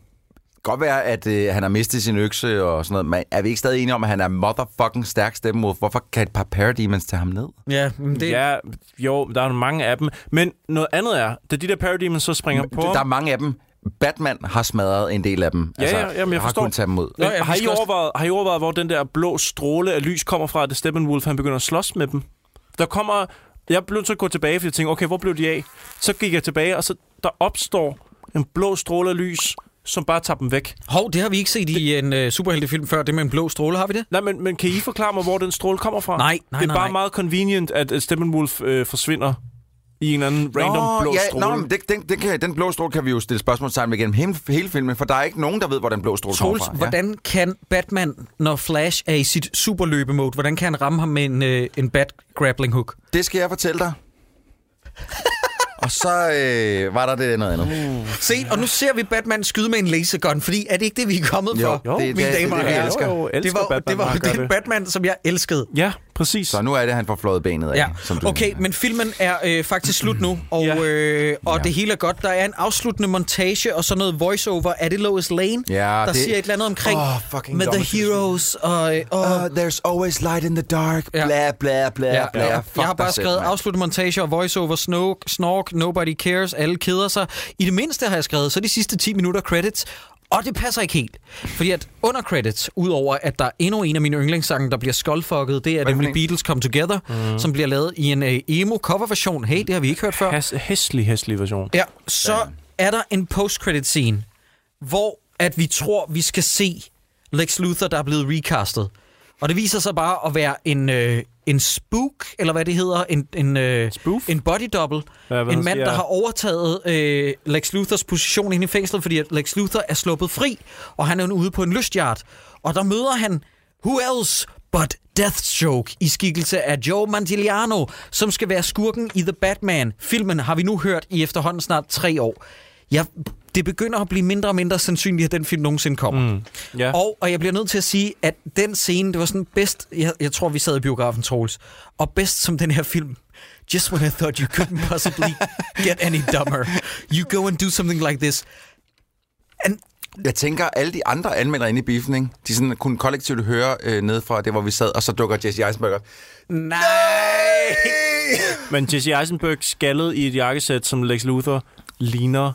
godt være, at øh, han har mistet sin økse og sådan noget, men er vi ikke stadig enige om, at han er motherfucking stærk Steppenwolf? Hvorfor kan et par Parademons tage ham ned?
Ja, men det...
Ja, jo, der er mange af dem. Men noget andet er, da de der Parademons så springer på...
Der er mange af dem. Batman har smadret en del af dem. Altså,
Ja, ja, jamen, jeg
har
forstår.
kun taget dem ud.
Nå, ja, har, I overvejet, har I overvejet, hvor den der blå stråle af lys kommer fra, at Steppenwolf han begynder at slås med dem? Der kommer... Jeg blev nødt til at gå tilbage, fordi jeg tænkte, okay, hvor blev de af? Så gik jeg tilbage, og så der opstår en blå stråle af lys, som bare tager dem væk.
Hov, det har vi ikke set i en uh, superheltefilm før, det med en blå stråle, har vi det?
Nej, men, men kan I forklare mig, hvor den stråle kommer fra?
Nej, nej,
Det er
nej,
bare
nej.
meget convenient, at at Steppenwolf øh, forsvinder i en eller anden random blå
ja,
stråle.
Nå, men det, den, den, kan, den blå stråle kan vi jo stille spørgsmålstegn ved gennem hele, hele filmen, for der er ikke nogen, der ved, hvor den blå stråle kommer
Troels,
fra.
hvordan kan Batman, når Flash er i sit superløbemode, hvordan kan han ramme ham med en, øh, en bat grappling hook?
Det skal jeg fortælle
*laughs*
dig. Og så øh, var der det noget andet.
Mm.
Uh,
Se, og nu ser vi Batman skyde med en lasergun, fordi er det ikke det, vi er kommet
Jo,
for,
jo, det er
mine
det-
damer og
det er det, jeg
herrer?
elsker. Jo, jo,
det
elsker
var,
Batman,
det var
når
jo
han gør
den
det.
Batman, som jeg elskede.
Ja, præcis.
Så nu er det, at han får flået benet af.
Ja,
som du
okay, men filmen er øh, faktisk slut nu, og, ja. øh, og ja. det hele er godt. Der er en afsluttende montage og sådan noget voiceover. Er det Lois Lane,
Ja,
der
det-
siger et eller andet omkring
Åh, fucking
med
dumme
The Heroes og... Øh, og
Uh, there's always light in the dark,
Ja.
bla bla bla
Ja,
bla.
ja.
Fuck
Jeg har
dig
bare
selv,
skrevet
mand.
afsluttende montage og voiceover, snork, snork, nobody cares, alle keder sig. I det mindste har jeg skrevet, så de sidste 10 minutter credits, og det passer ikke helt. Fordi at under credits, udover at der er endnu en af mine yndlingssange, der bliver skoldfucket, det er nemlig Beatles Come Together, mm. som bliver lavet i en uh, emo coverversion. Hey, det har vi ikke hørt før.
Hæs, hæslig, hæslig version.
Ja, så er der en post-credit scene, hvor at vi tror, vi skal se Lex Luthor, der er blevet recastet. Og det viser sig bare at være en, øh, en spook, eller hvad det hedder, en, en, øh, Spoof? en body double.
Ja, hvad
en mand,
siger
der
jeg?
har overtaget øh, Lex Luthers position inde i fængslet, fordi at Lex Luthor er sluppet fri, og han er nu ude på en lystjart. Og der møder han, who else but Deathstroke i skikkelse af Joe Manganiello, som skal være skurken i The Batman. Filmen har vi nu hørt i efterhånden snart tre år. Jeg, det begynder at blive mindre og mindre sandsynligt, at den film nogensinde kommer. Mm.
Ja.
Og, og jeg bliver nødt til at sige, at den scene, det var sådan bedst, jeg, jeg tror, vi sad i biografen, Troels, og bedst som den her film. Just when I thought you couldn't possibly
*laughs*
get any dumber, you go and do something like this.
Jeg tænker, alle de andre anmeldere inde i biffen, ikke? de sådan kunne kollektivt høre øh, ned fra det, hvor vi sad, og så dukker Jesse Eisenberg op.
Nej!
Men Jesse Eisenberg skaldet i et jakkesæt, som Lex Luthor ligner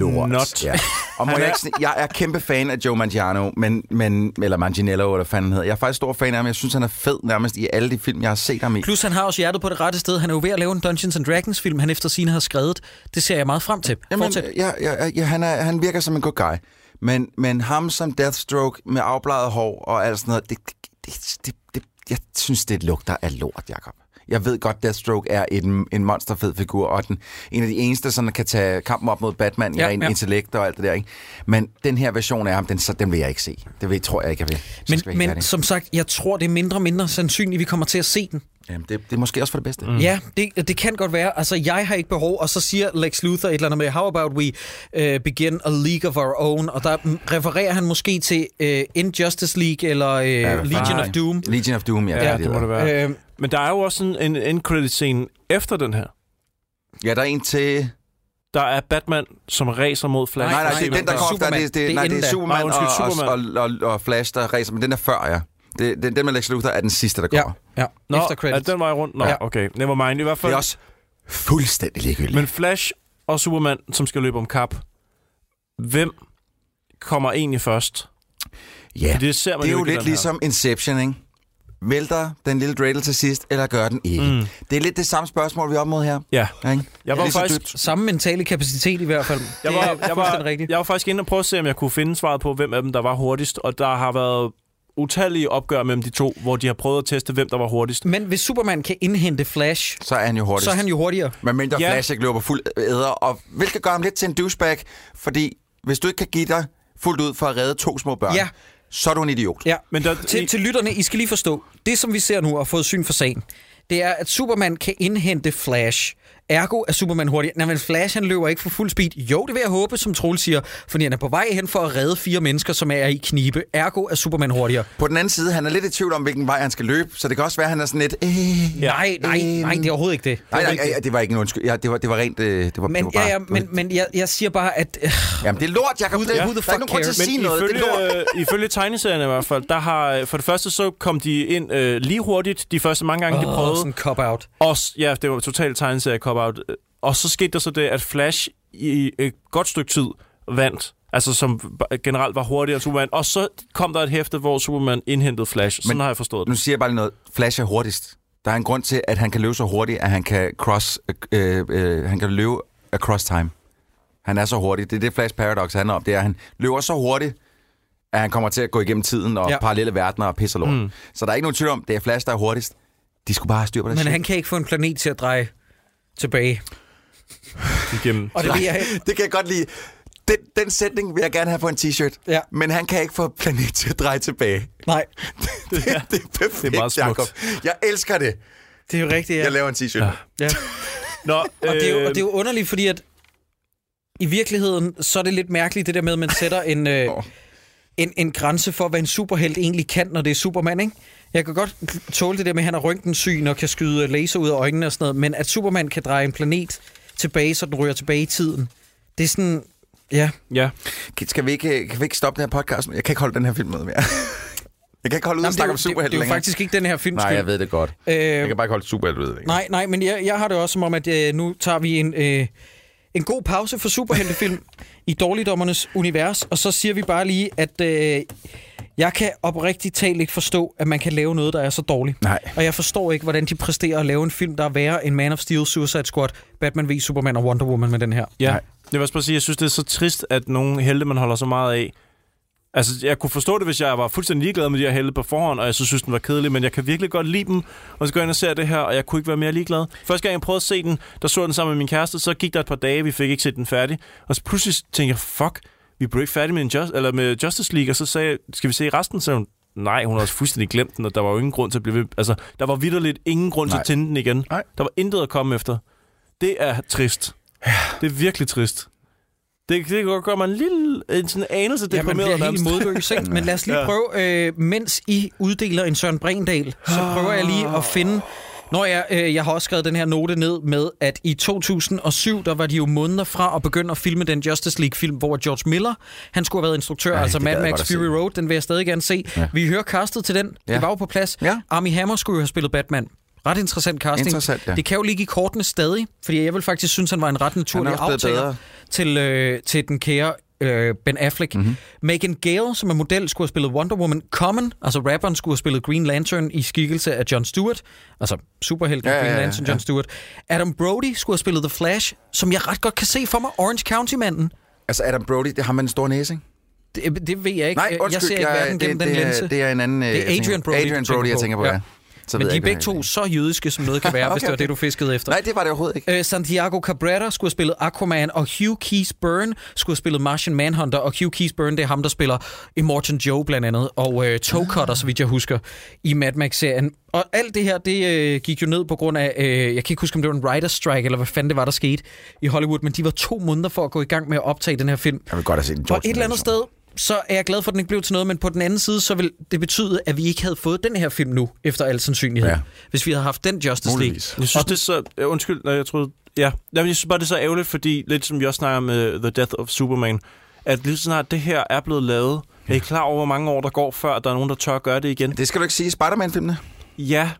Lort. Not.
Ja. Og må
Han
jeg,
er-
ikke, sn- jeg er kæmpe fan af Joe Mangiano, men, men, eller Manginello, eller hvad fanden han hedder. Jeg er faktisk stor fan af ham. Jeg synes, han er fed nærmest i alle de film, jeg har set ham i.
Plus han har også hjertet på det rette sted. Han er jo ved at lave en Dungeons and Dragons film, han efter sine har skrevet. Det ser jeg meget frem til.
Jamen,
Fortsæt.
ja, ja, ja, ja, han, er, han virker som en god guy. Men, men ham som Deathstroke med afbladet hår og alt sådan noget, det, det, det, det, det, jeg synes, det lugter af lort, Jacob. Jeg ved godt, Deathstroke er en, en monsterfed figur, og den, en af de eneste, som kan tage kampen op mod Batman i
Ja,
ja, ren
ja.
ja. intellekt og alt det der. Ikke? Men den her version af ham, den, så, den vil jeg ikke se. Det ved, tror jeg ikke, jeg vil. hvis jeg skal være
Men,
helt
men
ærlig.
som sagt, jeg tror, det er mindre og mindre sandsynligt, at vi kommer til at se den.
Jamen, det, det er måske også for det bedste.
Mm. Ja, det, det kan godt være. Altså, jeg har ikke behov, og så siger Lex Luthor et eller andet med, how about we uh, begin a league of our own, og der mm, refererer han måske til uh, Injustice League eller uh,
Ja,
ja,
hvad
Legion
fanden.
of Doom.
Legion of Doom, ja.
Ja,
er
det må det være. Øh,
Øhm.
Men der er jo også en, en end-credit-scene efter den her.
Ja, der er en til...
Der er Batman, som racer mod Flash.
Nej, nej, det er den, der kommer der. Det, er- det, nej, det er Superman,
Nej, undskyld, Superman.
Og, og, og, og Flash, der racer, men den er før, ja. Det, den, den med Lex Luthor er den sidste, der kommer.
Ja,
Nå,
Efter
efter
credits.
credits. den vej rundt? Nå,
Ja.
ja. okay. Never mind. I hvert fald...
Det er også fuldstændig ligegyldigt.
Men Flash og Superman, som skal løbe om kap, hvem kommer egentlig først?
Ja,
Fordi det, ser man
det er
jo,
jo
ikke i
lidt
den her.
ligesom Inception, ikke? Vælter den lille dreidel til sidst, eller gør den ikke? Mm. Det er lidt det samme spørgsmål, vi er op mod her.
Ja.
Ikke?
Jeg var
Lige så
faktisk-
dybt.
Samme mentale kapacitet i hvert fald.
Jeg
Det er
var, jeg,
fuldstændig
var, jeg var faktisk inde og prøve at se, om jeg kunne finde svaret på, hvem af dem, der var hurtigst. Og der har været utallige opgør mellem de to, hvor de har prøvet at teste, hvem der var hurtigst.
Men hvis Superman kan indhente Flash,
så er han jo hurtigst.
så er han jo hurtigere.
Men mindre
Ja.
ja. Flash ikke løber fuld æder, og hvilket gør ham lidt til en douchebag, fordi hvis du ikke kan give dig fuldt ud for at redde to små børn,
Ja.
så er du en idiot.
Ja, men der, til, til lytterne, I skal lige forstå, det som vi ser nu og har fået syn for sagen, det er, at Superman kan indhente Flash. Ergo er Superman hurtig. Nej, men Flash han løber ikke for fuld speed. Jo, det vil jeg håbe, som Troel siger, fordi han er på vej hen for at redde fire mennesker, som er i knibe. Ergo er Superman hurtigere.
På den anden side, han er lidt i tvivl om, hvilken vej han skal løbe, så det kan også være, at han er sådan lidt... Øh,
Ja. Nej, nej, nej, det er overhovedet ikke det.
Nej, nej, nej, det var ikke en undskyld. Ja, det, var, det var rent... Øh, det var, det var
Men,
bare,
ja, ja, men, men jeg, jeg siger bare, at... Øh,
Jamen, det er lort, Jacob. Det,
Ja.
der er ikke nogen grund til at
Men
sige noget. Det er lort.
Ifølge, øh, ifølge tegneserierne i hvert fald, der har... øh, For det første så kom de ind øh, lige hurtigt de første mange gange, de
Åh,
prøvede.
sådan en cop-out.
Og, s- ja, det var totalt tegneserie cop-out. Øh, Og så skete der så det, at Flash i et godt stykke tid vandt. Altså som b- generelt var hurtigere end Superman. Og så kom der et hæfte, hvor Superman indhentede Flash. Sådan
Men
Men, har jeg forstået det.
Nu siger jeg bare lige noget. Flash er hurtigst. Der er en grund til, at han kan løbe så hurtigt, at han kan cross, øh, øh, han kan løbe across time. Han er så hurtig. Det er det, Flash Paradox handler om. Det er, at han løber så hurtigt, at han kommer til at gå igennem tiden og
Ja.
ja. parallelle verdener og pisser lort. Mm. Så der er ikke nogen tvivl om, det er Flash, der er hurtigst. De skulle bare have styr på det
men
shit.
han kan ikke få en planet til at dreje tilbage.
Igennem.
Og det vil jeg
Nej, *laughs* det kan jeg godt lide. Den, den sætning vil jeg gerne have på en t-shirt.
Ja.
Men han kan ikke få planet til at dreje
*laughs*
tilbage.
Nej.
det, det, det er perfekt, det er
meget smukt.
Jeg elsker det.
Det er jo rigtigt, ja.
Jeg laver en t-shirt.
Ja.
Ja.
Ja.
Nå, og
Og det, er
Øh,
jo, og det er jo underligt, fordi at i virkeligheden, så er det lidt mærkeligt, det der med, at man sætter en, øh, en, en grænse for, hvad en superhelt egentlig kan, når det er Superman, ikke? Jeg kan godt tåle det der med, at han er røntgensyn og kan skyde laser ud af øjnene og sådan noget, men at Superman kan dreje en planet tilbage, så den ryger tilbage i tiden, det er sådan... Ja.
øh, Ja.
Skal vi ikke, kan vi ikke stoppe den her podcast? nu? Jeg kan ikke holde den her film med mere. *laughs* Jeg kan ikke holde ud
Jamen,
og snakke om
det, er jo- det,
superhelte
det er jo
længere.
faktisk ikke den her film.
Nej, jeg ved det godt.
Øh,
Jeg kan bare ikke holde superhelte ud længere.
Nej, nej, men jeg, jeg har det også som om, at øh, nu tager vi en, øh, en god pause for superheltefilm i Dårligdommernes Univers, og så siger vi bare lige, at øh, Jeg kan oprigtigt talt ikke forstå, at man kan lave noget, der er så dårligt.
Nej.
Og jeg forstår ikke, hvordan de præsterer at lave en film, der er værre end Man of Steel, Suicide Squad, Batman v Superman og Wonder Woman med den her.
Ja, Nej. jeg vil også bare sige, jeg synes, det er så trist, at nogle helte, man holder så meget af, Altså, jeg kunne forstå det, hvis jeg var fuldstændig ligeglad med de her helte på forhånd, og jeg så synes, den var kedelig, men jeg kan virkelig godt lide dem. Og så går jeg ind og ser det her, og jeg kunne ikke være mere ligeglad. Første gang, jeg prøvede at se den, der så jeg den sammen med min kæreste, så gik der et par dage, vi fik ikke set den færdig. Og så pludselig tænkte jeg, fuck, vi blev ikke færdige med, en just, eller med Justice League, og så sagde jeg, skal vi se resten? Så sagde hun, nej, hun har også fuldstændig glemt den, og der var jo ingen grund til at blive ved. Altså, der var vidderligt ingen grund nej. til at tænde den igen. Nej. Der var intet at komme efter. Det er trist. Det er virkelig trist. Det, det gør- gør mig en lille en sådan anelse
Ja, man
deprimeret.
bliver helt
nærmest.
modløs, ikke? Men lad os
*laughs*
lige
Ja.
prøve, øh, mens I uddeler en Søren Brendal,
Ah.
så prøver jeg lige at finde... Når jeg, øh, jeg har også skrevet den her note ned med, at i 2007, der var de jo måneder fra at begynde at filme den Justice League-film, hvor George Miller, han skulle have været instruktør, Ej,
Ej,
altså
det
Mad
gad jeg
Max
godt at
Fury Road, den vil jeg stadig gerne se. Ja.
Ja.
Vi hører castet til den, ja.
Ja.
det var jo på plads. Ja. Armie Hammer skulle jo have spillet Batman. Ret interessant casting.
Interessant, ja.
Det kan jo ligge i kortene stadig, fordi jeg vil faktisk synes, han var en ret naturlig
også blevet
aftager
bedre.
til, øh, til den kære øh, Ben Affleck.
Mhm.
Mm-hmm. Megan Gale, som er model, skulle have spillet Wonder Woman. Common, altså rapperen, skulle have spillet Green Lantern i skikkelse af John Stewart. Altså superhelten
Ja,
ja,
ja,
Green
ja,
Lantern,
ja.
John Stewart. Adam Brody skulle have spillet The Flash, som jeg ret godt kan se for mig. Orange County-manden.
Altså Adam Brody, det har man en stor næse, ikke?
Det, det ved jeg ikke.
Nej, undskyld,
jeg ser ikke
jeg-
verden
det-
gennem den
det er-
linse.
det er en anden, øh,
Det er
jeg
Adrian
tænker på.
Brody,
Adrian
du
Brody, jeg tænker på, ja. Så
Men
ved
de er
jeg ikke,
begge to
hvad
så jødiske, som noget kan
*laughs*
være, okay, hvis det var
Okay,
det, du fiskede efter.
Nej, det var det overhovedet ikke.
Øh, Santiago Cabrera skulle have spillet Aquaman, og Hugh Keys Byrne skulle have spillet Martian Manhunter, og Hugh Keys Byrne, det er ham, der spiller Immortan Joe blandt andet, og øh, Toe Cutter, så vidt jeg husker, i Mad Max-serien. Og alt det her, det øh, gik jo ned på grund af, øh, jeg kan ikke huske, om det var en writer's strike, eller hvad fanden det var, der skete i Hollywood, men de var to måneder for at gå i gang med at optage den her film.
Jeg vil godt have set en
Og
George
et eller andet sted, så er jeg glad for, at den ikke blev til noget, men på den anden side, så vil det betyde, at vi ikke havde fået den her film nu, efter al sandsynlighed. Ja.
Ja.
Hvis vi havde haft den Justice League.
Jeg synes, det er så... ja, Undskyld, nej, jeg troede... Ja, Jamen, jeg synes bare, det er så ærgerligt, fordi lidt som vi også snakker med The Death of Superman, at lige så snart det her er blevet lavet, er I klar over, hvor mange år der går, før der er nogen, der tør at gøre det igen?
Det skal du ikke sige. Spider-Man-filmene?
Ja.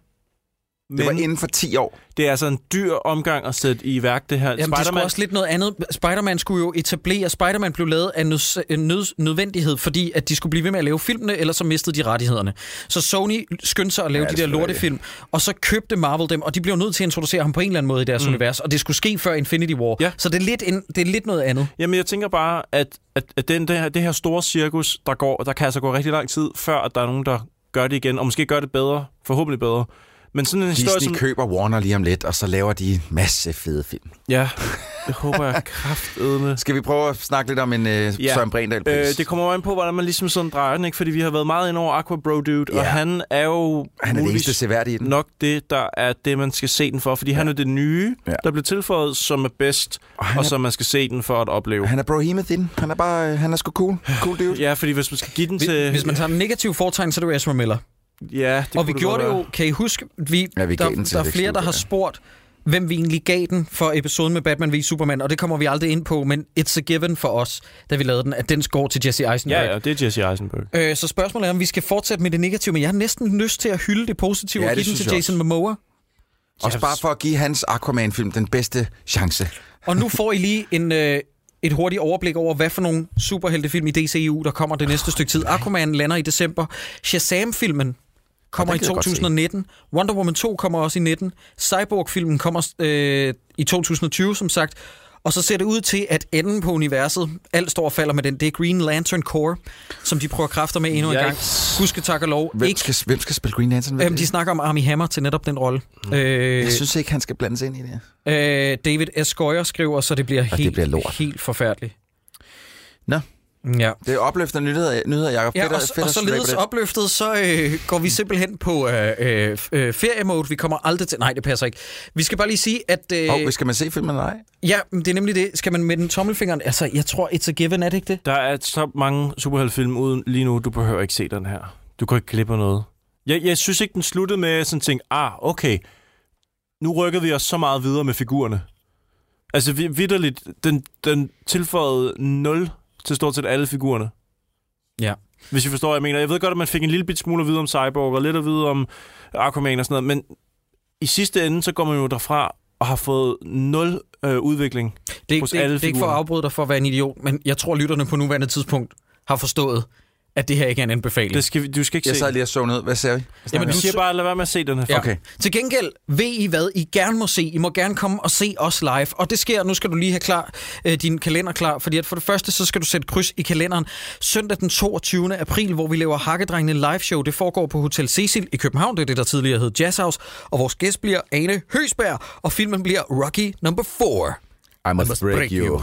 Det var inden for 10 år.
Det er altså en dyr omgang at sætte i værk, det her.
Jamen, det skulle også lidt noget andet. Spider-Man skulle jo etablere... Spider-Man blev lavet af nøds, en nøds, nødvendighed, fordi at de skulle blive ved med at lave filmene, eller så mistede de rettighederne. Så Sony skyndte sig at lave ja,
Ja,
de
det
der
er selvfølgelig
lortefilm, og så købte Marvel dem, og de blev nødt til at introducere ham på en eller anden måde i deres mm.
Mm.
univers, og det skulle ske før Infinity War. Ja. Så det er, lidt en, det er lidt noget andet.
Jamen, jeg tænker bare, at, at, at den, det, her, det her store cirkus, der, går, der kan altså gå rigtig lang tid, før at der er nogen, der gør det igen, og måske gør det bedre, forhåbentlig bedre. Men sådan en historie
Disney
som...
køber Warner lige om lidt, og så laver de en masse fede film.
Ja, *laughs* det håber jeg kraftedme.
Skal vi prøve at snakke lidt om en øh, ja. Søren Brindahl
øh, Det kommer jo an på, hvordan man ligesom sådan drejer den, ikke? Fordi vi har været meget ind over Aqua Bro Dude, ja. og
Ja.
han er jo...
Han er det
muligvis
eneste seværdige i den.
Nok det, der er det, man skal se den for. Fordi ja. han er det nye, ja. der blev tilføjet, som er bedst, og, og som man skal se den for at opleve.
Han er Brohemoth i den. Han er bare, øh, han er sgu cool. Cool dude.
*sighs* Ja, fordi hvis man skal give den til...
Hvis øh, man tager en negativ foretegn, så er det jo Ezra Miller.
Ja, det
og vi
kunne
gjorde det
godt
jo, kan I huske, vi,
Ja, vi
der,
gav den til
der er
Lex
flere, der
Luthor,
har spurgt, hvem vi egentlig gav den for episoden med Batman v Superman, og det kommer vi aldrig ind på, men it's a given for os, da vi lavede den, at den går til Jesse Eisenberg.
være. Ja, ja, det er Jesse Eisenberg.
Øh, så spørgsmålet er, om vi skal fortsætte med det negative, men jeg har næsten lyst til at hylde det positive
Ja,
og
det
give den
synes
til
jeg
Jason Momoa.
Også bare for at give hans Aquaman-film den bedste chance.
Og nu får I lige en, øh, et hurtigt overblik over, hvad for nogle superheltefilm i DCU, der kommer det næste stykke tid. Aquaman lander i december. Shazam-filmen kommer
Ja,
i
den kan jeg godt se.
2019. Wonder Woman 2 kommer også i 19. Cyborg-filmen kommer øh, i 2020, som sagt. Og så ser det ud til, at enden på universet, alt står og falder med den, det er Green Lantern Corps, som de prøver kræfter med endnu en gang. Husk tak og lov.
Hvem
ikke,
skal, hvem skal spille Green Lantern?
øhm, de snakker om Armie Hammer til netop den rolle. Øh,
Mm. Jeg synes ikke, han skal blandes ind i det.
Øh, David S. Goyer skriver, så det bliver,
Og det
helt,
bliver lort.
helt forfærdeligt.
Nå.
Ja.
Det er opløftende nyheder, nyheder Jacob.
Ja,
Fedt at-
og,
fedt
og
at slutte af på
således
det.
opløftet, så øh, går vi simpelthen på øh, øh, f- øh, feriemode. Vi kommer aldrig til... Nej, det passer ikke. Vi skal bare lige sige, at... Øh,
Hov, skal man se filmen eller ej?
Ja, men det er nemlig det. Skal man med den tommelfingeren... Altså, jeg tror, it's a given, er det ikke det?
Der er så mange superheltfilm uden lige nu, du behøver ikke se den her. Du kan ikke klippe noget. Jeg, jeg synes ikke, den sluttede med sådan ting. Ah, okay. Nu rykker vi os så meget videre med figurerne. Altså vi- vidderligt, den, den tilføjede 0 til stort set alle figurerne.
Ja.
Hvis I forstår, hvad jeg mener. Jeg ved godt, at man fik en lille bit smule at vide om Cyborg, og lidt at vide om Aquaman og sådan noget, men i sidste ende, så går man jo derfra og har fået 0 øh, udvikling
Det er, ikke,
hos
det, er-
alle
det er ikke for at
figurerne.
afbryde dig for at være en idiot, men jeg tror, lytterne på nuværende tidspunkt har forstået, at det her ikke er en anbefaling.
Det skal, vi- du skal ikke
Jeg
se
sad
den.
lige og så ned. Hvad sagde vi?
Jamen, du siger bare, lad være med at se den her.
Ja. Okay. Til gengæld ved I, hvad I gerne må se. I må gerne komme og se os live. Og det sker, nu skal du lige have klar, øh, din kalender klar, fordi at for det første, så skal du sætte kryds i kalenderen. Søndag den 22. april, hvor vi laver Hakkedrengene live show. Det foregår på Hotel Cecil i København. Det er det, der tidligere hed Jazz House. Og vores gæst bliver Ane Høsberg, og filmen bliver Rocky number 4.
I must,
must
break,
break
you.
you.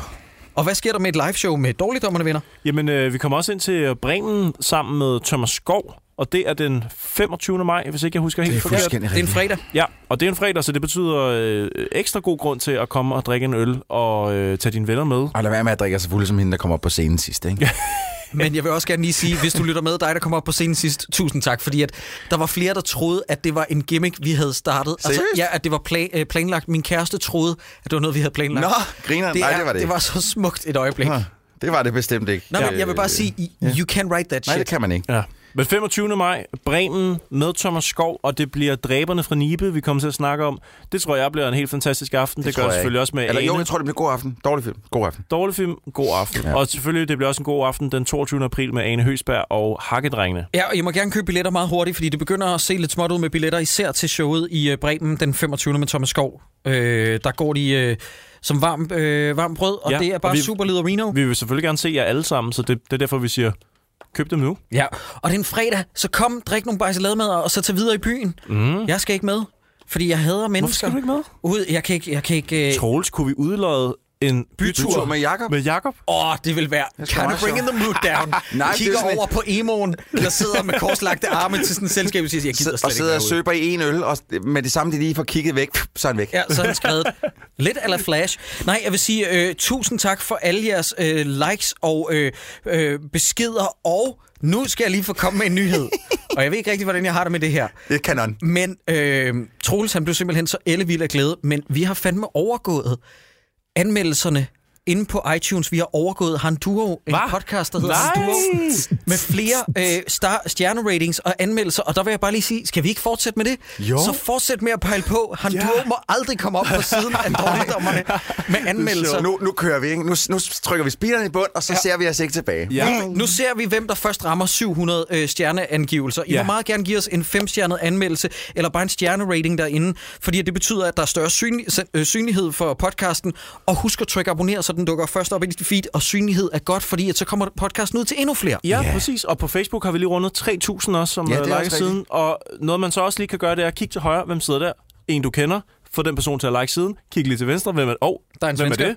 Og hvad sker der med et live show med dårligdommerne, venner?
Jamen, øh, vi kommer også ind til øh, Bremen sammen med Thomas Skov, og det er den 25. maj, hvis ikke jeg husker helt
Det er
forkert.
fuldstændig Det er en
fredag.
Ja, og det er en fredag, så det betyder øh, ekstra god grund til at komme og drikke en øl og øh, tage dine venner med.
Og lad være med at drikke så fuld som hende, der kommer op på scenen sidst, ikke?
Men jeg vil også gerne lige sige, hvis du lytter med, dig der kom op på scenen sidst, tusind tak, fordi at der var flere, der troede, at det var en gimmick, vi havde startet. Altså,
Seriøst?
ja, at det var pla- øh, planlagt. Min kæreste troede, at det var noget, vi havde planlagt.
Nå, griner.
det,
Nej,
er-
det var det
Det
ikke.
var så smukt et øjeblik.
Nå, *laughs* det var det bestemt ikke.
Nå, men jeg vil bare sige, I- you can write that shit.
Nej, det kan man ikke.
Ja. Men 25. maj, Bremen med Thomas Skov, og det bliver Dræberne fra Nibe, vi kommer til at snakke om. Det tror jeg bliver en helt fantastisk aften. Det, det
tror
gør jeg
jeg
selvfølgelig
ikke.
også med
Eller
Ane.
jo, jeg tror, det bliver god aften. Dårlig film. God aften.
Dårlig film, god aften. Ja.
Ja.
Og selvfølgelig, det bliver også en god aften den 22. april med Ane Høsberg og Hakkedrengene.
Ja, og I må gerne købe billetter meget hurtigt, fordi det begynder at se lidt småt ud med billetter, især til showet i øh, Bremen den 25. med Thomas Skov. Øh, der går de øh, som varm, øh, varm brød, og ja, det er bare
vi,
super Superleder Reno.
*laughs* Vi vil selvfølgelig gerne se jer alle sammen, så det, det er derfor, vi siger, køb dem nu.
Ja, og det er en fredag, så kom, drik nogle bajsaladmadder, og så tag videre i byen. Mm. Jeg skal ikke med, fordi jeg hader mennesker.
skal du ikke med?
Ud, jeg kan ikke... Jeg kan ikke øh...
Troels, kunne vi udløje en bytur,
Bytur med
Jakob?
Med Jakob?
Åh, oh, det vil være kind
meget
of bringing
*laughs*
the mood down.
Nej,
Nej,
det
Kigger
er sådan
over
et-
på emoen, der sidder med korslagte arme til sådan et selskab, og siger, jeg gider
og
slet ikke
sidder og
være ude.
søber i en øl, og med det samme, de lige får kigget væk, så er han væk.
Ja, så har han skrevet lidt eller flash. Nej, jeg vil sige øh, tusind tak for alle jeres øh, likes og øh, øh, beskeder, og nu skal jeg lige få komme med en nyhed. og jeg ved ikke rigtig, hvordan jeg har det med det her.
Det er kanon.
Men øh, Troels, han blev simpelthen så ellevild af glæde, men vi har fandme overgået anmeldelserne inde på iTunes. Vi har overgået Han Duo, en
Hva?
podcast, der hedder
Nej!
Han Duo, med flere øh, star, stjerneratings og anmeldelser. Og der vil jeg bare lige sige, skal vi ikke fortsætte med det?
Jo.
Så fortsæt med at pejle på. Han ja. Duo må aldrig komme op på siden af dårligdommerne med anmeldelser.
Nu, nu kører vi, ikke? Nu, nu trykker vi speederen i bund, og så ja. ser vi os ikke tilbage.
Ja. Nu ser vi, hvem der først rammer 700 øh, stjerneangivelser. I ja.
Ja.
må meget gerne give os en femstjernet anmeldelse, eller bare en stjernerating derinde, fordi det betyder, at der er større synlig, øh, synlighed for podcasten. Og husk at trykke abonner, så den dukker først op i dit feed, og synlighed er godt, fordi at så kommer podcasten ud til endnu flere.
Ja, yeah. præcis. Og på Facebook har vi lige rundet 3.000 også, som
Ja,
ja,
det er
liker
også
siden. Og noget, man så også lige kan gøre, det er at kigge til højre. Hvem sidder der? En, du kender. Få den person til at like siden. Kig lige til venstre. Hvem er, oh,
der er en
hvem er
svensker.
det?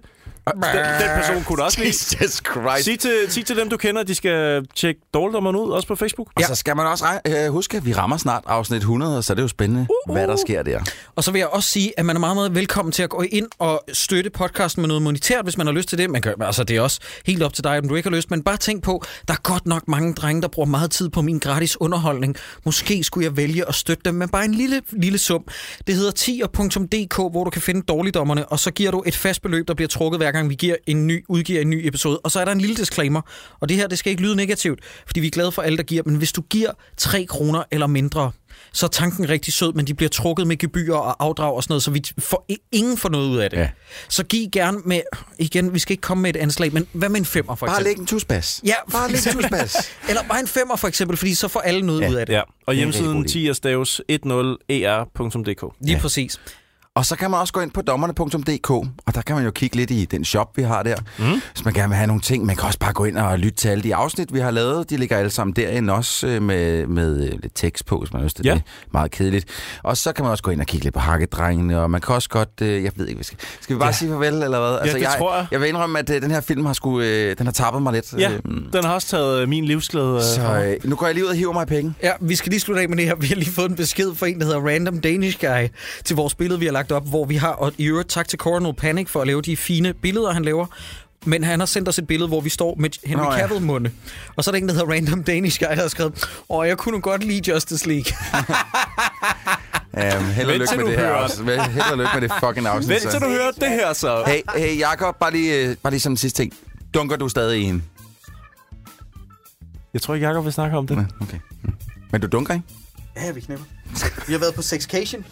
Den, den person kunne du også lide.
Jesus Christ.
Sig til, sig til dem, du kender, at de skal tjekke dårligdommerne ud, også på Facebook.
Og så skal man også re- øh, huske, at vi rammer snart afsnit 100, så det er jo spændende, uh, uh. hvad der
Uh-uh.
sker der.
Og så vil jeg også sige, at man er meget, meget velkommen til at gå ind og støtte podcasten med noget monetært, hvis man har lyst til det. Man kan, altså, det er også helt op til dig, om du ikke har lyst. Men bare tænk på, der er godt nok mange drenge, der bruger meget tid på min gratis underholdning. Måske skulle jeg vælge at støtte dem med bare en lille, lille sum. Det hedder tier.dk, hvor du kan finde dårligdommerne, og så giver du et fast beløb, der bliver trukket hver gang vi giver en ny, udgiver en ny episode. Og så er der en lille disclaimer, og det her, det skal ikke lyde negativt, fordi vi er glade for alle, der giver. Men hvis du giver 3 kroner eller mindre, så er tanken rigtig sød, men de bliver trukket med gebyrer og afdrag og sådan noget, så vi får, ingen får noget ud af det. Ja. Så giv gerne med, igen, vi skal ikke komme med et anslag, men hvad med en femmer for
Bare
eksempel?
læg en tusbas.
Ja,
Bare læg en tusbas.
Eller bare en femmer for eksempel, fordi så får alle noget ja. ud af det.
Ja.
Det er
Og
en
hjemmesiden
rigtig
10erstavs10er.dk.
Lige ja. præcis.
Og så kan man også gå ind på dommerne.dk, og der kan man jo kigge lidt i den shop, vi har der. Mm. Hvis man gerne vil have nogle ting, man kan også bare gå ind og lytte til alle de afsnit, vi har lavet. De ligger alle sammen derinde også øh, med, med øh, lidt tekst på, hvis man har lyst til
Ja.
det. Meget kedeligt. Og så kan man også gå ind og kigge lidt på hakkedrengene, og man kan også godt... Øh, jeg ved ikke, hvad skal, skal vi bare
Ja.
ja. sige farvel, eller hvad? Altså,
det
jeg,
tror jeg.
Jeg vil indrømme, at øh, den her film har, sgu, øh, den har tappet mig lidt.
Ja,
Øh,
den har også taget øh, min livsglæde. øh,
så
over.
øh, nu går jeg lige ud og hiver mig i penge.
Ja, vi skal lige slutte af med det her. Vi har lige fået en besked fra en, der hedder Random Danish Guy, til vores billede, vi har lagt op, hvor vi har, og i øvrigt tak til Coronal Panic for at lave de fine billeder, han laver. Men han har sendt os et billede, hvor vi står med Henry
Nå ja.
Cavill-munde. Og så er der en, der hedder Random Danish Guy, der har skrevet, Åh, jeg kunne nu godt lide Justice League.
Um, held og
Vent
lykke
til
med
du
det her
hører.
afsnit. Vel, Held og lykke med det fucking afsnit.
Vent
så.
til du hører det her, så.
Hey, hey Jakob, bare lige, øh, bare lige som en sidste ting. Dunker du stadig i hende?
Jeg tror ikke, Jacob vil snakke om det.
Okay. Mm. Men du dunker, ikke?
Ja, vi knipper. Vi har været på sexcation.